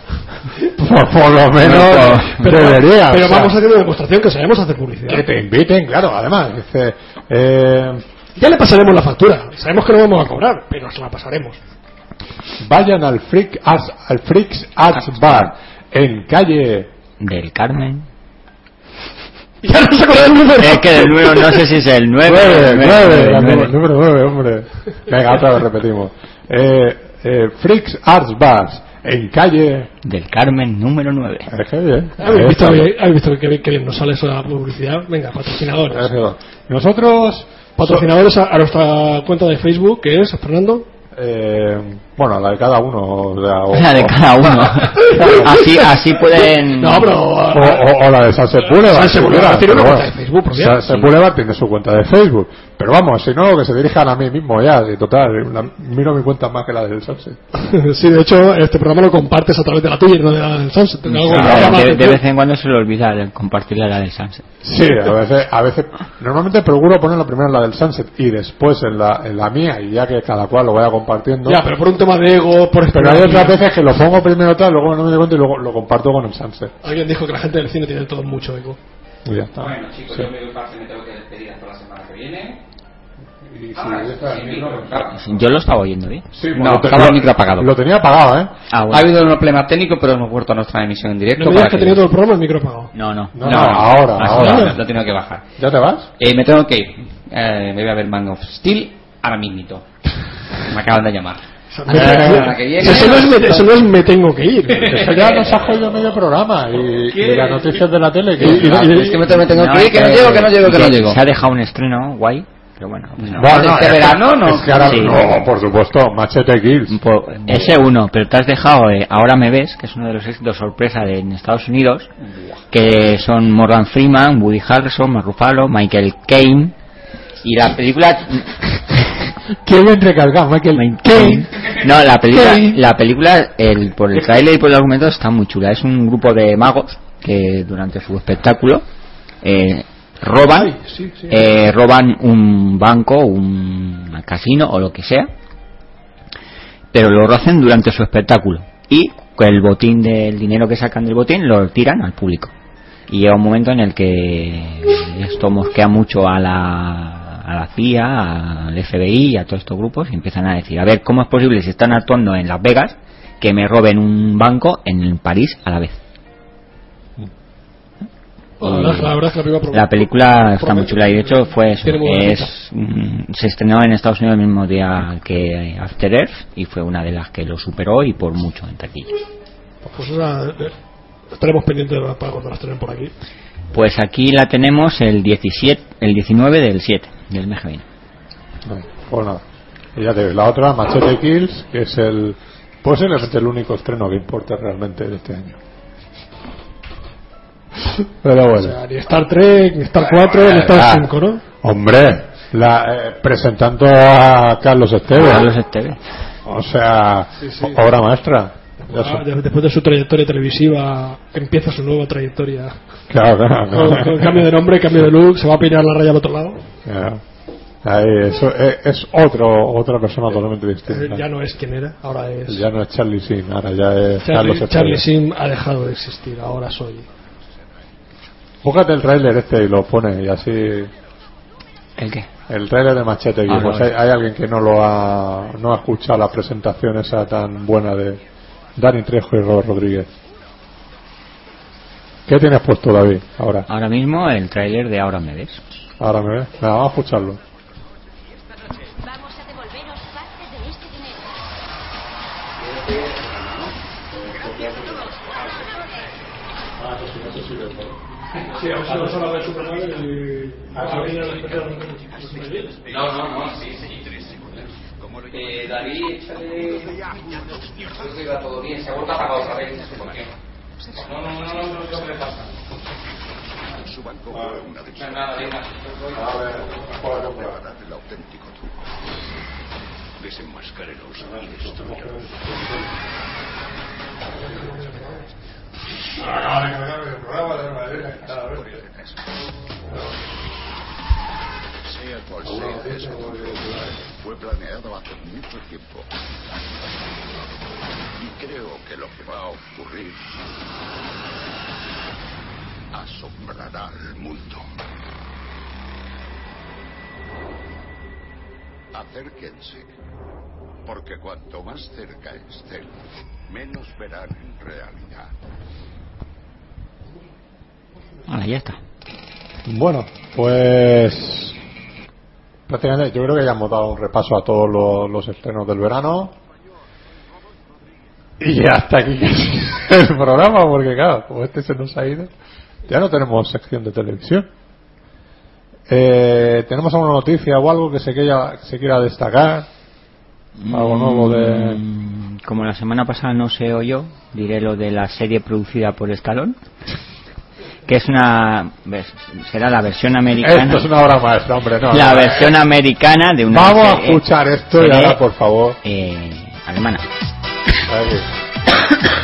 Speaker 1: por, por lo menos
Speaker 2: Pero-
Speaker 1: debería.
Speaker 4: Pero
Speaker 1: o sea,
Speaker 4: vamos a hacer una demostración que sabemos hacer publicidad.
Speaker 1: que te inviten, claro, además. Dice, eh,
Speaker 4: Ya le pasaremos la factura. Sabemos que no vamos a cobrar, pero se la pasaremos.
Speaker 1: vayan al Freak Arts, al Freaks
Speaker 4: Ah.
Speaker 1: Arts Bar en calle
Speaker 2: Del Carmen.
Speaker 4: Ya no se acuerda el número.
Speaker 1: Eh,
Speaker 2: Es que del número no sé si es el 9.
Speaker 1: 9, 9,
Speaker 2: el
Speaker 1: amigo,
Speaker 2: 9.
Speaker 1: número 9, hombre. Venga, otra vez repetimos. Eh, eh, Freaks Arts Bars en calle.
Speaker 2: Del Carmen número 9.
Speaker 1: Es que bien.
Speaker 4: ¿Habéis Ah, visto,
Speaker 1: Eh,
Speaker 4: habéis visto que, bien, que bien nos sale esa publicidad? Venga,
Speaker 1: ha
Speaker 4: patrocinadores.
Speaker 1: sido. Nosotros.
Speaker 4: Patrocinadores a, a nuestra cuenta de Facebook, que es Fernando.
Speaker 1: Eh, bueno, la de cada uno. O, sea,
Speaker 3: Oh.
Speaker 1: o-
Speaker 2: O sea, de cada uno. Así, así pueden.
Speaker 4: No, pero.
Speaker 1: Mm. o- o- o la de Sanse Boulevard.
Speaker 4: Sanse Boulevard tiene una
Speaker 1: Pero
Speaker 4: cuenta de Facebook propia.
Speaker 1: Sanse
Speaker 2: Sí.
Speaker 1: Boulevard tiene su cuenta de Facebook. Pero vamos, si no, que se dirijan a mí mismo ya. Y total, la- miro mi cuenta más que la del Sanse.
Speaker 4: sí, de hecho, este programa lo compartes a través de la tuya, no de la del Sunset. Algo que llama la
Speaker 2: de, de
Speaker 4: atención.
Speaker 2: vez en cuando se le olvida el compartir la del Sunset.
Speaker 1: Sí, a veces, a veces, normalmente procuro ponerlo primero en la del Sunset y después en la, en la mía y ya que cada cual lo vaya compartiendo.
Speaker 4: Ya, pero por un tema de ego, por
Speaker 1: Pero hay otras
Speaker 4: esperar.
Speaker 1: veces que lo pongo primero tal, luego no me doy cuenta y luego lo comparto con el Sunset.
Speaker 4: Alguien dijo que la gente del cine tiene todo mucho ego.
Speaker 1: Y ya está.
Speaker 3: Bueno, chicos,
Speaker 1: Sí.
Speaker 3: yo me, parece que me tengo que despedir hasta la semana que viene.
Speaker 1: Y si
Speaker 3: Ah,
Speaker 1: yo estaba en
Speaker 3: sí,
Speaker 1: micro,
Speaker 3: micro,
Speaker 1: pues,
Speaker 3: claro.
Speaker 2: Yo lo estaba oyendo bien.
Speaker 1: Sí,
Speaker 3: No,
Speaker 1: bueno, te-
Speaker 3: estaba el
Speaker 1: lo-
Speaker 3: micro apagado.
Speaker 1: Lo tenía apagado, ¿eh?
Speaker 2: Ah,
Speaker 3: Ha
Speaker 2: bueno.
Speaker 3: habido un problema técnico, pero hemos vuelto a nuestra emisión en directo.
Speaker 4: No me digas
Speaker 3: para
Speaker 4: que
Speaker 3: que-
Speaker 4: tenía todo el programa el micro apagado.
Speaker 2: No, no.
Speaker 1: No, ahora,
Speaker 3: Ah, sí,
Speaker 1: ahora.
Speaker 3: ahora Lo he tenido que bajar.
Speaker 1: ¿Ya te vas?
Speaker 3: Eh, me tengo que ir. Eh, me voy a ver Man of Steel ahora mismito. Me acaban de llamar.
Speaker 4: Me-
Speaker 3: Ah,
Speaker 4: me-
Speaker 3: la que viene.
Speaker 4: eso, no es me, eso no es me tengo que ir.
Speaker 1: Eso ya nos ha jodido medio programa y, y las noticias de la tele. Que
Speaker 4: Y- y-
Speaker 3: Es que me tengo me tengo que ir, que no llego, que no llego, que no llego.
Speaker 2: Se ha dejado un estreno guay, pero bueno. pues no.
Speaker 1: Bueno,
Speaker 3: ¿Este
Speaker 1: es que-
Speaker 3: verano no?
Speaker 1: es que ahora-
Speaker 2: Sí.
Speaker 1: no, por supuesto, Machete Kills.
Speaker 2: Po- Ese uno, pero te has dejado eh, Ahora me ves, que es uno de los éxitos sorpresa de, en Estados Unidos, que son Morgan Freeman, Woody Harrelson, Mark Ruffalo, Michael Caine y la película
Speaker 1: Qué bien recargado, Michael.
Speaker 2: no la película
Speaker 1: Caine.
Speaker 2: la película el, por el tráiler y por el argumento está muy chula es un grupo de magos que durante su espectáculo eh, roban
Speaker 4: Ay, sí, sí.
Speaker 2: eh, roban un banco, un casino o lo que sea, pero lo hacen durante su espectáculo y con el botín del dinero que sacan del botín lo tiran al público. Y llega un momento en el que esto mosquea mucho a la, a la CIA, al FBI y a todos estos grupos y empiezan a decir, a ver, ¿cómo es posible si están actuando en Las Vegas que me roben un banco en París a la vez?
Speaker 4: La verdad, la verdad es que la película promete-
Speaker 2: La película está muy
Speaker 4: promete-
Speaker 2: chula y de hecho fue
Speaker 4: tiene muy buena pinta.
Speaker 2: es, mm, se estrenó en Estados Unidos el mismo día que After Earth y fue una de las que lo superó y por mucho en taquilla.
Speaker 4: Pues esa, eh, estaremos pendientes de- para cuando las tengan por aquí.
Speaker 2: Pues aquí la tenemos el 17, el 19 del 7 del mes que viene.
Speaker 1: Vale, Pues nada. Y ya te digo, la otra, Machete Kills, que es el posiblemente el único estreno que importa realmente de este año. Pero
Speaker 4: O
Speaker 1: bueno.
Speaker 4: sea, ni Star Trek, ni Star 4, ni Star
Speaker 1: Ah,
Speaker 4: 5, ¿no?
Speaker 1: Hombre, la, eh, presentando a Carlos Esteves.
Speaker 2: Carlos Esteve.
Speaker 1: O sea,
Speaker 4: Sí, sí.
Speaker 1: obra maestra. Ya
Speaker 4: Ah,
Speaker 1: su-
Speaker 4: de- después de su trayectoria televisiva, empieza su nueva trayectoria.
Speaker 1: Claro, claro,
Speaker 4: Con, con cambio de nombre, cambio de look, se va a peinar la raya al otro lado.
Speaker 1: Claro. Ahí, eso es, es otro, otra persona totalmente
Speaker 4: Eh,
Speaker 1: distinta.
Speaker 4: Ya no es quien era, ahora es.
Speaker 1: Ya no es Charlie Sin, ahora ya es Carlos
Speaker 4: Charlie,
Speaker 1: Esteves.
Speaker 4: Charlie Sim ha dejado de existir, ahora soy.
Speaker 1: Búscate el tráiler este y lo pone y así
Speaker 2: ¿El qué?
Speaker 1: el tráiler de Machete Kills.
Speaker 2: Ah,
Speaker 1: Pues
Speaker 2: vale.
Speaker 1: hay, hay alguien que no lo ha no ha escuchado la presentación esa tan buena de Dani Trejo y Robert Rodríguez. ¿Qué tienes puesto David ahora?
Speaker 2: Ahora mismo el tráiler de Ahora me ves.
Speaker 1: Ahora me ves. Venga, vamos a escucharlo.
Speaker 5: Vamos a devolveros parte de este dinero.
Speaker 6: Su banco
Speaker 5: Ah,
Speaker 6: fue una de sus para dar el auténtico truco. Desenmascareros
Speaker 1: Ah,
Speaker 6: y destruyaros. Sea cual sea ese truco, fue planeado hace mucho tiempo. Y creo que lo que va a ocurrir asombrará al mundo. Acérquense, porque cuanto más cerca estén, menos verán en realidad.
Speaker 2: Ahora ya está.
Speaker 1: Bueno, pues prácticamente yo creo que ya hemos dado un repaso a todos los, los estrenos del verano. Y ya hasta aquí el programa, porque claro, como este se nos ha ido, ya no tenemos sección de televisión. Eh, ¿Tenemos alguna noticia o algo que se quiera, se quiera destacar? Algo nuevo de...
Speaker 2: Mm, Como la semana pasada no se oyó, diré lo de la serie producida por Stallone. Que es una. ves, Será la versión americana.
Speaker 1: Esto es una obra maestra, hombre. No,
Speaker 2: La
Speaker 1: no,
Speaker 2: versión eh.
Speaker 1: eh.
Speaker 2: americana de una.
Speaker 1: Vamos a
Speaker 2: serie-
Speaker 1: escuchar esto y
Speaker 2: serie,
Speaker 1: ahora, por favor.
Speaker 2: eh, alemana.
Speaker 1: Ahí.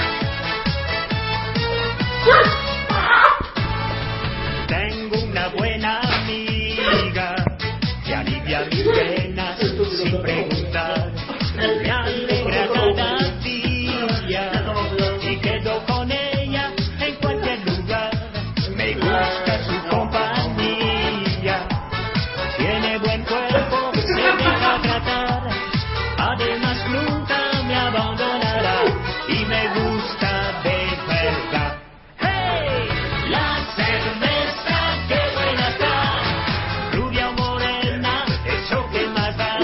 Speaker 8: Tengo una buena amiga que alivia mis penas sin preguntar. Me alegra cada día y quedo con ella en cualquier lugar. Me gusta su compañía. Tiene buen cuerpo, se deja tratar. Además nunca me abandonará y me gusta de verdad. ¡Hey! La cerveza que buena está. Rubia o morena, eso que más da.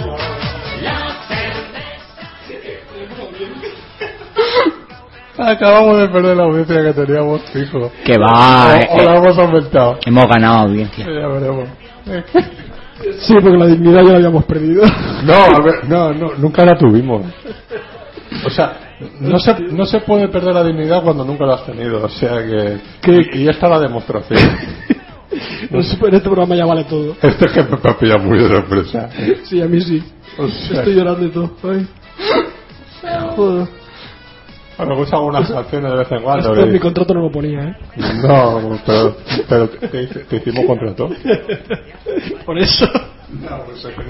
Speaker 8: La cerveza.
Speaker 1: Acabamos de perder la audiencia que teníamos, fijo.
Speaker 2: Que va.
Speaker 1: o,
Speaker 2: eh,
Speaker 1: o la hemos aumentado.
Speaker 2: Hemos ganado audiencia.
Speaker 1: Ya veremos.
Speaker 4: Sí, porque la dignidad ya la habíamos perdido.
Speaker 1: No, a ver, no, no, nunca la tuvimos. O sea, no se, no se puede perder la dignidad cuando nunca la has tenido. O sea que. y, y esta es la demostración.
Speaker 4: No sé, en este programa ya vale todo.
Speaker 1: Esto Este es que me ha pillado muy de sorpresa.
Speaker 4: Sí, a mí sí.
Speaker 1: O sea,
Speaker 4: Estoy llorando y todo. Ay. Joder.
Speaker 1: bueno, pues hago unas canciones de vez en cuando.
Speaker 4: Esto en
Speaker 1: que-
Speaker 4: mi contrato no lo ponía, ¿eh?
Speaker 1: No, pero, pero te, te- te hicimos contrato.
Speaker 4: Por eso.
Speaker 1: No, pues es que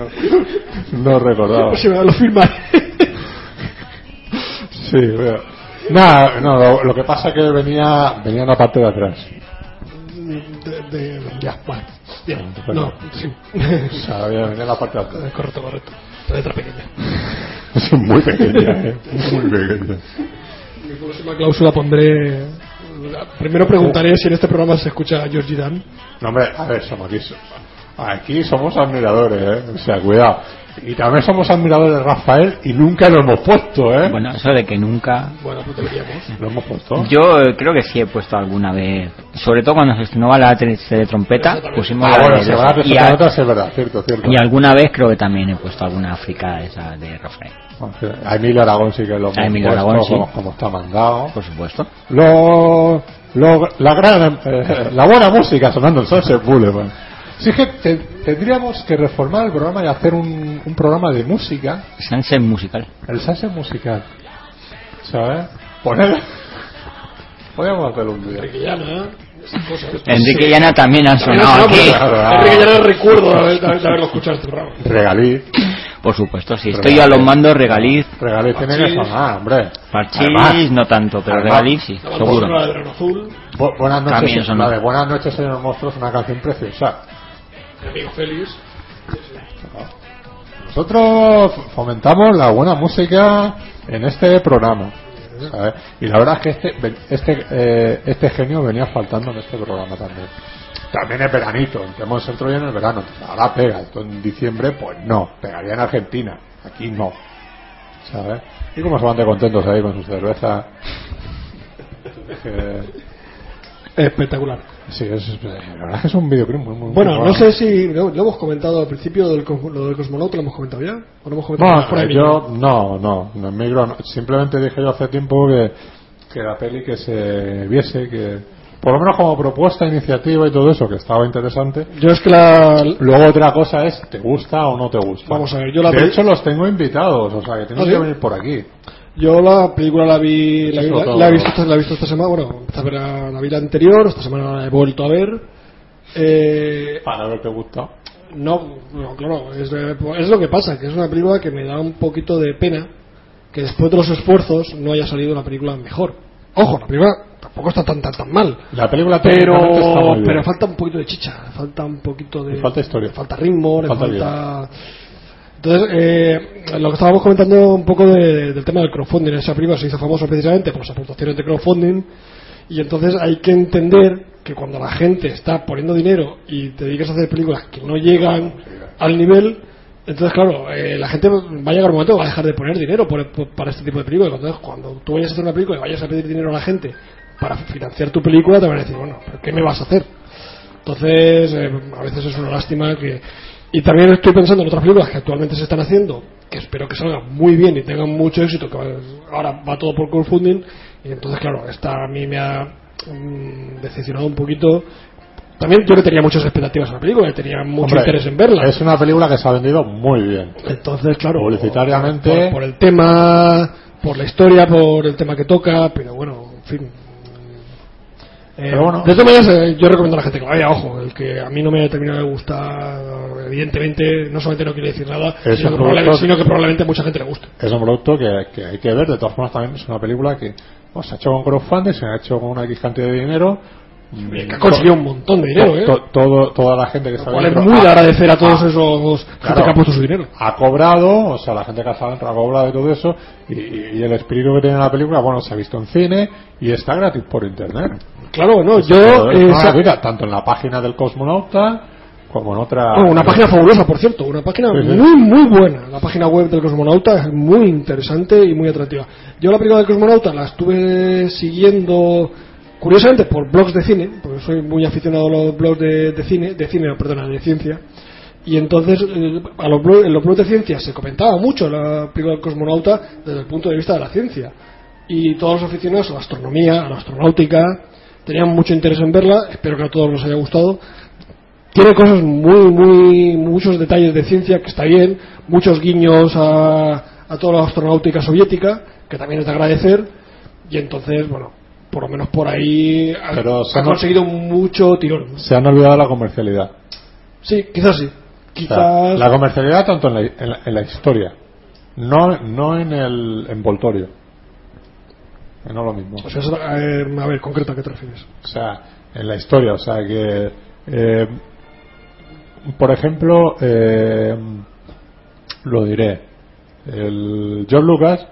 Speaker 1: no, no recordaba.
Speaker 4: Si me lo firma.
Speaker 1: Sí, pero... Nada, no, lo, lo que pasa es que venía, venía la parte de atrás.
Speaker 4: De, de- ya, bueno. Bien.
Speaker 1: Bueno.
Speaker 4: No, sí.
Speaker 1: O sea, venía, venía la parte de atrás.
Speaker 4: correcto, correcto. La letra pequeña.
Speaker 1: Es muy pequeña, ¿eh? Muy pequeña.
Speaker 4: La próxima cláusula pondré Primero preguntaré si en este programa se escucha a Georgie Dan.
Speaker 1: No, hombre, a ver, somos aquí. Aquí somos admiradores, ¿eh? O sea, cuidado. Y también somos admiradores de Rafael y nunca lo hemos puesto, ¿eh?
Speaker 2: Bueno, eso de que nunca.
Speaker 4: Bueno, pues deberíamos.
Speaker 1: ¿Lo hemos puesto?
Speaker 2: Yo eh, creo que sí he puesto alguna vez. Sobre todo cuando se estrenó la tre- de trompeta, pusimos
Speaker 1: Ah,
Speaker 2: la
Speaker 1: bueno,
Speaker 2: de-
Speaker 1: se va a dar
Speaker 2: y, a-
Speaker 1: notas, es verdad, cierto, cierto.
Speaker 2: y alguna vez creo que también he puesto alguna África esa de Rafael.
Speaker 1: A Emilio Aragón sí que lo hemos
Speaker 2: A Emilio
Speaker 1: puesto,
Speaker 2: Aragón, sí.
Speaker 1: como, como está mandado.
Speaker 2: Por supuesto.
Speaker 1: Lo, lo- la gran, eh, la buena música sonando el Sunset Boulevard. Sí que te- tendríamos que reformar el programa y hacer un, un programa de música,
Speaker 2: Sunset musical.
Speaker 1: el Sunset musical. ¿Sabes? Poner. Podríamos hacerlo un día.
Speaker 4: Enrique Llana, esas cosas.
Speaker 2: Enrique Llana también ha
Speaker 4: También
Speaker 2: sonado
Speaker 4: sonaba,
Speaker 2: aquí.
Speaker 1: claro.
Speaker 4: Enrique Llana recuerdo de haber- de haber- de haberlo escuchado este programa.
Speaker 1: Regaliz.
Speaker 2: Por supuesto, si estoy
Speaker 1: Regaliz.
Speaker 2: yo a los mandos, regaliz.
Speaker 1: Regaliz tiene que
Speaker 4: Parchís.
Speaker 1: sonar, hombre.
Speaker 2: Parchís
Speaker 1: Además,
Speaker 2: no tanto, pero
Speaker 1: además,
Speaker 2: regaliz sí,
Speaker 4: La banda sonora
Speaker 2: seguro.
Speaker 4: de Verano Azul,
Speaker 1: bu- buenas
Speaker 2: También
Speaker 1: noches.
Speaker 2: sonó.
Speaker 1: la de buenas noches, señor monstruo, es una canción preciosa.
Speaker 4: mi amigo Félix.
Speaker 1: Nosotros fomentamos la buena música en este programa. ¿sabes? Y la verdad es que este, este, eh, este genio venía faltando en este programa también. También es veranito, entremos en Troya en el verano. Ahora pega, esto en diciembre, pues no, pegaría en Argentina, aquí no. ¿Sabes? ¿Y cómo se van de contentos ahí con su cerveza? Que-
Speaker 4: Espectacular.
Speaker 1: sí, es- la verdad es que es un videoclip muy, muy
Speaker 4: Bueno,
Speaker 1: muy
Speaker 4: no sé si lo, lo hemos comentado al principio del, cos- lo del cosmonauta, lo hemos comentado ya. ¿O lo hemos comentado
Speaker 1: No,
Speaker 4: fuera de
Speaker 1: Pues yo no, no, no en micro no. Simplemente dije yo hace tiempo que, que la peli que se viese, que por lo menos como propuesta, iniciativa y todo eso, que estaba interesante.
Speaker 4: micro? Yo es que la.
Speaker 1: Luego otra cosa es, ¿te gusta o no te gusta?
Speaker 4: Vamos a ver, yo la
Speaker 1: De
Speaker 4: peli-
Speaker 1: hecho los tengo invitados, o sea que tienen
Speaker 4: ¿Ah, sí?
Speaker 1: que venir por aquí.
Speaker 4: Yo la película la vi, la, vi-
Speaker 1: Eso
Speaker 4: la-
Speaker 1: todo.
Speaker 4: la he visto esta, la he visto esta semana, bueno, esta semana la vi la anterior, esta semana la he vuelto a ver. Eh,
Speaker 1: Para ver te gusta.
Speaker 4: no, no, claro, es, eh, es lo que pasa, que es una película que me da un poquito de pena que después de los esfuerzos no haya salido una película mejor. Ojo, la película tampoco está tan tan tan mal,
Speaker 1: La película técnicamente está muy
Speaker 4: pero
Speaker 1: bien.
Speaker 4: pero falta un poquito de chicha, falta un poquito de
Speaker 1: Le falta historia.
Speaker 4: le falta ritmo, le
Speaker 1: Falta
Speaker 4: falta, entonces eh, lo que estábamos comentando un poco de- del tema del crowdfunding, esa prima se hizo famosa precisamente por las aportaciones de crowdfunding y entonces hay que entender que cuando la gente está poniendo dinero y te dedicas a hacer películas que no llegan al nivel entonces, claro, eh, la gente va a llegar un momento que va a dejar de poner dinero por- por- para este tipo de películas. Entonces, cuando tú vayas a hacer una película y vayas a pedir dinero a la gente para financiar tu película, te van a decir, bueno, ¿pero qué me vas a hacer? Entonces, eh, a veces es una lástima que... Y también estoy pensando en otras películas que actualmente se están haciendo, que espero que salgan muy bien y tengan mucho éxito, que va- ahora va todo por crowdfunding, y entonces, claro, esta a mí me ha mm, decepcionado un poquito. También yo le tenía muchas expectativas a la película, le tenía mucho
Speaker 1: Hombre,
Speaker 4: interés en verla.
Speaker 1: Es una película que se ha vendido muy bien.
Speaker 4: Entonces, claro,
Speaker 1: Publicitariamente-
Speaker 4: por, por el tema, por la historia, por el tema que toca, pero bueno, en fin. Eh,
Speaker 1: Pero bueno.
Speaker 4: De todas maneras, eh, yo recomiendo a la gente que lo vea, ojo, el que a mí no me termina de gustar, evidentemente, no solamente no quiere decir nada,
Speaker 1: Eso
Speaker 4: sino
Speaker 1: es
Speaker 4: que, probablemente,
Speaker 1: producto-
Speaker 4: sino que probablemente a mucha gente le guste.
Speaker 1: es un producto que, que hay que ver. De todas formas, también es una película que pues, se ha hecho con crowdfunding, se ha hecho con una X cantidad de dinero.
Speaker 4: Y que ha conseguido un montón de dinero, ¿eh?
Speaker 1: Mm. To- to- todo, toda la gente que
Speaker 4: Lo
Speaker 1: está
Speaker 4: cual es
Speaker 1: dentro
Speaker 4: muy
Speaker 1: ha-
Speaker 4: de agradecer a todos
Speaker 1: ha-
Speaker 4: esos gente
Speaker 1: Claro.
Speaker 4: que ha puesto su dinero.
Speaker 1: ha cobrado, o sea, la gente que ha estado dentro ha cobrado y todo eso, y, y el espíritu que tiene la película, bueno, se ha visto en cine y está gratis por internet.
Speaker 4: Claro, no,
Speaker 1: Pues Pero
Speaker 4: yo...
Speaker 1: es
Speaker 4: eh,
Speaker 1: una
Speaker 4: sa-
Speaker 1: gratuita, tanto en la página del cosmonauta como en otra.
Speaker 4: Bueno, Oh, una página fabulosa, por cierto, una página
Speaker 1: Sí, sí.
Speaker 4: muy, muy buena. La página web del cosmonauta es muy interesante y muy atractiva. Yo la película del cosmonauta la estuve siguiendo, curiosamente, por blogs de cine, porque soy muy aficionado a los blogs de, de cine, de cine, no, perdona, de ciencia. Y entonces, eh, a los blogs, en los blogs de ciencia se comentaba mucho la película del cosmonauta desde el punto de vista de la ciencia. Y todos los aficionados a la astronomía, a la astronáutica, tenían mucho interés en verla. Espero que a todos les haya gustado tiene cosas muy, muy, muchos detalles de ciencia que está bien, muchos guiños a, a toda la astronáutica soviética, que también es de agradecer, y entonces, bueno, por lo menos por ahí ha,
Speaker 1: Pero
Speaker 4: ha
Speaker 1: se han-
Speaker 4: conseguido mucho tirón.
Speaker 1: Se han olvidado la comercialidad.
Speaker 4: Sí, quizás sí.
Speaker 1: O sea,
Speaker 4: Quizás.
Speaker 1: la comercialidad tanto en la, en la- en la historia, no, no en el envoltorio. Que No es lo mismo.
Speaker 4: o sea, es- eh, a ver, concreta, ¿a qué te refieres?
Speaker 1: O sea, en la historia. O sea, que. eh, por ejemplo, eh, lo diré. El John Lucas,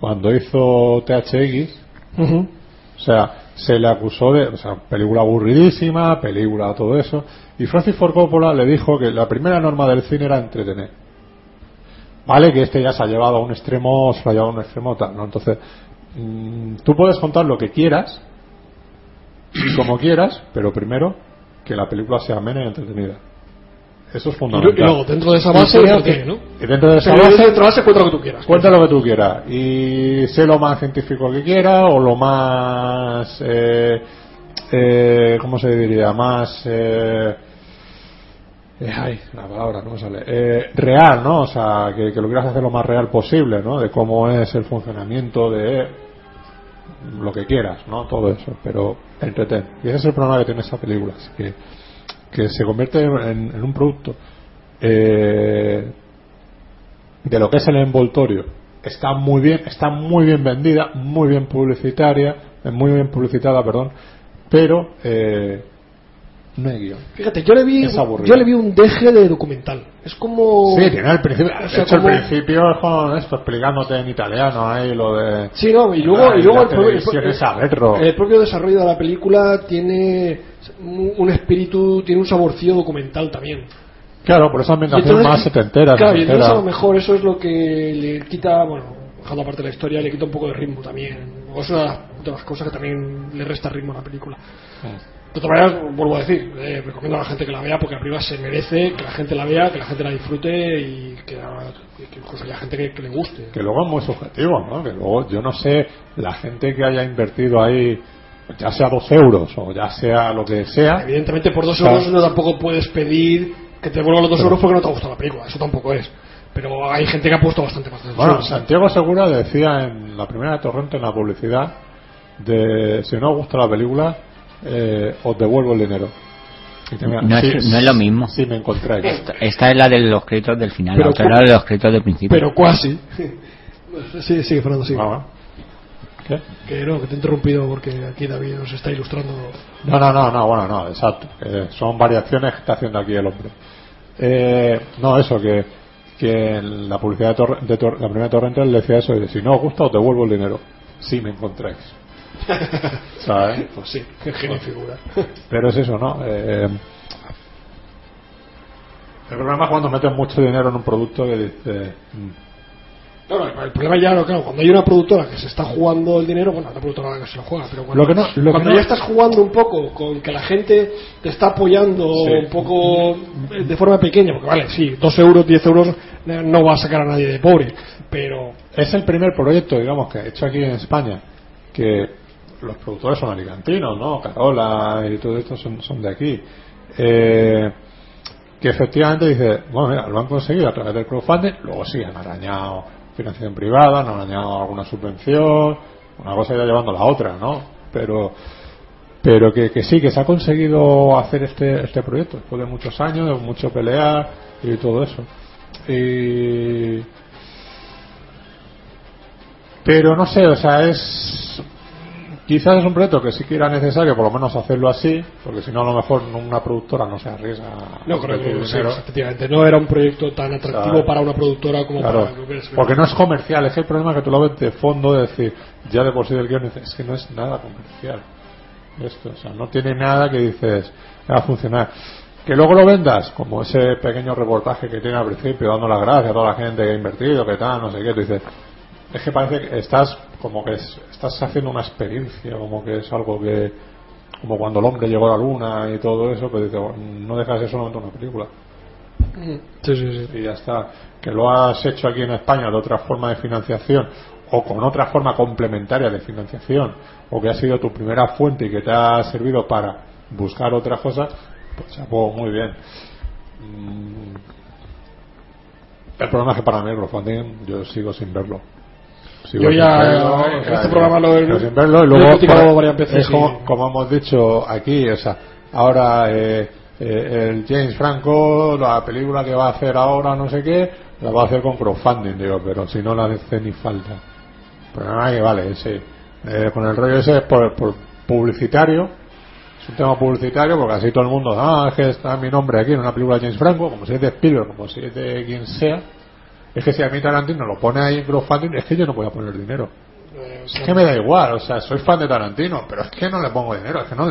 Speaker 1: cuando hizo THX, o sea, se le acusó de, o sea, película aburridísima, película todo eso, y Francis Ford Coppola le dijo que la primera norma del cine era entretener. Vale, que este ya se ha llevado a un extremo, se lo ha llevado a un extremo tal, ¿no? Entonces, mm, tú puedes contar lo que quieras, y como quieras, pero primero, que la película sea amena y entretenida. Eso es
Speaker 4: Y lu-
Speaker 1: fundamental.
Speaker 4: y luego, dentro de esa base,
Speaker 1: Y creo
Speaker 4: lo
Speaker 1: que-
Speaker 4: tiene, ¿no?
Speaker 1: y dentro de Ah, esa
Speaker 4: Pero
Speaker 1: base,
Speaker 4: dentro de esa base, cuenta lo que tú quieras.
Speaker 1: Cuenta lo que tú quieras y sé lo más científico que quiera o lo más, eh, eh, ¿cómo se diría? Más, eh, eh, ay, la palabra no me sale, Eh, real, ¿no? O sea, que, que lo quieras hacer lo más real posible, ¿no? De cómo es el funcionamiento de lo que quieras, ¿no? Todo eso, pero entretén. Y ese es el problema que tiene esa película, así que, que se convierte en, en un producto. Eh, de lo que es el envoltorio está muy bien está muy bien vendida muy bien publicitaria eh, muy bien publicitada perdón pero eh, no hay guión
Speaker 4: Fíjate, yo le vi,
Speaker 1: Es aburrido.
Speaker 4: yo le vi un deje de documental. Es como.
Speaker 1: sí tiene al principio
Speaker 4: o
Speaker 1: de
Speaker 4: sea,
Speaker 1: hecho, al
Speaker 4: como-
Speaker 1: principio es con esto explicándote en italiano ahí lo de
Speaker 4: Sí, no, y luego, y luego
Speaker 1: la
Speaker 4: el, propio, el
Speaker 1: televisión
Speaker 4: pro-
Speaker 1: es a verlo.
Speaker 4: el propio desarrollo de la película tiene un un espíritu, tiene un saborcillo documental también.
Speaker 1: claro por esa ambientación más setentera
Speaker 4: claro, y entonces a lo
Speaker 1: noventera.
Speaker 4: mejor eso es lo que le quita, bueno, dejando aparte la historia, le quita un poco de ritmo también. O es una de las- de las cosas que también le resta ritmo a la película. De todas maneras, vuelvo a decir, eh, recomiendo a la gente que la vea porque arriba se merece que la gente la vea, que la gente la disfrute y que, que incluso haya gente que, que le guste.
Speaker 1: que luego es muy subjetivo, ¿no? Que luego, yo no sé, la gente que haya invertido ahí, ya sea dos euros o ya sea lo que sea,
Speaker 4: Evidentemente, por dos
Speaker 1: Claro.
Speaker 4: euros no tampoco puedes pedir que te vuelvan los dos euros porque no te ha gustado la película. Eso tampoco es. Pero hay gente que ha puesto bastante más de dos
Speaker 1: Bueno,
Speaker 4: euros.
Speaker 1: Santiago Segura decía en la primera torrente en la publicidad de si no os gusta la película eh, os devuelvo el dinero. Y tenía-
Speaker 2: No es- no es lo mismo.
Speaker 1: Sí, me encontráis.
Speaker 2: Esta es la de los créditos del final, la
Speaker 4: Pero
Speaker 2: otra era la de los créditos del principio.
Speaker 4: Pero casi. Sí, sigue, Fernando, sigue.
Speaker 1: Ah, bueno. ¿Qué?
Speaker 4: Que no, que te he interrumpido porque aquí David nos está ilustrando.
Speaker 1: No, no, no, no, bueno, no, exacto. Eh, son variaciones que está haciendo aquí el hombre. Eh, no, eso, que, que en la publicidad de, Torre- de Tor- la primera torrente le decía eso, de, si no os gusta os devuelvo el dinero. Si me encontráis. ¿Sabes?
Speaker 4: Pues sí, qué genio de figura.
Speaker 1: Pero es eso, ¿no? Eh, el problema es cuando metes mucho dinero en un producto que dices... mm,
Speaker 4: No, no, el problema ya, no, claro, cuando hay una productora que se está jugando el dinero, bueno, la productora que se lo juega, pero cuando,
Speaker 1: Lo que no- lo que
Speaker 4: cuando
Speaker 1: no-
Speaker 4: ya estás jugando un poco con que la gente te está apoyando
Speaker 1: Sí.
Speaker 4: un poco eh, de forma pequeña, porque vale, sí, dos euros, diez euros eh, no va a sacar a nadie de pobre, pero
Speaker 1: Es el primer proyecto, digamos, que he hecho aquí en España, que los productores son alicantinos, ¿no? Carola y todo esto son, son de aquí. Eh, que efectivamente dice, bueno, mira, lo han conseguido a través del crowdfunding, luego sí, han arañado financiación privada, han arañado alguna subvención, una cosa irá llevando a la otra, ¿no? Pero pero que, que sí, que se ha conseguido hacer este, este proyecto después de muchos años, de mucho pelear y todo eso. Y, pero no sé, o sea, es. Quizás es un proyecto que sí que era necesario, por lo menos hacerlo así, porque si no, a lo mejor no- una productora no se arriesga. a
Speaker 4: no creo
Speaker 1: meter
Speaker 4: que sí,
Speaker 1: dinero.
Speaker 4: efectivamente, no era un proyecto tan atractivo
Speaker 1: Claro.
Speaker 4: para una productora como
Speaker 1: Claro,
Speaker 4: para lo que es-
Speaker 1: porque no es comercial, es que el problema que tú lo ves de fondo, de decir, ya de por sí del guión, dices, es que no es nada comercial. Esto, o sea, no tiene nada que dices, va a funcionar. Que luego lo vendas, como ese pequeño reportaje que tiene al principio, dando las gracias a toda la gente que ha invertido, que tal, no sé qué, tú dices, es que parece que estás como que es- estás haciendo una experiencia, como que es algo que, como cuando el hombre llegó a la luna y todo eso, pues dices, bueno, no deja de ser solamente una película
Speaker 4: Mm. Sí, sí, sí.
Speaker 1: y ya está. Que lo has hecho aquí en España de otra forma de financiación o con otra forma complementaria de financiación o que ha sido tu primera fuente y que te ha servido para buscar otras cosas, pues chapó, muy bien. Mm. El problema es que para mí el crowdfunding yo sigo sin verlo. Sigo
Speaker 4: Yo
Speaker 1: sin
Speaker 4: ya,
Speaker 1: verlo,
Speaker 4: en
Speaker 1: o sea,
Speaker 4: este programa lo he-
Speaker 1: sigo sin verlo,
Speaker 4: lo he
Speaker 1: y luego
Speaker 4: criticado
Speaker 1: por-
Speaker 4: varias veces
Speaker 1: es
Speaker 4: y-
Speaker 1: como, como hemos dicho aquí, o sea, ahora eh, eh, el James Franco, la película que va a hacer ahora, no sé qué, la va a hacer con crowdfunding, digo, pero si no la hace ni falta. Pero nada que vale, sí. Eh, con el rollo ese es por, por publicitario, es un tema publicitario porque así todo el mundo, ah, es que está mi nombre aquí en una película de James Franco, como si es de Spielberg, como si es de quien sea. Es que si a mí Tarantino lo pone ahí en crowdfunding, es que yo no voy a poner dinero.
Speaker 4: eh, o sea,
Speaker 1: Es que me da igual, o sea, soy fan de Tarantino, pero es que no le pongo dinero, es que no.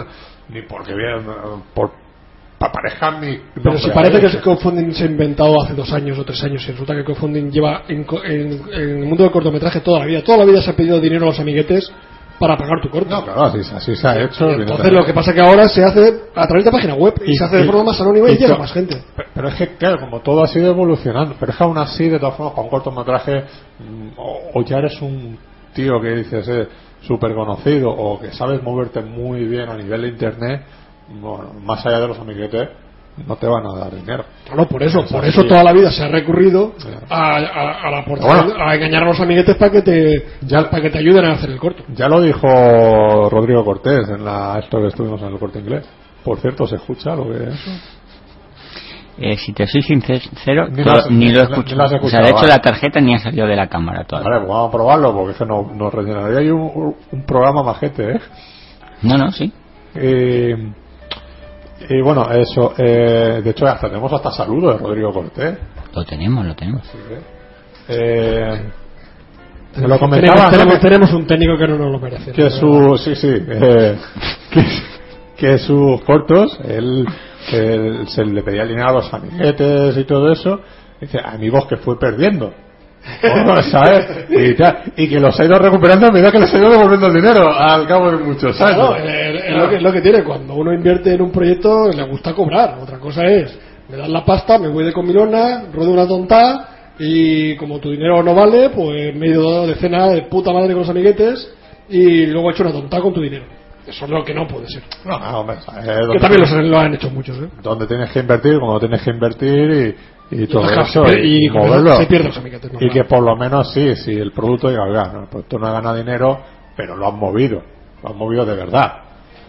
Speaker 1: Ni porque bien. Por, para parejar mi.
Speaker 4: Pero
Speaker 1: nombre
Speaker 4: si
Speaker 1: a
Speaker 4: parece que
Speaker 1: ese.
Speaker 4: el crowdfunding se ha inventado hace dos años o tres años, y resulta que el crowdfunding lleva en, co- en- en el mundo del cortometraje toda la vida. Toda la vida se ha pedido dinero a los amiguetes para pagar tu corto.
Speaker 1: No, claro, así, así se ha hecho.
Speaker 4: Entonces lo que pasa que ahora se hace a través de página web y,
Speaker 1: Y-
Speaker 4: se hace de
Speaker 1: y-
Speaker 4: forma más anónima y,
Speaker 1: y
Speaker 4: llega
Speaker 1: to-
Speaker 4: más gente.
Speaker 1: Pe- Pero es que, claro, como todo ha sido evolucionando, pero es que aún así, de todas formas, para un cortometraje, mm, o, o ya eres un tío que dices eh, súper conocido o que sabes moverte muy bien a nivel de internet, bueno, más allá de los amiguetes, no te van a dar dinero.
Speaker 4: Claro, por eso,
Speaker 1: Pues
Speaker 4: por
Speaker 1: así
Speaker 4: eso
Speaker 1: es.
Speaker 4: toda la vida se ha recurrido
Speaker 1: Claro.
Speaker 4: a, a- a la aportación-
Speaker 1: Pero bueno.
Speaker 4: a engañar a los amiguetes para que te
Speaker 1: Ya-
Speaker 4: para que te ayuden a hacer el corto.
Speaker 1: Ya lo dijo Rodrigo Cortés en la esto que estuvimos en el corte inglés. Por cierto, ¿se escucha lo que es?
Speaker 2: Eh, si te soy sincero,
Speaker 1: Ni
Speaker 2: to-
Speaker 1: las- ni-
Speaker 2: ni lo he
Speaker 1: ni las he
Speaker 2: escuchado. O sea,
Speaker 1: escuchado,
Speaker 2: de hecho,
Speaker 1: vale.
Speaker 2: la tarjeta ni ha salido de la cámara todavía.
Speaker 1: Vale, pues vamos a probarlo porque es que no- nos rellenaría ahí un, un programa majete, ¿eh?
Speaker 2: No, no, sí.
Speaker 1: Eh, y bueno, eso. eh, de hecho, hasta tenemos hasta saludos de Rodrigo Cortés.
Speaker 2: Lo tenemos, lo tenemos.
Speaker 1: Sí, ¿eh? Eh, me lo comentaba
Speaker 4: tenemos,
Speaker 1: ¿no?
Speaker 4: tenemos-
Speaker 1: que-
Speaker 4: tenemos un técnico que no nos lo merece.
Speaker 1: que
Speaker 4: la verdad.
Speaker 1: su sí sí eh, que, que sus cortos él, él se le pedía dinero a los amiguetes y todo eso dice amigos que fue perdiendo Oh, ¿sabes? Y, tal, y que los ha ido recuperando a medida que les ha ido devolviendo el dinero al cabo de muchos años
Speaker 4: Claro, eh, eh, es, lo que, es lo que tiene. Cuando uno invierte en un proyecto, le gusta cobrar. Otra cosa es, me das la pasta, me voy de comilona, rodo una tonta y como tu dinero no vale, pues me he ido de cena de puta madre con los amiguetes y luego he hecho una tonta con tu dinero. Eso es lo que no puede ser.
Speaker 1: No, hombre, ¿sabes?
Speaker 4: Que también los- lo han hecho muchos, ¿eh?
Speaker 1: donde tienes que invertir, cuando tienes que invertir y, y todo
Speaker 4: dejar-
Speaker 1: eso,
Speaker 4: y-
Speaker 1: y,
Speaker 4: y
Speaker 1: moverlo.
Speaker 4: se pierden los amiguetes,
Speaker 1: y
Speaker 4: normal.
Speaker 1: que por lo menos sí, si el producto diga, oiga, no, pues tú no ganas dinero, pero lo has movido, lo has movido de verdad.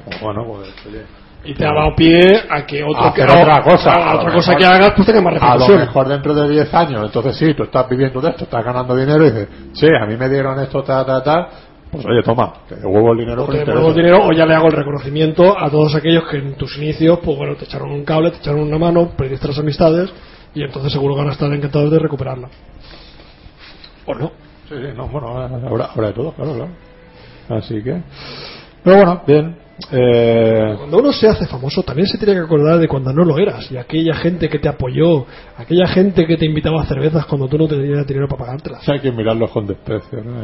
Speaker 1: Pues Bueno, pues, oye,
Speaker 4: Y te ha dado pie a que otro,
Speaker 1: A hacer
Speaker 4: Ah, que-
Speaker 1: otra cosa.
Speaker 4: a- a
Speaker 1: A lo
Speaker 4: otra cosa
Speaker 1: mejor-
Speaker 4: que hagas, pues tenga más
Speaker 1: a lo
Speaker 4: repercusión.
Speaker 1: mejor dentro de 10 años, entonces sí, tú estás viviendo de esto, estás ganando dinero y dices, sí, a mí me dieron esto, tal, tal, tal, pues oye, toma, te devuelvo el dinero
Speaker 4: O
Speaker 1: por
Speaker 4: te
Speaker 1: interés.
Speaker 4: devuelvo el dinero o ya le hago el reconocimiento a todos aquellos que en tus inicios, pues bueno, te echaron un cable, te echaron una mano, perdiste las amistades y entonces seguro que van a estar encantados de recuperarla. ¿O no?
Speaker 1: Sí, sí, no, bueno, ahora, ahora de todo, claro, claro. Así que. Pero bueno, bien. Eh,
Speaker 4: Cuando uno se hace famoso también se tiene que acordar de cuando no lo eras y aquella gente que te apoyó, aquella gente que te invitaba a cervezas cuando tú no tenías dinero para pagártelas.
Speaker 1: Sí, hay que mirarlos con desprecio, ¿no?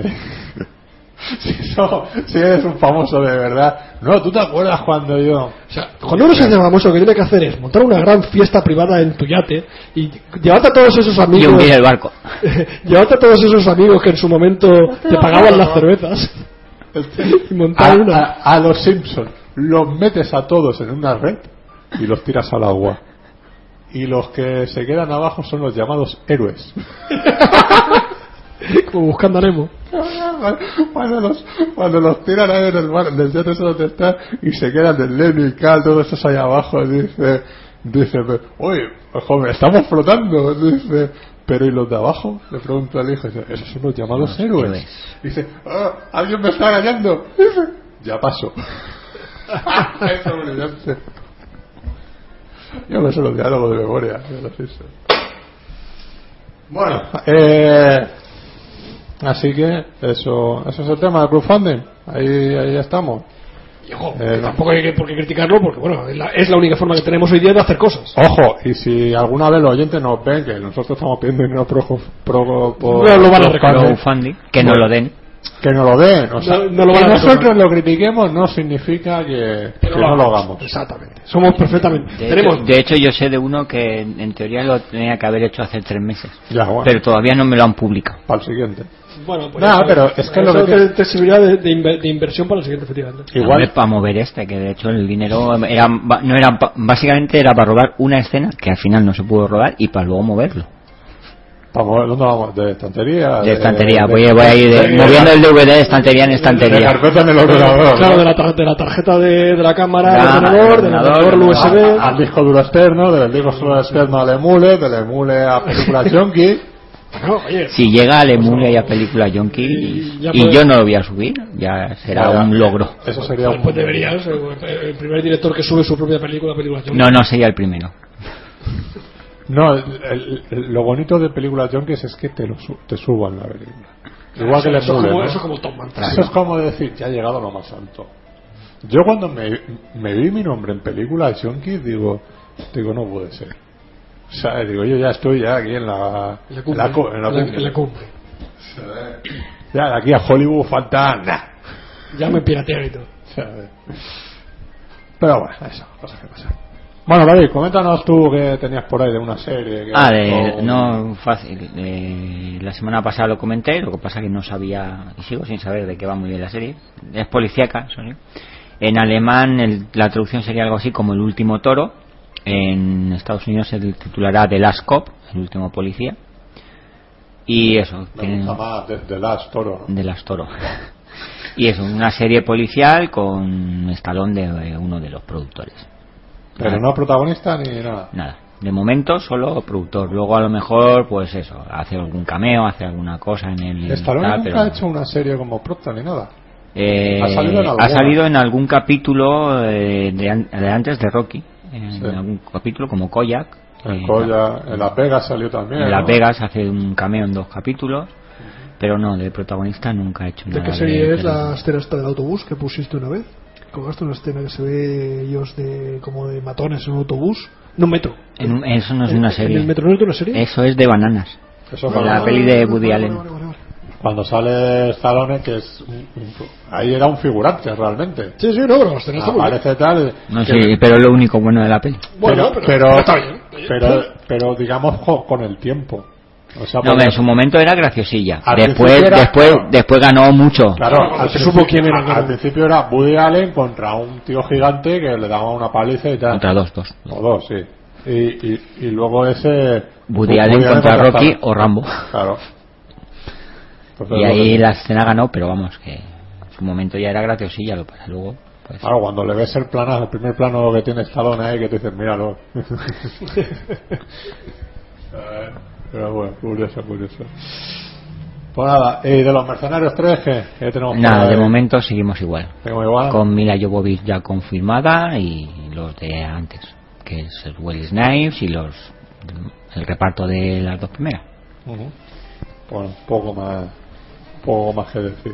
Speaker 1: si, so- si eres un famoso de verdad. No, ¿tú te acuerdas cuando yo...?
Speaker 4: O sea, cuando uno se hace famoso, lo que tiene que hacer es montar una gran fiesta privada en tu yate y llevarte a todos esos
Speaker 2: Y
Speaker 4: amigos.
Speaker 2: hundir el barco.
Speaker 4: llevarte a todos esos amigos que en su momento te pagaban las cervezas. Y montar
Speaker 1: a,
Speaker 4: una.
Speaker 1: a- a los Simpsons. Los metes a todos en una red y los tiras al agua. Y los que se quedan abajo son los llamados héroes.
Speaker 4: Como buscando a Nemo.
Speaker 1: cuando los, cuando los tiran ahí en el mar, en el yate ese donde está, y se quedan del Lenny y Cal, todos esos ahí abajo, dice, dice, oye, joven, estamos flotando, dice, pero ¿y los de abajo? Le pregunta al hijo, dice, esos son los llamados
Speaker 2: Ah, Los
Speaker 1: héroes.
Speaker 2: héroes.
Speaker 1: Dice, "Ah, alguien me está engañando, dice, ya paso. es brillante. Yo me sé los diálogos de memoria, de los Simpsons. Bueno, eh, Así que eso, eso es el tema del crowdfunding. Ahí, ahí estamos.
Speaker 4: Y ojo,
Speaker 1: Eh,
Speaker 4: que
Speaker 1: no.
Speaker 4: tampoco hay que, por qué criticarlo porque, bueno, es la, es la única forma que tenemos hoy día de hacer cosas.
Speaker 1: Ojo, y si alguna vez los oyentes nos ven que nosotros estamos pidiendo dinero pro, pro- por-
Speaker 4: No lo van a reconocer.
Speaker 1: crowdfunding,
Speaker 2: Crowdfunding. Que no lo den.
Speaker 1: que nos lo den. O sea,
Speaker 4: No- no lo
Speaker 1: que
Speaker 4: van a
Speaker 1: nosotros
Speaker 4: reconocer.
Speaker 1: lo critiquemos no significa que, que
Speaker 4: Pero
Speaker 1: no lo hagamos.
Speaker 4: Exactamente. Somos perfectamente.
Speaker 2: De
Speaker 4: tenemos.
Speaker 2: hecho, de hecho, yo sé de uno que en en teoría lo tenía que haber hecho hace tres meses.
Speaker 1: Ya, bueno,
Speaker 2: Pero todavía no me lo han publicado.
Speaker 1: para el siguiente.
Speaker 4: bueno, pues.
Speaker 1: No,
Speaker 4: eso-
Speaker 1: pero es que lo
Speaker 4: eso
Speaker 1: que
Speaker 4: te,
Speaker 1: tiene-
Speaker 4: te servirá de, de inver- de inversión para el siguiente festival. ¿no?
Speaker 1: Igual,
Speaker 2: para mover este, que de hecho el dinero era, ba- no era, pa- básicamente era para robar una escena que al final no se pudo robar y para luego moverlo.
Speaker 1: para mover- ¿dónde vamos? ¿De estantería?
Speaker 2: De estantería, voy, voy a ir de- moviendo el DVD de estantería en
Speaker 1: de
Speaker 2: estantería.
Speaker 1: carpeta en el ordenador.
Speaker 4: Claro,
Speaker 1: ¿no?
Speaker 4: de la, tar- de la tarjeta de, de la cámara,
Speaker 2: Ya,
Speaker 4: del
Speaker 2: del
Speaker 4: ordenador, del
Speaker 2: ordenador,
Speaker 4: Ah, ordenador,
Speaker 1: A-
Speaker 4: USB.
Speaker 1: al disco duro externo, del disco duro externo al emule, del emule a películas junkie.
Speaker 4: Bueno, oye,
Speaker 2: Si llega a Lemuria y a película Yonki y,
Speaker 4: Ya
Speaker 2: y
Speaker 4: puede-
Speaker 2: yo no lo voy a subir, ya será
Speaker 1: Vaya,
Speaker 2: un logro.
Speaker 1: Eso sería un...
Speaker 4: pues deberías. eh, El primer director que sube su propia película, película.
Speaker 2: No, no sería el primero.
Speaker 1: No, el- el- el- lo bonito de películas junkies es que te, lo su- te suban la película. Igual que el
Speaker 4: eso, es
Speaker 1: emule,
Speaker 4: como,
Speaker 1: ¿no?
Speaker 4: eso es como Tom Mantra.
Speaker 1: Eso es como decir, ya ha llegado lo más alto. Yo cuando me, me vi mi nombre en película de Chunky, digo, digo, no puede ser. O sea, digo, yo ya estoy ya aquí en la,
Speaker 4: En la
Speaker 1: en
Speaker 4: cumbre.
Speaker 1: la cu- en la
Speaker 4: en la-
Speaker 1: cumbre.
Speaker 4: en la cumbre.
Speaker 1: Ya de aquí a Hollywood falta nada.
Speaker 4: Ya me piratean y todo.
Speaker 1: O sea, eh. Pero bueno, eso, cosas que pasan. Bueno, David, coméntanos tú que tenías por ahí de una serie. que-
Speaker 2: Ah, de,
Speaker 1: o-
Speaker 2: no, fácil. eh, la semana pasada lo comenté, lo que pasa que no sabía, y sigo sin saber de qué va muy bien la serie. Es policíaca, sorry. En alemán el- la traducción sería algo así como El último toro. En Estados Unidos se titulará The Last Cop, El último policía. Y eso,
Speaker 1: Me
Speaker 2: tiene-
Speaker 1: gusta más de, de Last Toro. ¿no?
Speaker 2: de las Toro. Y es una serie policial con estalón de eh, uno de los productores.
Speaker 1: Pero no protagonista ni nada.
Speaker 2: Nada. De momento solo productor. Luego a lo mejor, pues eso, hace algún cameo, hace alguna cosa en el...
Speaker 1: Stallone
Speaker 2: tal,
Speaker 1: nunca
Speaker 2: pero
Speaker 1: ha
Speaker 2: no.
Speaker 1: hecho una serie como prota ni nada.
Speaker 2: Eh,
Speaker 1: ha salido en alguna.
Speaker 2: ha salido en algún capítulo eh, de, an- de antes de Rocky. En
Speaker 1: Sí.
Speaker 2: algún capítulo como Koyak.
Speaker 1: En
Speaker 2: eh,
Speaker 1: Colla, en Las Vegas salió también.
Speaker 2: en Las
Speaker 1: ¿no?
Speaker 2: Vegas hace un cameo en dos capítulos. Pero no, de protagonista nunca ha hecho
Speaker 9: ¿De
Speaker 2: nada.
Speaker 9: qué serie es
Speaker 2: pero-
Speaker 9: la escena esta del autobús que pusiste una vez? Colgaste una escena que se ve ellos de, como de matones en un autobús. No, metro.
Speaker 2: En un- eso no es una
Speaker 9: ¿En
Speaker 2: serie.
Speaker 9: el metro no es de una serie?
Speaker 2: Eso es de bananas.
Speaker 1: Eso
Speaker 2: La
Speaker 1: cuando,
Speaker 2: peli de Woody
Speaker 9: Vale,
Speaker 2: Allen.
Speaker 9: vale, vale, vale.
Speaker 1: cuando sale Stallone, que es. un- un- ahí era un figurante realmente.
Speaker 4: Sí, sí, no, pero las
Speaker 1: Ah,
Speaker 4: tenés muy bien.
Speaker 1: Aparece tal. eh,
Speaker 2: No
Speaker 1: que-
Speaker 2: sé, pero es lo único bueno de la peli.
Speaker 4: Bueno,
Speaker 1: pero,
Speaker 4: pero,
Speaker 1: pero,
Speaker 4: pero está bien. Oye,
Speaker 1: pero- pero digamos co- con el tiempo. O sea,
Speaker 2: No,
Speaker 1: porque-
Speaker 2: en su momento era graciosilla.
Speaker 1: Al
Speaker 2: Después,
Speaker 1: principio era-
Speaker 2: después, después ganó mucho.
Speaker 1: Claro, al,
Speaker 4: se
Speaker 1: principio-
Speaker 4: supo quién era,
Speaker 1: al-
Speaker 4: claro.
Speaker 1: al principio era Woody Allen contra un tío gigante que le daba una paliza y tal.
Speaker 2: Contra dos, dos.
Speaker 1: O dos, sí. Y, y, y luego ese.
Speaker 2: Woody Allen contra Rocky o Rambo.
Speaker 1: Claro. Entonces,
Speaker 2: Y
Speaker 1: lo
Speaker 2: ahí
Speaker 1: que-
Speaker 2: la escena ganó, pero vamos, que en su momento ya era graciosilla, lo para luego. pues,
Speaker 1: Claro, cuando le ves el plano, el primer plano que tiene Stallone ahí, que te dices, míralo. Pero bueno, curioso, curioso. Pues nada, ¿y de los mercenarios 3 que, tenemos?
Speaker 2: Nada,
Speaker 1: por
Speaker 2: de
Speaker 1: ahí?
Speaker 2: momento seguimos igual.
Speaker 1: Tengo igual.
Speaker 2: Con Mila Jovovich ya confirmada y los de antes, que es el Wesley Snipes y los el reparto de las dos primeras.
Speaker 1: Ujú. Bueno, poco más, poco más que decir.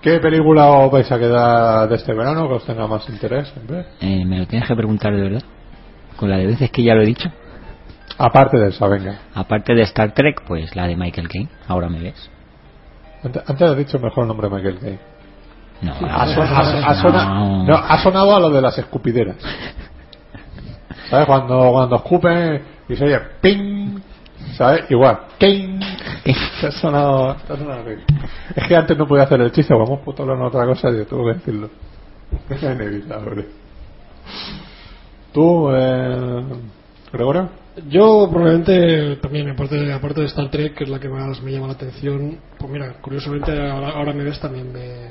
Speaker 1: ¿Qué película os vais a quedar de este verano que os tenga más interés en ver?
Speaker 2: Eh, me lo tienes que preguntar de verdad. Con la de veces que ya lo he dicho.
Speaker 1: Aparte de esa, venga.
Speaker 2: Aparte de Star Trek, pues la de Michael Caine. Ahora me ves.
Speaker 1: Antes, antes has dicho mejor el nombre de Michael Caine.
Speaker 2: No,
Speaker 1: Ha, son-
Speaker 2: ahora-
Speaker 1: ha- ha sona-
Speaker 2: No.
Speaker 1: no, ha sonado a lo de las escupideras. ¿Sabes? Cuando, cuando escupen y se oye ping, ¿sabes? Igual, ping. Te ha sonado, te ha sonado bien. Es que antes no podía hacer el chiste, vamos puto hablar otra cosa y yo tuve que decirlo. Es inevitable. ¿Tú, eh, Gregorio?
Speaker 4: Yo probablemente también, aparte de, aparte de Star Trek, que es la que más me llama la atención, pues mira, curiosamente ahora, ahora me ves también me,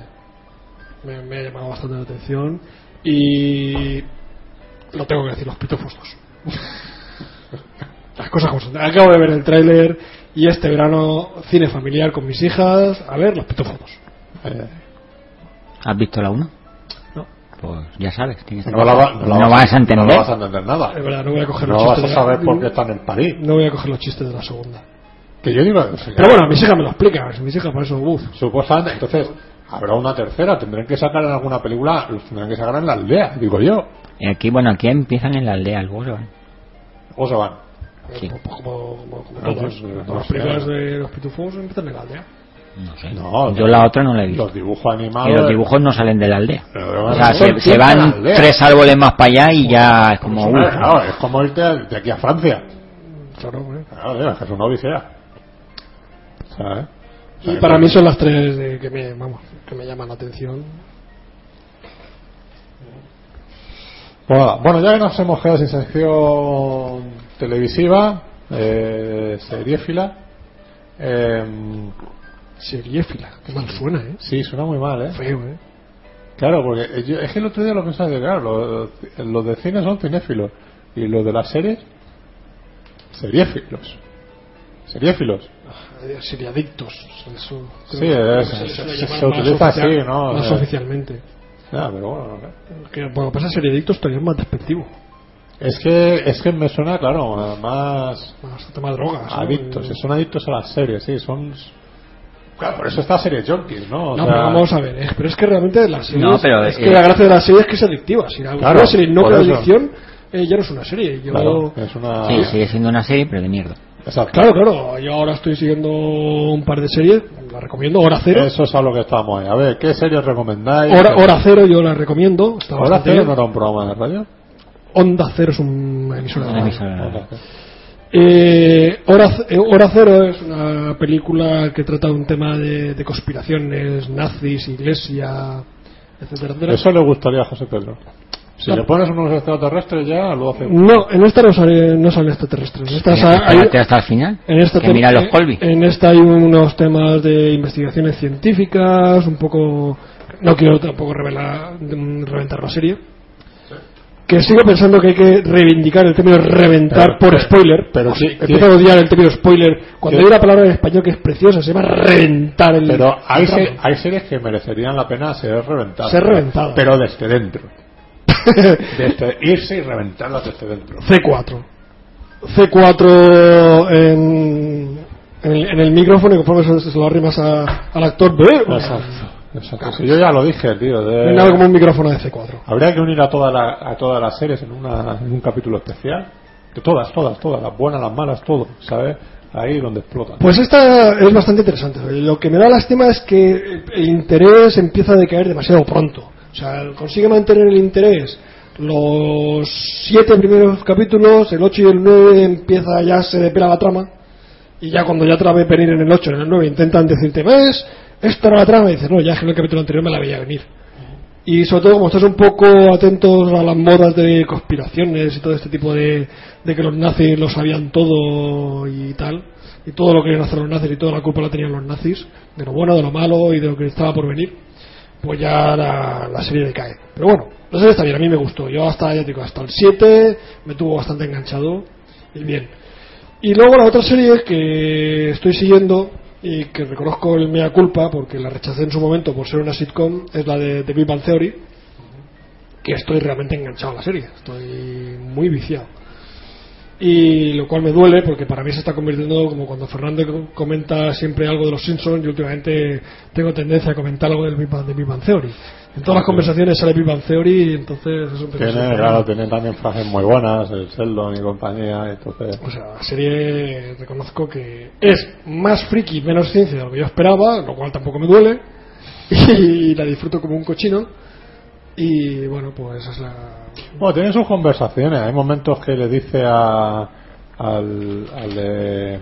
Speaker 4: me, me ha llamado bastante la atención y lo tengo que decir, los pitufos dos. Las cosas como son. Acabo de ver el tráiler y este verano cine familiar con mis hijas, a ver los pitufos dos.
Speaker 1: Eh,
Speaker 2: ¿Has visto la 1?
Speaker 4: No.
Speaker 2: Pues ya sabes. Tienes
Speaker 1: no, la va- no la
Speaker 2: No vas a entender.
Speaker 1: No la vas a entender nada.
Speaker 4: Es verdad, no voy a coger los
Speaker 1: No vas
Speaker 4: chistes.
Speaker 1: a
Speaker 4: de
Speaker 1: saber
Speaker 4: la,
Speaker 1: por qué están en París.
Speaker 4: No voy a coger los chistes de la segunda.
Speaker 1: Que yo digo,
Speaker 4: Pero bueno, mis hijas me lo explican, mis hijas por eso, uff.
Speaker 1: Supuestamente, entonces habrá una tercera, tendrán que sacar en alguna película, los tendrán que sacar en la aldea, digo yo.
Speaker 2: Y Eh, Aquí, bueno, aquí empiezan en la aldea, ¿eh? luego se van.
Speaker 1: O se van.
Speaker 2: Sí.
Speaker 4: Pues como, como, como
Speaker 1: No,
Speaker 4: todas.
Speaker 1: pues, eh,
Speaker 4: Todas
Speaker 1: no
Speaker 4: las
Speaker 1: sé.
Speaker 4: películas de ¿eh? los pitufos empiezan en la aldea.
Speaker 2: No sé.
Speaker 1: No,
Speaker 2: Yo la otra no la he visto.
Speaker 1: Los dibujos
Speaker 2: y
Speaker 1: animados.
Speaker 2: los dibujos no salen de la aldea.
Speaker 1: Pero,
Speaker 2: O sea,
Speaker 1: no,
Speaker 2: se, se
Speaker 1: empieza en la
Speaker 2: van
Speaker 1: aldea.
Speaker 2: tres árboles más para allá y ya es como...
Speaker 1: Claro,
Speaker 2: "Uf".
Speaker 1: claro, es como irte de aquí a Francia.
Speaker 4: Claro, ¿eh?
Speaker 1: Claro, tío, es que es una odisea. ¿Sabes?
Speaker 4: Y para mí son las tres de que, me, vamos, que me llaman la atención.
Speaker 1: Bueno, Pues bueno, ya que nos hemos quedado sin sección televisiva, eh, seriéfila, eh,
Speaker 4: Seriéfila, qué mal suena, ¿eh?
Speaker 1: sí, suena muy mal, ¿eh?
Speaker 4: Feo, ¿eh?
Speaker 1: Claro, porque eh, yo- es que el otro día lo pensaba, digo, claro, los, los de cine son cinéfilos y los de las series, seriéfilos. Seriéfilos.
Speaker 4: Eh, Seriadictos. Eso,
Speaker 1: Sí,
Speaker 4: creo que
Speaker 1: es-
Speaker 4: se suele
Speaker 1: se- se
Speaker 4: llamar más
Speaker 1: utiliza
Speaker 4: oficial-
Speaker 1: así, ¿no?
Speaker 4: Más
Speaker 1: Eh.
Speaker 4: oficialmente.
Speaker 1: Nada, pero bueno, no sé.
Speaker 4: Que, bueno, pasa seriadictos todavía es más despectivo.
Speaker 1: es que, es que me suena, claro, a más
Speaker 4: Más tema drogas. ¿no?
Speaker 1: adictos.
Speaker 4: Eh,
Speaker 1: Son adictos a las series, sí, son Claro, por eso está serie Junkies, ¿no? O
Speaker 4: No,
Speaker 1: sea,
Speaker 4: pero vamos a ver, eh, pero es que realmente la serie.
Speaker 2: No, pero
Speaker 4: es
Speaker 2: es
Speaker 4: que
Speaker 2: que-
Speaker 4: la gracia de la serie es que es adictiva. Si la
Speaker 1: Claro,
Speaker 4: una serie no
Speaker 1: por
Speaker 4: crea
Speaker 1: eso.
Speaker 4: adicción, eh, ya no es una serie. Yo,
Speaker 1: Claro, eh. es una.
Speaker 2: Sí, sigue siendo una serie, pero de mierda.
Speaker 1: Exacto.
Speaker 4: Claro, claro. Yo ahora estoy siguiendo un par de series. La recomiendo. Hora Cero.
Speaker 1: Eso es a lo que estamos ahí. A ver, ¿qué series recomendáis?
Speaker 4: Hora, Hora Cero yo la recomiendo. Está
Speaker 1: Hora
Speaker 4: bastante
Speaker 1: Cero
Speaker 4: bien.
Speaker 1: no era un programa de radio.
Speaker 4: Onda Cero es una emisora de
Speaker 2: Una
Speaker 4: radio.
Speaker 2: emisora.
Speaker 1: Hora Cero.
Speaker 4: Eh, Hora, C- eh, Hora Cero es una película que trata un tema de, de conspiraciones, nazis, iglesia, etcétera, etcétera.
Speaker 1: Eso le gustaría a José Pedro. Si
Speaker 4: Claro.
Speaker 1: le pones unos extraterrestres ya, lo hace.
Speaker 4: No, en esta no sale, no sale extraterrestres. En esta, sa- hay-
Speaker 2: Espérate hasta el final.
Speaker 4: en esta
Speaker 2: que
Speaker 4: tem-
Speaker 2: mira los
Speaker 4: eh,
Speaker 2: Colby.
Speaker 4: En esta hay unos temas de investigaciones científicas, un poco. No quiero tampoco revelar, mm, reventar la serie. Que sigo pensando que hay que reivindicar el término reventar
Speaker 1: Pero-
Speaker 4: por spoiler.
Speaker 1: pero
Speaker 4: O sea,
Speaker 1: sí-
Speaker 4: empiezo a odiar el término spoiler. Cuando
Speaker 1: sí.
Speaker 4: hay una palabra en español que es preciosa, se llama reventar el.
Speaker 1: Pero hay,
Speaker 4: el ramo.
Speaker 1: se- hay series que merecerían la pena ser reventadas.
Speaker 4: Ser reventadas.
Speaker 1: Pero desde dentro. Desde irse y reventarlas desde dentro.
Speaker 4: C4. C4 en, en, el, en el micrófono y conforme se, se lo arrimas a- al actor. ¡eh!
Speaker 1: Exacto. Exacto. Sí, yo ya lo dije, tío. de-
Speaker 4: No hay nada como un micrófono de C4.
Speaker 1: Habría que unir a, toda la- a todas las series en, una, en un capítulo especial. Que todas, todas, todas. Las buenas, las malas, todo. ¿Sabes? Ahí donde explotan.
Speaker 4: Pues esta es bastante interesante. Lo que me da lástima es que el interés empieza a decaer demasiado pronto. O sea, consigue mantener el interés los siete primeros capítulos, el 8 y el 9 empieza ya se depila la trama. Y ya cuando ya te la ve venir en el 8, en el 9, intentan decirte, ¿ves? Esta era la trama. Y dices, no, ya es que en el capítulo anterior me la veía venir. Y sobre todo, como estás un poco atentos a las modas de conspiraciones y todo este tipo de, de que los nazis lo sabían todo y tal, y todo lo querían hacer los nazis y toda la culpa la tenían los nazis, de lo bueno, de lo malo y de lo que estaba por venir, pues ya la, la serie decae. Pero bueno, la serie está bien, a mí me gustó. Yo hasta, ya te digo, hasta el 7 me tuvo bastante enganchado y bien. Y luego la otra serie que estoy siguiendo y que reconozco el mea culpa porque la rechacé en su momento por ser una sitcom es la de The Big Bang Theory que estoy realmente enganchado a la serie estoy muy viciado y lo cual me duele porque para mí se está convirtiendo como cuando Fernando co- comenta siempre algo de los Simpsons y últimamente tengo tendencia a comentar algo del Big Bang, de Big Bang Theory en todas las conversaciones sale Big Bang Theory y entonces es un pequeño
Speaker 1: Tiene,
Speaker 4: problema.
Speaker 1: claro, tiene también frases muy buenas, el Sheldon y compañía, entonces...
Speaker 4: O sea, la serie reconozco que es más friki, menos ciencia de lo que yo esperaba, lo cual tampoco me duele. Y la disfruto como un cochino. Y bueno, pues esa es la.
Speaker 1: Bueno, tienen sus conversaciones, hay momentos que le dice a... al... al de...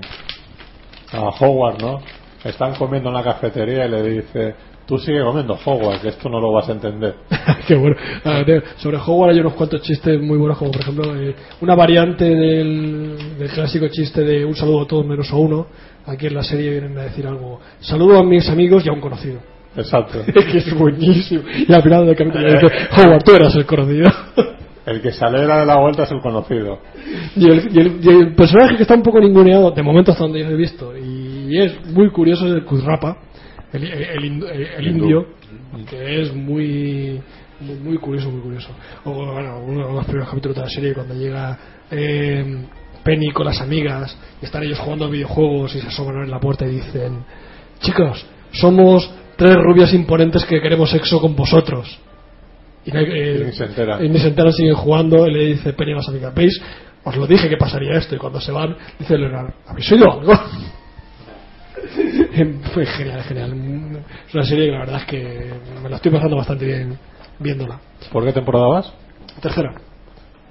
Speaker 1: a Howard, ¿no? Están comiendo en la cafetería y le dice, tú sigue comiendo Howard, que esto no lo vas a entender.
Speaker 4: Qué bueno. A ver, sobre Howard hay unos cuantos chistes muy buenos, como por ejemplo eh, una variante del, del clásico chiste de un saludo a todos menos a uno. Aquí en la serie vienen a decir algo: saludo a mis amigos y a un conocido.
Speaker 1: Exacto.
Speaker 4: Es que es buenísimo. Y al final del capítulo le dice: Howard, tú eras el conocido.
Speaker 1: El que se alegra de la vuelta es el conocido.
Speaker 4: Y el, y el- y el personaje que está un poco ninguneado, de momento hasta donde yo lo he visto, y es muy curioso, es el Kuzrapa, el, el- el ind- el- el
Speaker 1: Hindú.
Speaker 4: indio, que es muy, muy, muy curioso, muy curioso. O bueno, uno de los primeros capítulos de la serie, cuando llega eh, Penny con las amigas, y están ellos jugando a videojuegos y se asoman en la puerta y dicen, chicos, somos tres rubias imponentes que queremos sexo con vosotros. Y, no hay- eh,
Speaker 1: Y ni se entera.
Speaker 4: y ni se entera, siguen jugando. Y le dice Penny a las amigas: ¿Veis? Os lo dije que pasaría esto. Y cuando se van, dice Leonardo: ¿Habéis oído algo? Fue genial, genial. Es una serie que la verdad es que me la estoy pasando bastante bien viéndola.
Speaker 1: ¿Por qué temporada vas?
Speaker 4: Tercera.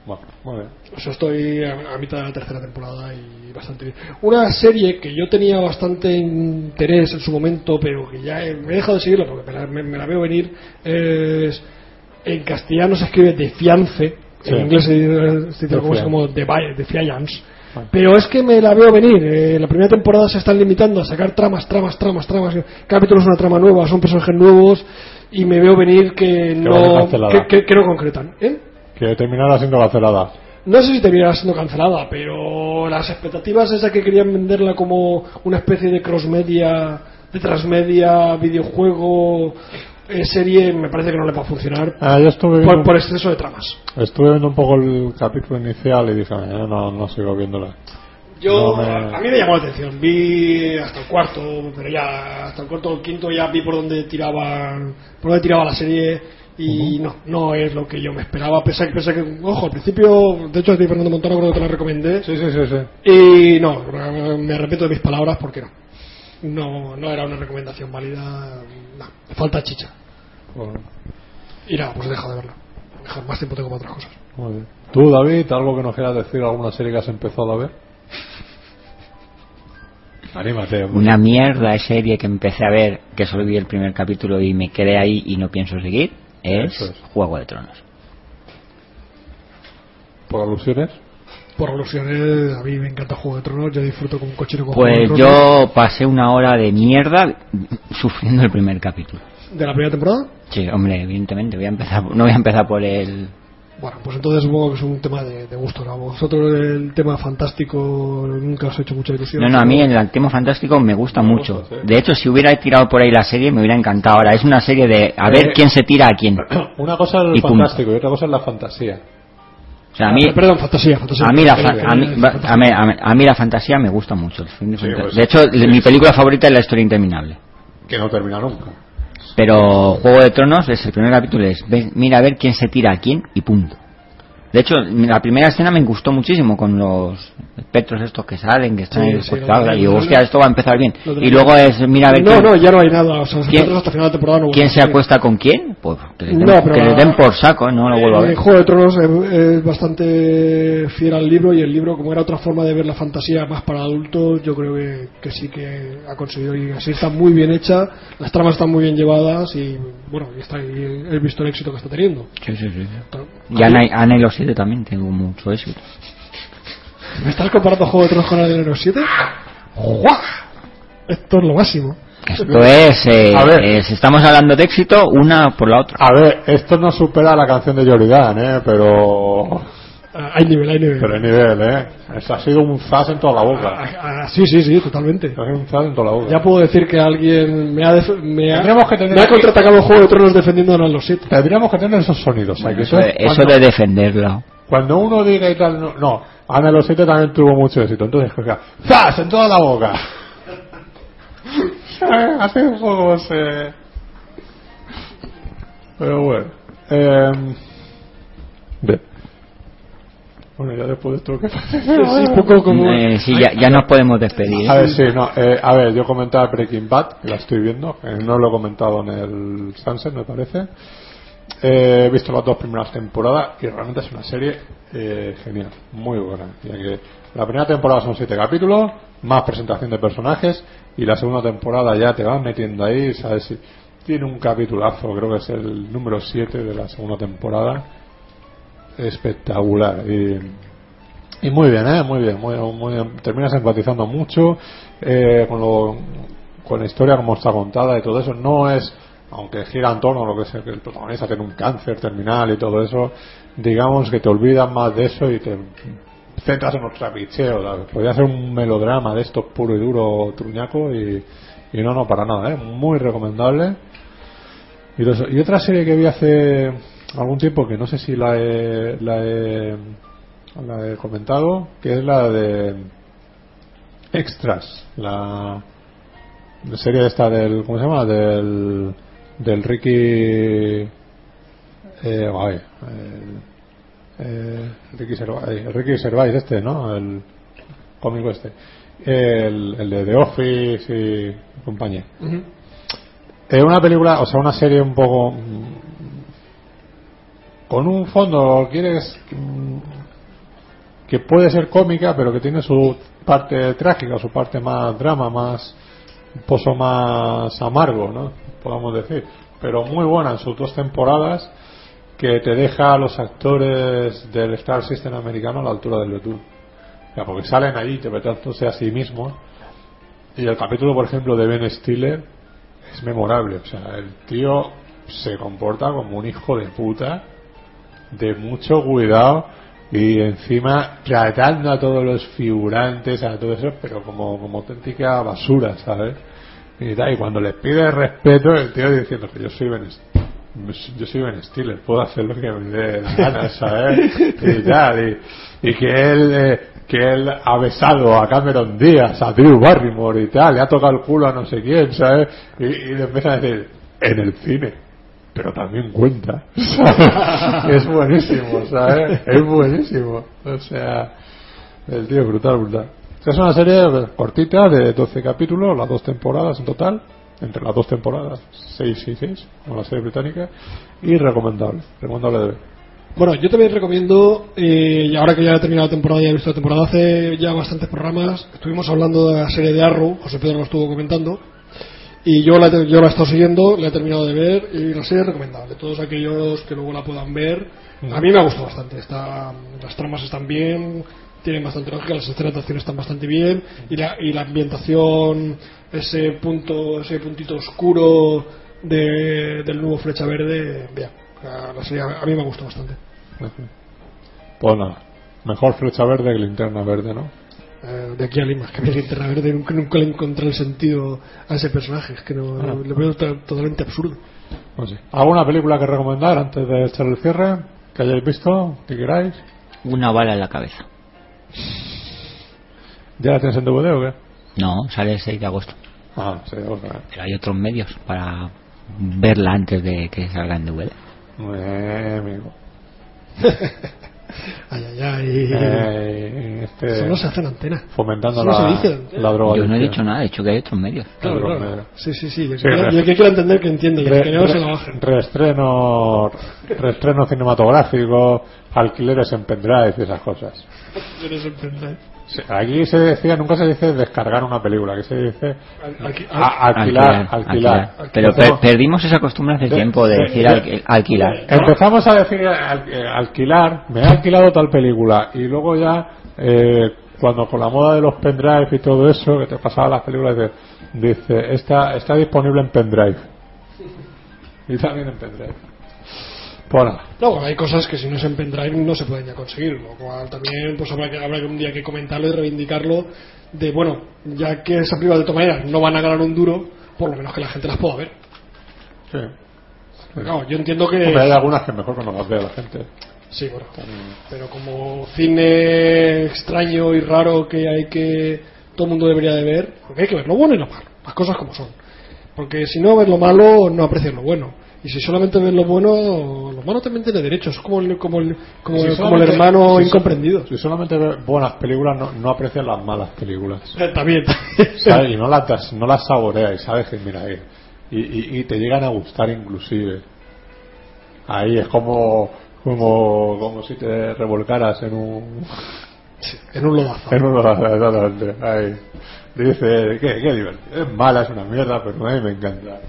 Speaker 1: Bueno, muy bien.
Speaker 4: O sea, estoy a, a mitad de la tercera temporada y bastante bien. Una serie que yo tenía bastante interés en su momento, pero que ya he, me he dejado de seguirla porque me la, me- me la veo venir, es. En castellano se escribe de fiance,
Speaker 1: Sí.
Speaker 4: en inglés se dice- se dice
Speaker 1: De
Speaker 4: como, es
Speaker 1: fian-
Speaker 4: como de, vi- de fiance.
Speaker 1: Ah.
Speaker 4: Pero es que me la veo venir. eh, la primera temporada se están limitando a sacar tramas, tramas, tramas, tramas. Capítulos una trama nueva, son personajes nuevos. Y me veo venir que
Speaker 1: van a
Speaker 4: no,
Speaker 1: cancelar.
Speaker 4: que, que- que no concretan. ¿eh?
Speaker 1: Que terminará siendo cancelada.
Speaker 4: No sé si terminará siendo cancelada, pero las expectativas esas que querían venderla como una especie de crossmedia, de transmedia, videojuego, eh, serie, me parece que no le va a funcionar
Speaker 1: Ah, yo estuve viendo,
Speaker 4: por, por exceso de tramas.
Speaker 1: "Ah, estuve viendo un poco el capítulo inicial y dije, "Eh, no, no sigo viéndola.
Speaker 4: Yo,
Speaker 1: No me-
Speaker 4: a mí me llamó la atención. Vi hasta el cuarto, pero ya hasta el cuarto o quinto ya vi por dónde tiraban, por dónde tiraba la serie y no, no es lo que yo me esperaba. Pensé que, pensé que, ojo, al principio, de hecho, a ti, Fernando Montano creo que te la recomendé
Speaker 1: Sí, sí, sí, sí.
Speaker 4: y no, me arrepiento de mis palabras porque no, no, no era una recomendación válida. No, me falta chicha.
Speaker 1: Bueno,
Speaker 4: Y nada, pues deja de verla. Deja- Más tiempo tengo para otras cosas.
Speaker 1: muy bien. Tú, David, algo que nos quieras decir, alguna serie que has empezado a ver. Anímate. hombre.
Speaker 2: Una mierda de serie que empecé a ver, que solo vi el primer capítulo y me quedé ahí y no pienso seguir, es,
Speaker 1: Eso es.
Speaker 2: Juego de Tronos.
Speaker 1: Por alusiones.
Speaker 4: Por alusiones, a mí me encanta Juego de Tronos, yo disfruto como un cochino con
Speaker 2: Pues
Speaker 4: Juego de Tronos.
Speaker 2: yo pasé una hora de mierda sufriendo el primer capítulo.
Speaker 4: ¿De la primera temporada?
Speaker 2: Sí, hombre, evidentemente, voy a empezar, no voy a empezar por el...
Speaker 4: Bueno, pues entonces supongo que es un tema de, de gusto, ¿no? Vosotros el tema fantástico nunca os ha hecho mucha ilusión.
Speaker 2: No, no, a mí el Antimo Fantástico me gusta
Speaker 1: Me
Speaker 2: mucho.
Speaker 1: gusta, sí.
Speaker 2: De hecho, si hubiera tirado por ahí la serie, me hubiera encantado. Ahora, es una serie de a ver
Speaker 1: Eh.
Speaker 2: quién se tira a quién.
Speaker 1: Una cosa es
Speaker 2: Y
Speaker 1: el
Speaker 2: punto.
Speaker 1: fantástico y otra cosa es la fantasía.
Speaker 2: O sea, a mí,
Speaker 4: Ah, Perdón, fantasía, fantasía.
Speaker 2: a mí, la,
Speaker 4: Perdón,
Speaker 2: fa- a, mí,
Speaker 4: eh,
Speaker 2: va-
Speaker 4: fantasía.
Speaker 2: a, mí, a mí- a mí la fantasía me gusta mucho. el fin de,
Speaker 1: Sí,
Speaker 2: fanta-
Speaker 1: pues,
Speaker 2: de hecho,
Speaker 1: sí,
Speaker 2: mi
Speaker 1: sí.
Speaker 2: película favorita es La historia interminable.
Speaker 1: Que no termina nunca.
Speaker 2: Pero Juego de Tronos es el primer capítulo, es ve- mira a ver quién se tira a quién y punto. De hecho, la primera escena me gustó muchísimo con los espectros estos que salen, que están
Speaker 4: Sí,
Speaker 2: en el
Speaker 4: sí,
Speaker 2: cuarto
Speaker 4: lo de-
Speaker 2: habla, y digo,
Speaker 4: lo de-
Speaker 2: hostia, esto va a empezar bien.
Speaker 4: lo de-
Speaker 2: Y luego es, mira a ver
Speaker 4: No,
Speaker 2: quién,
Speaker 4: no, ya no hay nada. O sea,
Speaker 2: ¿Quién-
Speaker 4: nosotros hasta final de temporada no vuelve
Speaker 2: quién
Speaker 4: a
Speaker 2: se
Speaker 4: salir.
Speaker 2: acuesta con quién, pues que les den,
Speaker 4: No, pero
Speaker 2: que les
Speaker 4: la-
Speaker 2: den por saco, no lo vuelvo a
Speaker 4: Eh,
Speaker 2: ver.
Speaker 4: Juego de Tronos es, es bastante fiel al libro y el libro, como era otra forma de ver la fantasía más para adultos, yo creo que, que sí que ha conseguido y así está muy bien hecha, las tramas están muy bien llevadas y bueno, y está, y he visto el éxito que está teniendo.
Speaker 2: Y Ana, y- Ana y los siete también tengo mucho éxito.
Speaker 4: ¿Me estás comparando Juego de Tronos con el de los 7? Esto es lo máximo.
Speaker 2: Esto es, eh,
Speaker 1: A ver.
Speaker 2: es- estamos hablando de éxito una por la otra.
Speaker 1: A ver, esto no supera la canción de Yoridan, ¿eh? Pero...
Speaker 4: Ah, hay nivel, hay nivel.
Speaker 1: Pero hay nivel, ¿eh? Eso ha sido un zas en toda la boca.
Speaker 4: Ah, ah, sí, sí, sí, totalmente.
Speaker 1: Ha sido un zas en toda la boca.
Speaker 4: Ya puedo decir que alguien me ha, def- me ha,
Speaker 1: Tendremos que tener
Speaker 4: me ha
Speaker 1: aquí-
Speaker 4: contraatacado Juego de Tronos defendiendo a los 7.
Speaker 1: Tendríamos que tener esos sonidos.
Speaker 2: Bueno,
Speaker 1: aquí,
Speaker 2: eso,
Speaker 1: ¿sabes?
Speaker 2: de, Eh, eso
Speaker 1: Cuando-
Speaker 2: de defenderlo.
Speaker 1: Cuando uno diga y tal, no, no, Ana los siete también tuvo mucho éxito. Entonces, coja, ¡zas! en toda la boca. Hace juegos. Eh... Pero bueno. Eh... Bien. Bueno, ya después de esto, ¿qué pasa?
Speaker 4: Sí, poco como...
Speaker 2: Eh, sí, ya, ya nos podemos despedir.
Speaker 1: A ver, sí, no, eh, a ver, yo comentaba Breaking Bad, que la estoy viendo, eh, no lo he comentado en el Sunset, me parece. Eh, he visto las dos primeras temporadas y realmente es una serie eh, genial, muy buena. Ya que la primera temporada son siete capítulos, más presentación de personajes, y la segunda temporada ya te vas metiendo ahí, sabes si tiene un capitulazo, creo que es el número 7 de la segunda temporada, espectacular. Y y muy bien, ¿eh? muy bien, muy, muy bien. Terminas empatizando mucho eh, con, lo, con la historia como está contada y todo eso. No es, aunque gira en torno a lo que es que el protagonista tiene un cáncer terminal y todo eso, digamos que te olvidas más de eso y te centras en otro trapicheo. ¿sabes? Podría ser un melodrama de esto puro y duro truñaco y, y no, no, para nada, ¿eh? muy recomendable. Y, todo eso. Y otra serie que vi hace algún tiempo que no sé si la he, la he, la he comentado, que es la de Extras, la serie esta del, ¿cómo se llama? Del, del Ricky, eh, a ver, el- eh, Ricky, Gervais, Ricky Gervais este, ¿no? El cómico este, el, el de The Office y compañía.
Speaker 4: Ujú.
Speaker 1: Es una película, o sea, una serie un poco. mm, con un fondo, quieres. mm, que puede ser cómica, pero que tiene su parte trágica, su parte más drama, más. un pozo más amargo, ¿no? Podamos decir. Pero muy buena en sus dos temporadas, que te deja a los actores del Star System americano a la altura del betún. O sea, porque salen allí interpretándose a sí mismos. Y el capítulo, por ejemplo, de Ben Stiller es memorable. O sea, el tío se comporta como un hijo de puta, de mucho cuidado y encima tratando a todos los figurantes, a todo eso, pero como, como auténtica basura, ¿sabes? Y, tal, y cuando les pide respeto, el tío diciendo que yo soy Ben, Yo soy Ben Stiller, puedo hacer lo que me dé la gana, ¿sabes? Y tal, y, y que él eh, que él ha besado a Cameron Díaz, a Drew Barrymore y tal, le ha tocado el culo a no sé quién, ¿sabes? Y, y le empiezan a decir, en el cine, pero también cuenta. ¿sabes? es buenísimo, ¿sabes? Es buenísimo. O sea, el tío es brutal, brutal. Es una serie cortita de 12 capítulos, las dos temporadas en total, entre las dos temporadas, 6 y 6, como la serie británica, y recomendable, recomendable de ver.
Speaker 4: Bueno, yo también recomiendo, eh, y ahora que ya he terminado la temporada y he visto la temporada hace ya bastantes programas, estuvimos hablando de la serie de Arrow, José Pedro lo estuvo comentando, y yo la, he- yo la he estado siguiendo, la he terminado de ver, y la serie es recomendable. Todos aquellos que luego la puedan ver, a mí me ha gustado bastante. Está, las tramas están bien, tienen bastante lógica, las escenas de acción están bastante bien, y la, y la ambientación, ese punto, ese puntito oscuro de- del nuevo Flecha Verde, bien. La la serie a a mí me ha gustado bastante.
Speaker 1: Pues nada, mejor flecha verde que linterna verde, ¿no?
Speaker 4: Eh, de aquí a Lima, que me Linterna Verde nunca, nunca le encontré el sentido a ese personaje, es que no,
Speaker 1: Ah.
Speaker 4: lo veo to- totalmente absurdo.
Speaker 1: Pues sí. ¿Alguna película que recomendar antes de echar el cierre? ¿Que hayáis visto? ¿Que queráis?
Speaker 2: Una bala en la cabeza.
Speaker 1: ¿Ya la tienes en DVD o qué?
Speaker 2: No, sale el 6 de agosto.
Speaker 1: Ah, sí, vamos a ver.
Speaker 2: Pero hay otros medios para verla antes de que salga en DVD.
Speaker 1: Muy bien, amigo.
Speaker 4: Ay, ay, ay.
Speaker 1: Eh,
Speaker 4: Eso
Speaker 1: este,
Speaker 4: no se hace en antena.
Speaker 1: fomentando
Speaker 4: eso no
Speaker 1: la,
Speaker 4: se dice.
Speaker 1: la droga.
Speaker 2: Yo no he dicho nada, he dicho que hay otros medios.
Speaker 4: Claro,
Speaker 1: Pedro
Speaker 4: claro.
Speaker 1: Romero.
Speaker 4: Sí, sí, sí. Y el
Speaker 1: Sí,
Speaker 4: que-
Speaker 1: re-
Speaker 4: y el que quiera entender que entiende, y el
Speaker 1: Re-
Speaker 4: que no se
Speaker 1: re-
Speaker 4: lo bajen.
Speaker 1: reestreno, reestreno cinematográfico, alquileres en pendrive y esas cosas.
Speaker 4: Eres el pendrive.
Speaker 1: Sí, Aquí se decía, nunca se dice descargar una película, que se dice
Speaker 4: Al- alqui-
Speaker 1: a- alquilar, alquilar.
Speaker 2: Pero per-
Speaker 1: Hacemos-
Speaker 2: perdimos esa costumbre hace
Speaker 1: De-
Speaker 2: tiempo de
Speaker 1: de-
Speaker 2: decir
Speaker 1: de-
Speaker 2: alqui- alquilar.
Speaker 1: Empezamos a decir al- eh, alquilar, me he alquilado tal película y luego ya eh, cuando con la moda de los pendrive y todo eso que te pasaba las películas de- dice está está disponible en pendrive y también en pendrive. Pues Bueno,
Speaker 4: No, bueno, hay cosas que si no se en pendrive no se pueden ya conseguir, lo cual también pues habrá que, habrá que un día que comentarlo y reivindicarlo de, bueno, ya que esa privada de todas maneras no van a ganar un duro, por lo menos que la gente las pueda ver.
Speaker 1: sí.
Speaker 4: Claro, yo entiendo que...
Speaker 1: Hombre, hay algunas que mejor que no las vea la gente.
Speaker 4: Sí, bueno. Pero como cine extraño y raro que hay que todo el mundo debería de ver, porque hay que ver lo bueno y lo malo, las cosas como son. Porque si no ves lo malo, no aprecias lo bueno. Y si solamente ves lo bueno, lo malo también tiene derechos, es como el, como el, como,
Speaker 1: Si
Speaker 4: el- como el
Speaker 1: solamente-
Speaker 4: hermano
Speaker 1: si so-
Speaker 4: incomprendido.
Speaker 1: Si solamente ve buenas películas, no, no aprecias las malas películas.
Speaker 4: Eh, También.
Speaker 1: ¿sabes? Y no las, das- no las saboreas y sabes que, mira, eh, y, y, y te llegan a gustar inclusive. Ahí es como, como, como si te revolcaras en un...
Speaker 4: en un lodazo.
Speaker 1: En un exactamente. Ahí. Dice, qué, qué divertido. Es mala, es una mierda, pero a mí me encanta.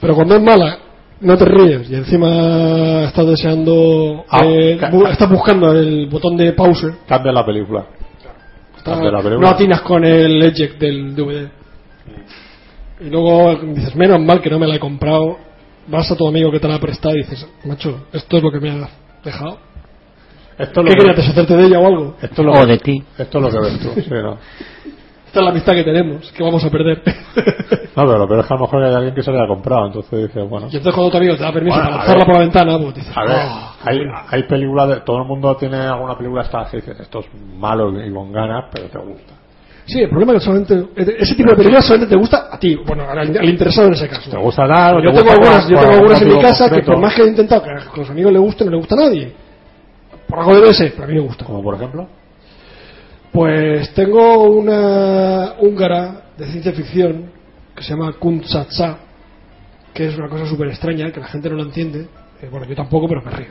Speaker 4: Pero cuando es mala, no te ríes. Y encima estás deseando...
Speaker 1: Ah,
Speaker 4: eh,
Speaker 1: ca-
Speaker 4: bu- estás buscando el botón de pause.
Speaker 1: Cambia la película.
Speaker 4: Está-
Speaker 1: Cambia la
Speaker 4: no
Speaker 1: película.
Speaker 4: atinas con el eject del DVD. Y luego dices, menos mal que no me la he comprado. Vas a tu amigo que te la ha prestado y dices, macho, esto es lo que me has dejado.
Speaker 1: Esto es
Speaker 4: ¿Qué
Speaker 1: lo
Speaker 4: querías
Speaker 1: que,
Speaker 4: deshacerte de ella o algo?
Speaker 1: esto es lo
Speaker 2: O
Speaker 1: que,
Speaker 2: de ti.
Speaker 1: esto es lo que ves tú. sí, no.
Speaker 4: Esta es la amistad que tenemos, que vamos a perder.
Speaker 1: No, pero lo peor es que a lo mejor hay alguien que se la ha comprado, entonces dice, bueno.
Speaker 4: y entonces cuando tu amigo te da permiso
Speaker 1: Bueno, a
Speaker 4: para lanzarla
Speaker 1: ver. Ah.
Speaker 4: por la ventana, pues dices,
Speaker 1: A ver,
Speaker 4: "Oh".
Speaker 1: hay, hay películas de. Todo el mundo tiene alguna película esta que dices, esto es malo y con ganas, pero te gusta.
Speaker 4: Sí, el problema es que solamente, ese tipo de películas solamente te gusta a ti, bueno, al, al interesado en ese caso.
Speaker 1: Te gusta dar, o te
Speaker 4: yo tengo
Speaker 1: gusta
Speaker 4: algunas,
Speaker 1: por-
Speaker 4: yo
Speaker 1: por
Speaker 4: tengo
Speaker 1: algún
Speaker 4: algunas en mi
Speaker 1: motivo
Speaker 4: casa que
Speaker 1: concreto.
Speaker 4: por más que he intentado que a los amigos les guste, no le gusta a nadie. Por algo debe ser, pero a mí me gusta.
Speaker 1: Como por ejemplo.
Speaker 4: Pues tengo una húngara de ciencia ficción que se llama Kuntsatsa, que es una cosa súper extraña, que la gente no la entiende. Eh, bueno, yo tampoco, pero me río.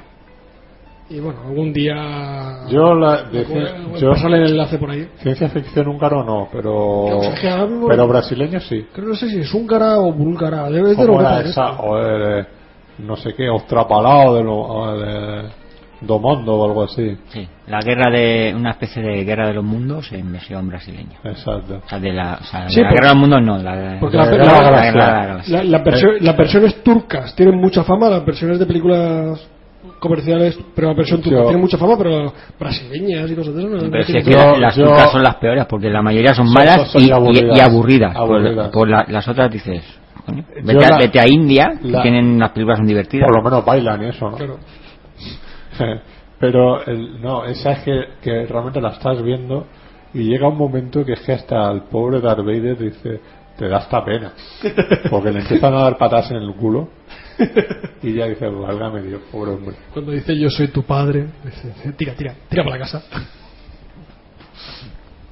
Speaker 4: Y bueno, algún día...
Speaker 1: Yo la. de-
Speaker 4: Voy a
Speaker 1: yo-
Speaker 4: pasarle el enlace por ahí.
Speaker 1: ciencia ficción húngaro no,
Speaker 4: Yo
Speaker 1: pero.
Speaker 4: sé que ahora mismo-
Speaker 1: Pero brasileño sí.
Speaker 4: Creo no sé si es húngara o búlgara, ¿eh? debe de
Speaker 1: Como
Speaker 4: lo
Speaker 1: era esa, o el, no sé qué, Ostrapalao de lo. o el, eh, Domondo o algo así.
Speaker 2: Sí, la guerra de. Una especie de guerra de los mundos en versión brasileña.
Speaker 1: Exacto.
Speaker 2: O sea, de la, o sea,
Speaker 4: Sí,
Speaker 2: de la
Speaker 4: porque-
Speaker 2: guerra de los mundos no, la de.
Speaker 4: porque
Speaker 2: la,
Speaker 4: la-
Speaker 2: guerra
Speaker 4: la-
Speaker 2: de
Speaker 1: la-
Speaker 2: la guerra de la
Speaker 4: La- las versio- las versiones turcas tienen mucha fama, las versiones de películas comerciales, pero la versión turca
Speaker 1: Yo-
Speaker 4: tienen mucha fama, pero brasileñas y cosas de esas no- no
Speaker 2: Pero si
Speaker 4: tienen
Speaker 2: es que
Speaker 1: Yo-
Speaker 2: las- las
Speaker 1: yo- pues
Speaker 2: turcas son las peores porque la mayoría son
Speaker 1: Son-
Speaker 2: malas
Speaker 1: son
Speaker 2: y, y- y
Speaker 1: aburridas.
Speaker 2: aburridas. Por-
Speaker 1: Aburridas.
Speaker 2: Por, la- las otras dices, coño.
Speaker 1: Yo
Speaker 2: Vete, a,
Speaker 1: la-
Speaker 2: vete a India, que
Speaker 1: la-
Speaker 2: tienen unas películas muy divertidas.
Speaker 1: Por lo menos bailan y eso, ¿no?
Speaker 4: Claro.
Speaker 1: Pero el- no, esa es que, que realmente la estás viendo y llega un momento que es que hasta el pobre Darth Vader dice, te da hasta pena. Porque le empiezan a dar patas en el culo y ya dice, válgame Dios, pobre hombre.
Speaker 4: Cuando dice yo soy tu padre, dice, tira, tira, tira para la casa.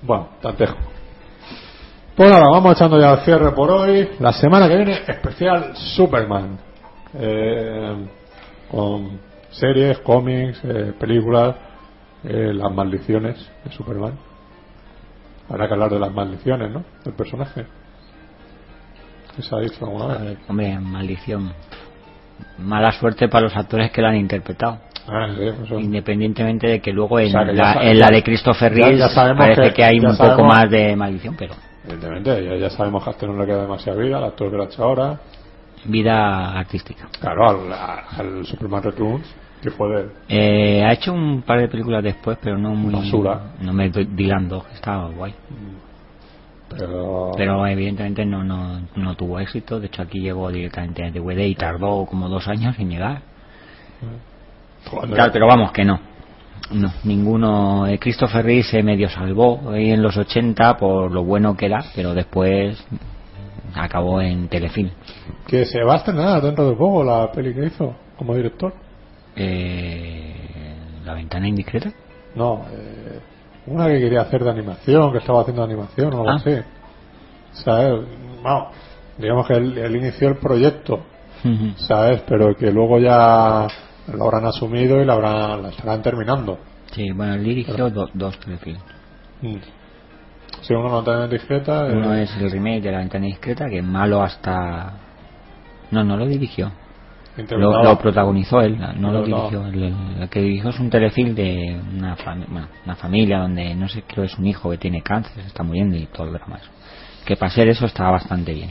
Speaker 1: Bueno, tantejo. Pues nada, vamos echando ya el cierre por hoy. La semana que viene, especial Superman. Eh, con series, cómics, eh, películas, eh, las maldiciones de Superman. Habrá que hablar de las maldiciones, ¿no? Del personaje. ¿Qué se ha dicho alguna vez?
Speaker 2: Hombre, maldición. Mala suerte para los actores que la han interpretado.
Speaker 1: Ah, sí, eso.
Speaker 2: Independientemente de que luego en,
Speaker 1: O sea, que ya
Speaker 2: la,
Speaker 1: sa-
Speaker 2: en la
Speaker 1: ya-
Speaker 2: de Christopher
Speaker 1: ya-
Speaker 2: Reeves
Speaker 1: ya sabemos
Speaker 2: parece
Speaker 1: que-
Speaker 2: que, hay
Speaker 1: ya
Speaker 2: un poco
Speaker 1: sabemos-
Speaker 2: más de maldición, pero
Speaker 1: Evidentemente, ya, ya sabemos que a este no le queda demasiada vida, al actor que lo ha hecho ahora.
Speaker 2: vida artística.
Speaker 1: Claro, al, a- al Superman Returns, que fue de
Speaker 2: Eh, ha hecho un par de películas después, pero no muy.
Speaker 1: Basura.
Speaker 2: No me estoy dilando, estaba guay. Pero evidentemente no, no, no tuvo éxito. De hecho, aquí llegó directamente a DVD y tardó como dos años en llegar.
Speaker 1: Cuando-
Speaker 2: Claro, pero vamos, que no. No, ninguno. eh, Christopher Reeve se medio salvó ahí en los 80 por lo bueno que era, pero después acabó en Telefilm.
Speaker 1: Que se va a estrenar dentro de poco la peli que hizo como director.
Speaker 2: Eh, ¿La ventana indiscreta?
Speaker 1: No, eh, una que quería hacer de animación, que estaba haciendo animación o algo
Speaker 2: Ah.
Speaker 1: así. O sea, él- vamos, digamos que él, él inició el proyecto,
Speaker 2: Ujú.
Speaker 1: ¿sabes? Pero que luego ya lo habrán asumido y la, habrán, la estarán terminando.
Speaker 2: sí, bueno, él dirigió do- dos Telefilm.
Speaker 1: Mm. Si uno no tiene discreta, eh,
Speaker 2: Uno es el remake de La ventana indiscreta, que es malo hasta... No, no lo dirigió. Lo,
Speaker 1: interpretaba-
Speaker 2: lo protagonizó él, no
Speaker 1: No, no.
Speaker 2: lo dirigió. El, el- el que dirigió es un telefilm de una, fami- bueno, una familia donde, no sé, creo es un hijo que tiene cáncer, se está muriendo y todo el drama. eso. Que para ser eso estaba bastante bien.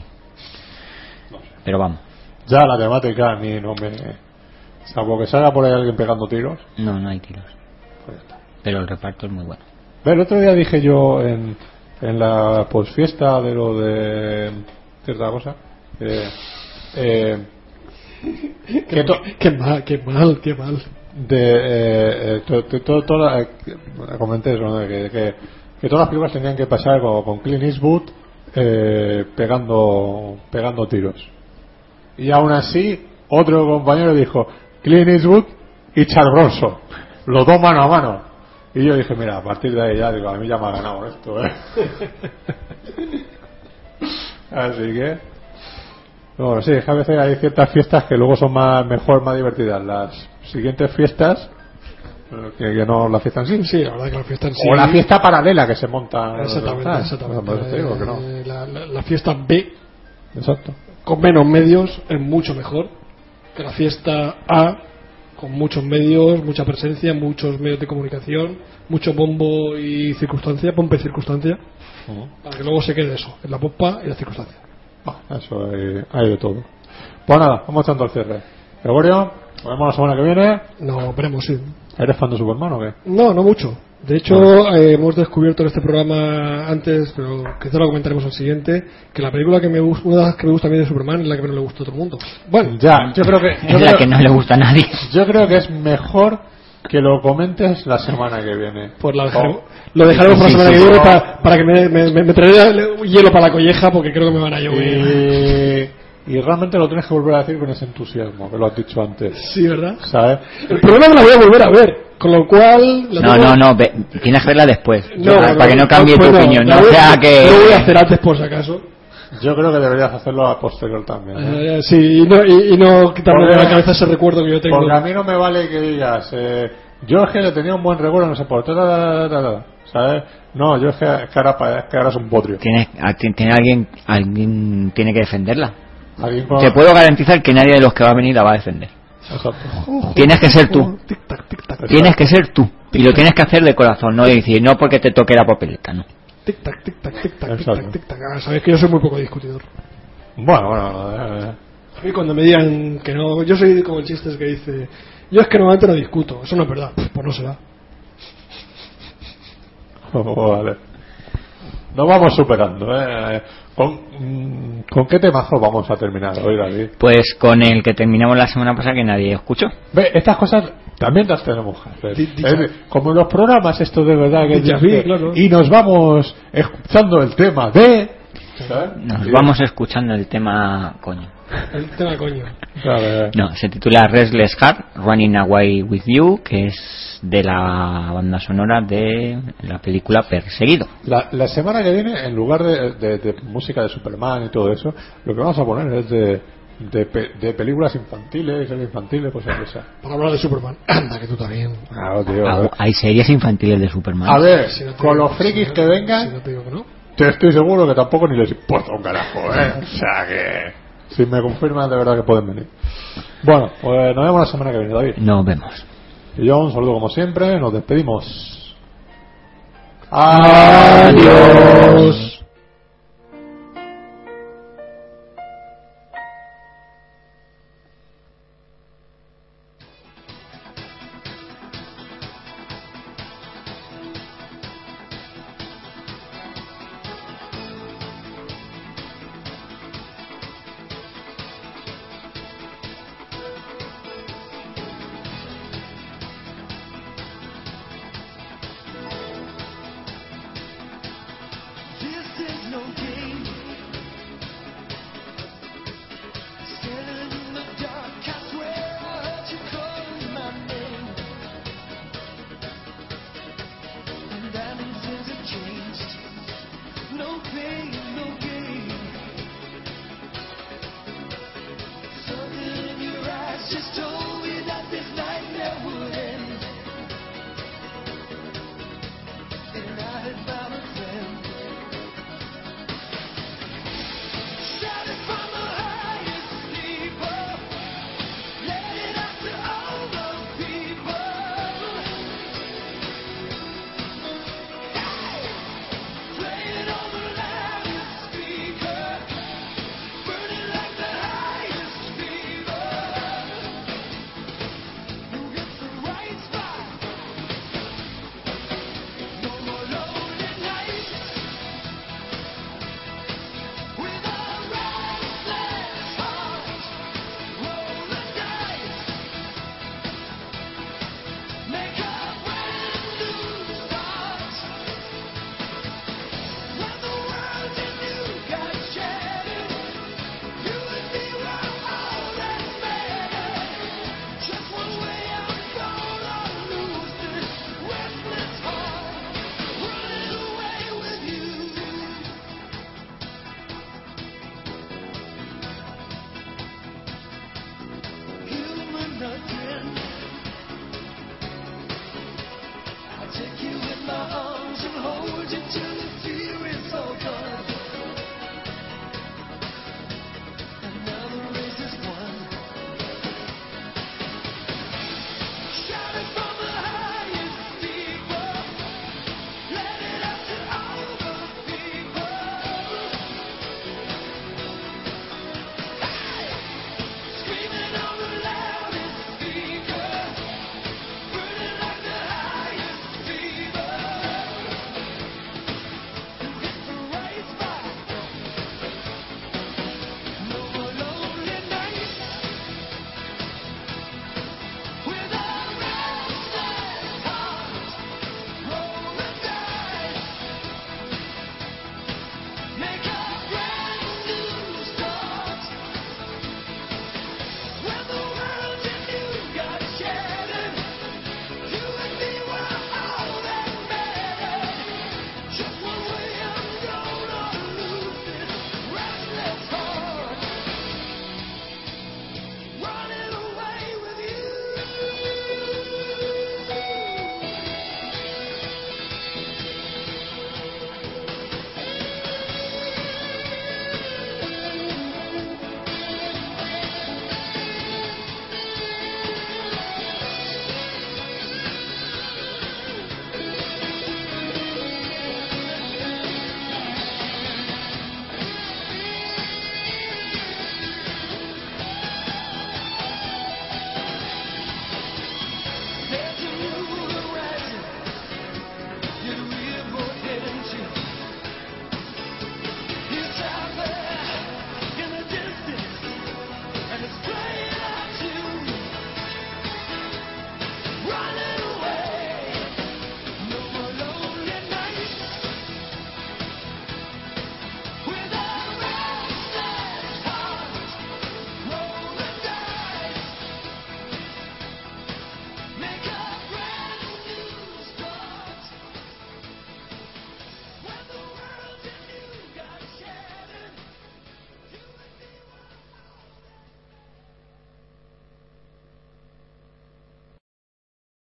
Speaker 2: Pero vamos,
Speaker 1: ya la temática a mí no me... Salvo que salga por ahí alguien pegando tiros,
Speaker 2: no, no hay tiros.
Speaker 1: pues ya está.
Speaker 2: Pero el reparto es muy bueno.
Speaker 1: Ve, El otro día dije yo en, en la posfiesta de lo de cierta cosa eh, eh, que to-
Speaker 4: Qué mal, qué mal, qué mal.
Speaker 1: de eh, eh, to- to- to- toda- eh, que- comenté eso, ¿no? que, que- que todas las películas tenían que pasar con, con Clint Eastwood eh, pegando pegando tiros y aún así otro compañero dijo Clint Eastwood y Charles Bronson los dos mano a mano y yo dije mira a partir de ahí ya digo a mí ya me ha ganado esto ¿eh?". así que bueno, sí, es que a veces hay ciertas fiestas que luego son más mejor, más divertidas. Las siguientes fiestas, eh, que, que no la fiesta en sí,
Speaker 4: Sí, la verdad que la fiesta en sí.
Speaker 1: o la fiesta paralela que se monta.
Speaker 4: Exactamente,
Speaker 1: Ah,
Speaker 4: exactamente.
Speaker 1: por eso te digo que no.
Speaker 4: Eh, la, la- la fiesta B,
Speaker 1: Exacto.
Speaker 4: con menos medios, es mucho mejor que la fiesta A, con muchos medios, mucha presencia, muchos medios de comunicación, mucho bombo y circunstancia, pompa y circunstancia, para que luego se quede eso, en la pompa y la circunstancia.
Speaker 1: Bueno, eso hay, hay de todo. Pues nada, vamos echando el cierre. Gregorio, nos vemos la semana que viene.
Speaker 4: No, veremos, sí.
Speaker 1: ¿Eres fan de Superman o qué?
Speaker 4: No, no mucho. De hecho, eh, hemos descubierto en este programa antes, pero quizá lo comentaremos al siguiente, que la película que me gusta, una de las que me gusta a mí de Superman es la que menos le gusta a todo el mundo. Bueno,
Speaker 1: Ya, yo creo que, yo
Speaker 2: es la
Speaker 1: creo-
Speaker 2: que no le gusta a nadie.
Speaker 1: yo creo que es mejor que lo comentes la semana que viene.
Speaker 4: pues la dejaremos,
Speaker 1: O-
Speaker 4: lo dejaremos
Speaker 1: Oh.
Speaker 4: para
Speaker 1: Sí,
Speaker 4: la semana
Speaker 1: sí,
Speaker 4: que viene
Speaker 1: no.
Speaker 4: para, para que me, me, me- me traeré hielo para la colleja porque creo que me van a llover.
Speaker 1: Y, y realmente lo tienes que volver a decir con ese entusiasmo que lo has dicho antes.
Speaker 4: Sí, ¿verdad?
Speaker 1: ¿Sabes?
Speaker 4: El problema es que la voy a volver a ver, con lo cual... la
Speaker 2: No,
Speaker 4: tengo-
Speaker 2: no, no, ve- tienes que verla después.
Speaker 4: No,
Speaker 2: para, para que no cambie tu
Speaker 4: bueno,
Speaker 2: opinión.
Speaker 4: la
Speaker 2: No
Speaker 4: voy a-
Speaker 2: sea que...
Speaker 4: Lo voy a hacer antes por si acaso.
Speaker 1: Yo creo que deberías hacerlo a posterior también. ¿eh?
Speaker 4: Eh, sí, y no, y, y no quitarme de
Speaker 1: Porque-
Speaker 4: la cabeza ese recuerdo que yo tengo.
Speaker 1: Porque a mí no me vale que digas, eh, yo es que le tenía un buen recuerdo, no sé por qué, ta, ta, ta, ta, ta, ¿sabes? No, yo es que, es que ahora, pa- es que ahora es un potrio.
Speaker 2: Tienes- a- ti- tiene alguien, alguien tiene que defenderla.
Speaker 1: Alguien con-
Speaker 2: Te puedo garantizar que nadie de los que va a venir la va a defender.
Speaker 1: Exacto.
Speaker 2: Tienes que ser tú.
Speaker 4: Tic-tac, tic-tac.
Speaker 2: Tienes que ser tú. Y lo tienes que hacer de corazón, no decir, no porque te toque la papeleta, no.
Speaker 4: Tic tac, tic tac, tic tac, tic
Speaker 1: Exacto.
Speaker 4: tac, tic tac. Ah, sabéis que yo soy muy poco discutidor.
Speaker 1: Bueno, bueno, eh, eh,
Speaker 4: A mí cuando me digan que no, yo soy como el chiste ese que dice, yo es que normalmente no discuto, eso no es verdad, pues no será.
Speaker 1: vale. Nos vamos superando. ¿eh? ¿Con, mm, ¿Con qué temazo vamos a terminar hoy, David?
Speaker 2: Pues con el que terminamos la semana pasada que nadie escuchó.
Speaker 1: Ve, estas cosas también las tenemos que hacer.
Speaker 9: Di- dicha-
Speaker 1: Es decir, como en los programas, esto de verdad que
Speaker 9: Dicha
Speaker 1: es de-
Speaker 9: sí, claro.
Speaker 1: Y nos vamos escuchando el tema de. ¿sabes?
Speaker 2: Nos
Speaker 1: Sí.
Speaker 2: vamos escuchando el tema, coño.
Speaker 4: El tema coño.
Speaker 1: Claro, eh.
Speaker 2: No, se titula Restless Heart, Running Away With You, que es de la banda sonora de la película Perseguido.
Speaker 1: La, la semana que viene, en lugar de, de- de música de Superman y todo eso, lo que vamos a poner es de, de, pe- de películas infantiles, series infantiles, pues cosas de esas.
Speaker 4: Para hablar de Superman. Anda, que tú también.
Speaker 1: Claro, tío.
Speaker 2: Ah, Hay series infantiles de Superman.
Speaker 1: A ver,
Speaker 4: Si no te
Speaker 1: con
Speaker 4: digo-
Speaker 1: los frikis
Speaker 4: si no-
Speaker 1: que vengan,
Speaker 4: si no te digo que no.
Speaker 1: Te estoy seguro que tampoco ni les importa un carajo, ¿eh? O sea que... Si me confirman, de verdad que pueden venir. Bueno, pues nos vemos la semana que viene, David.
Speaker 2: Nos vemos.
Speaker 1: Y yo un saludo como siempre, nos despedimos.
Speaker 2: Adiós.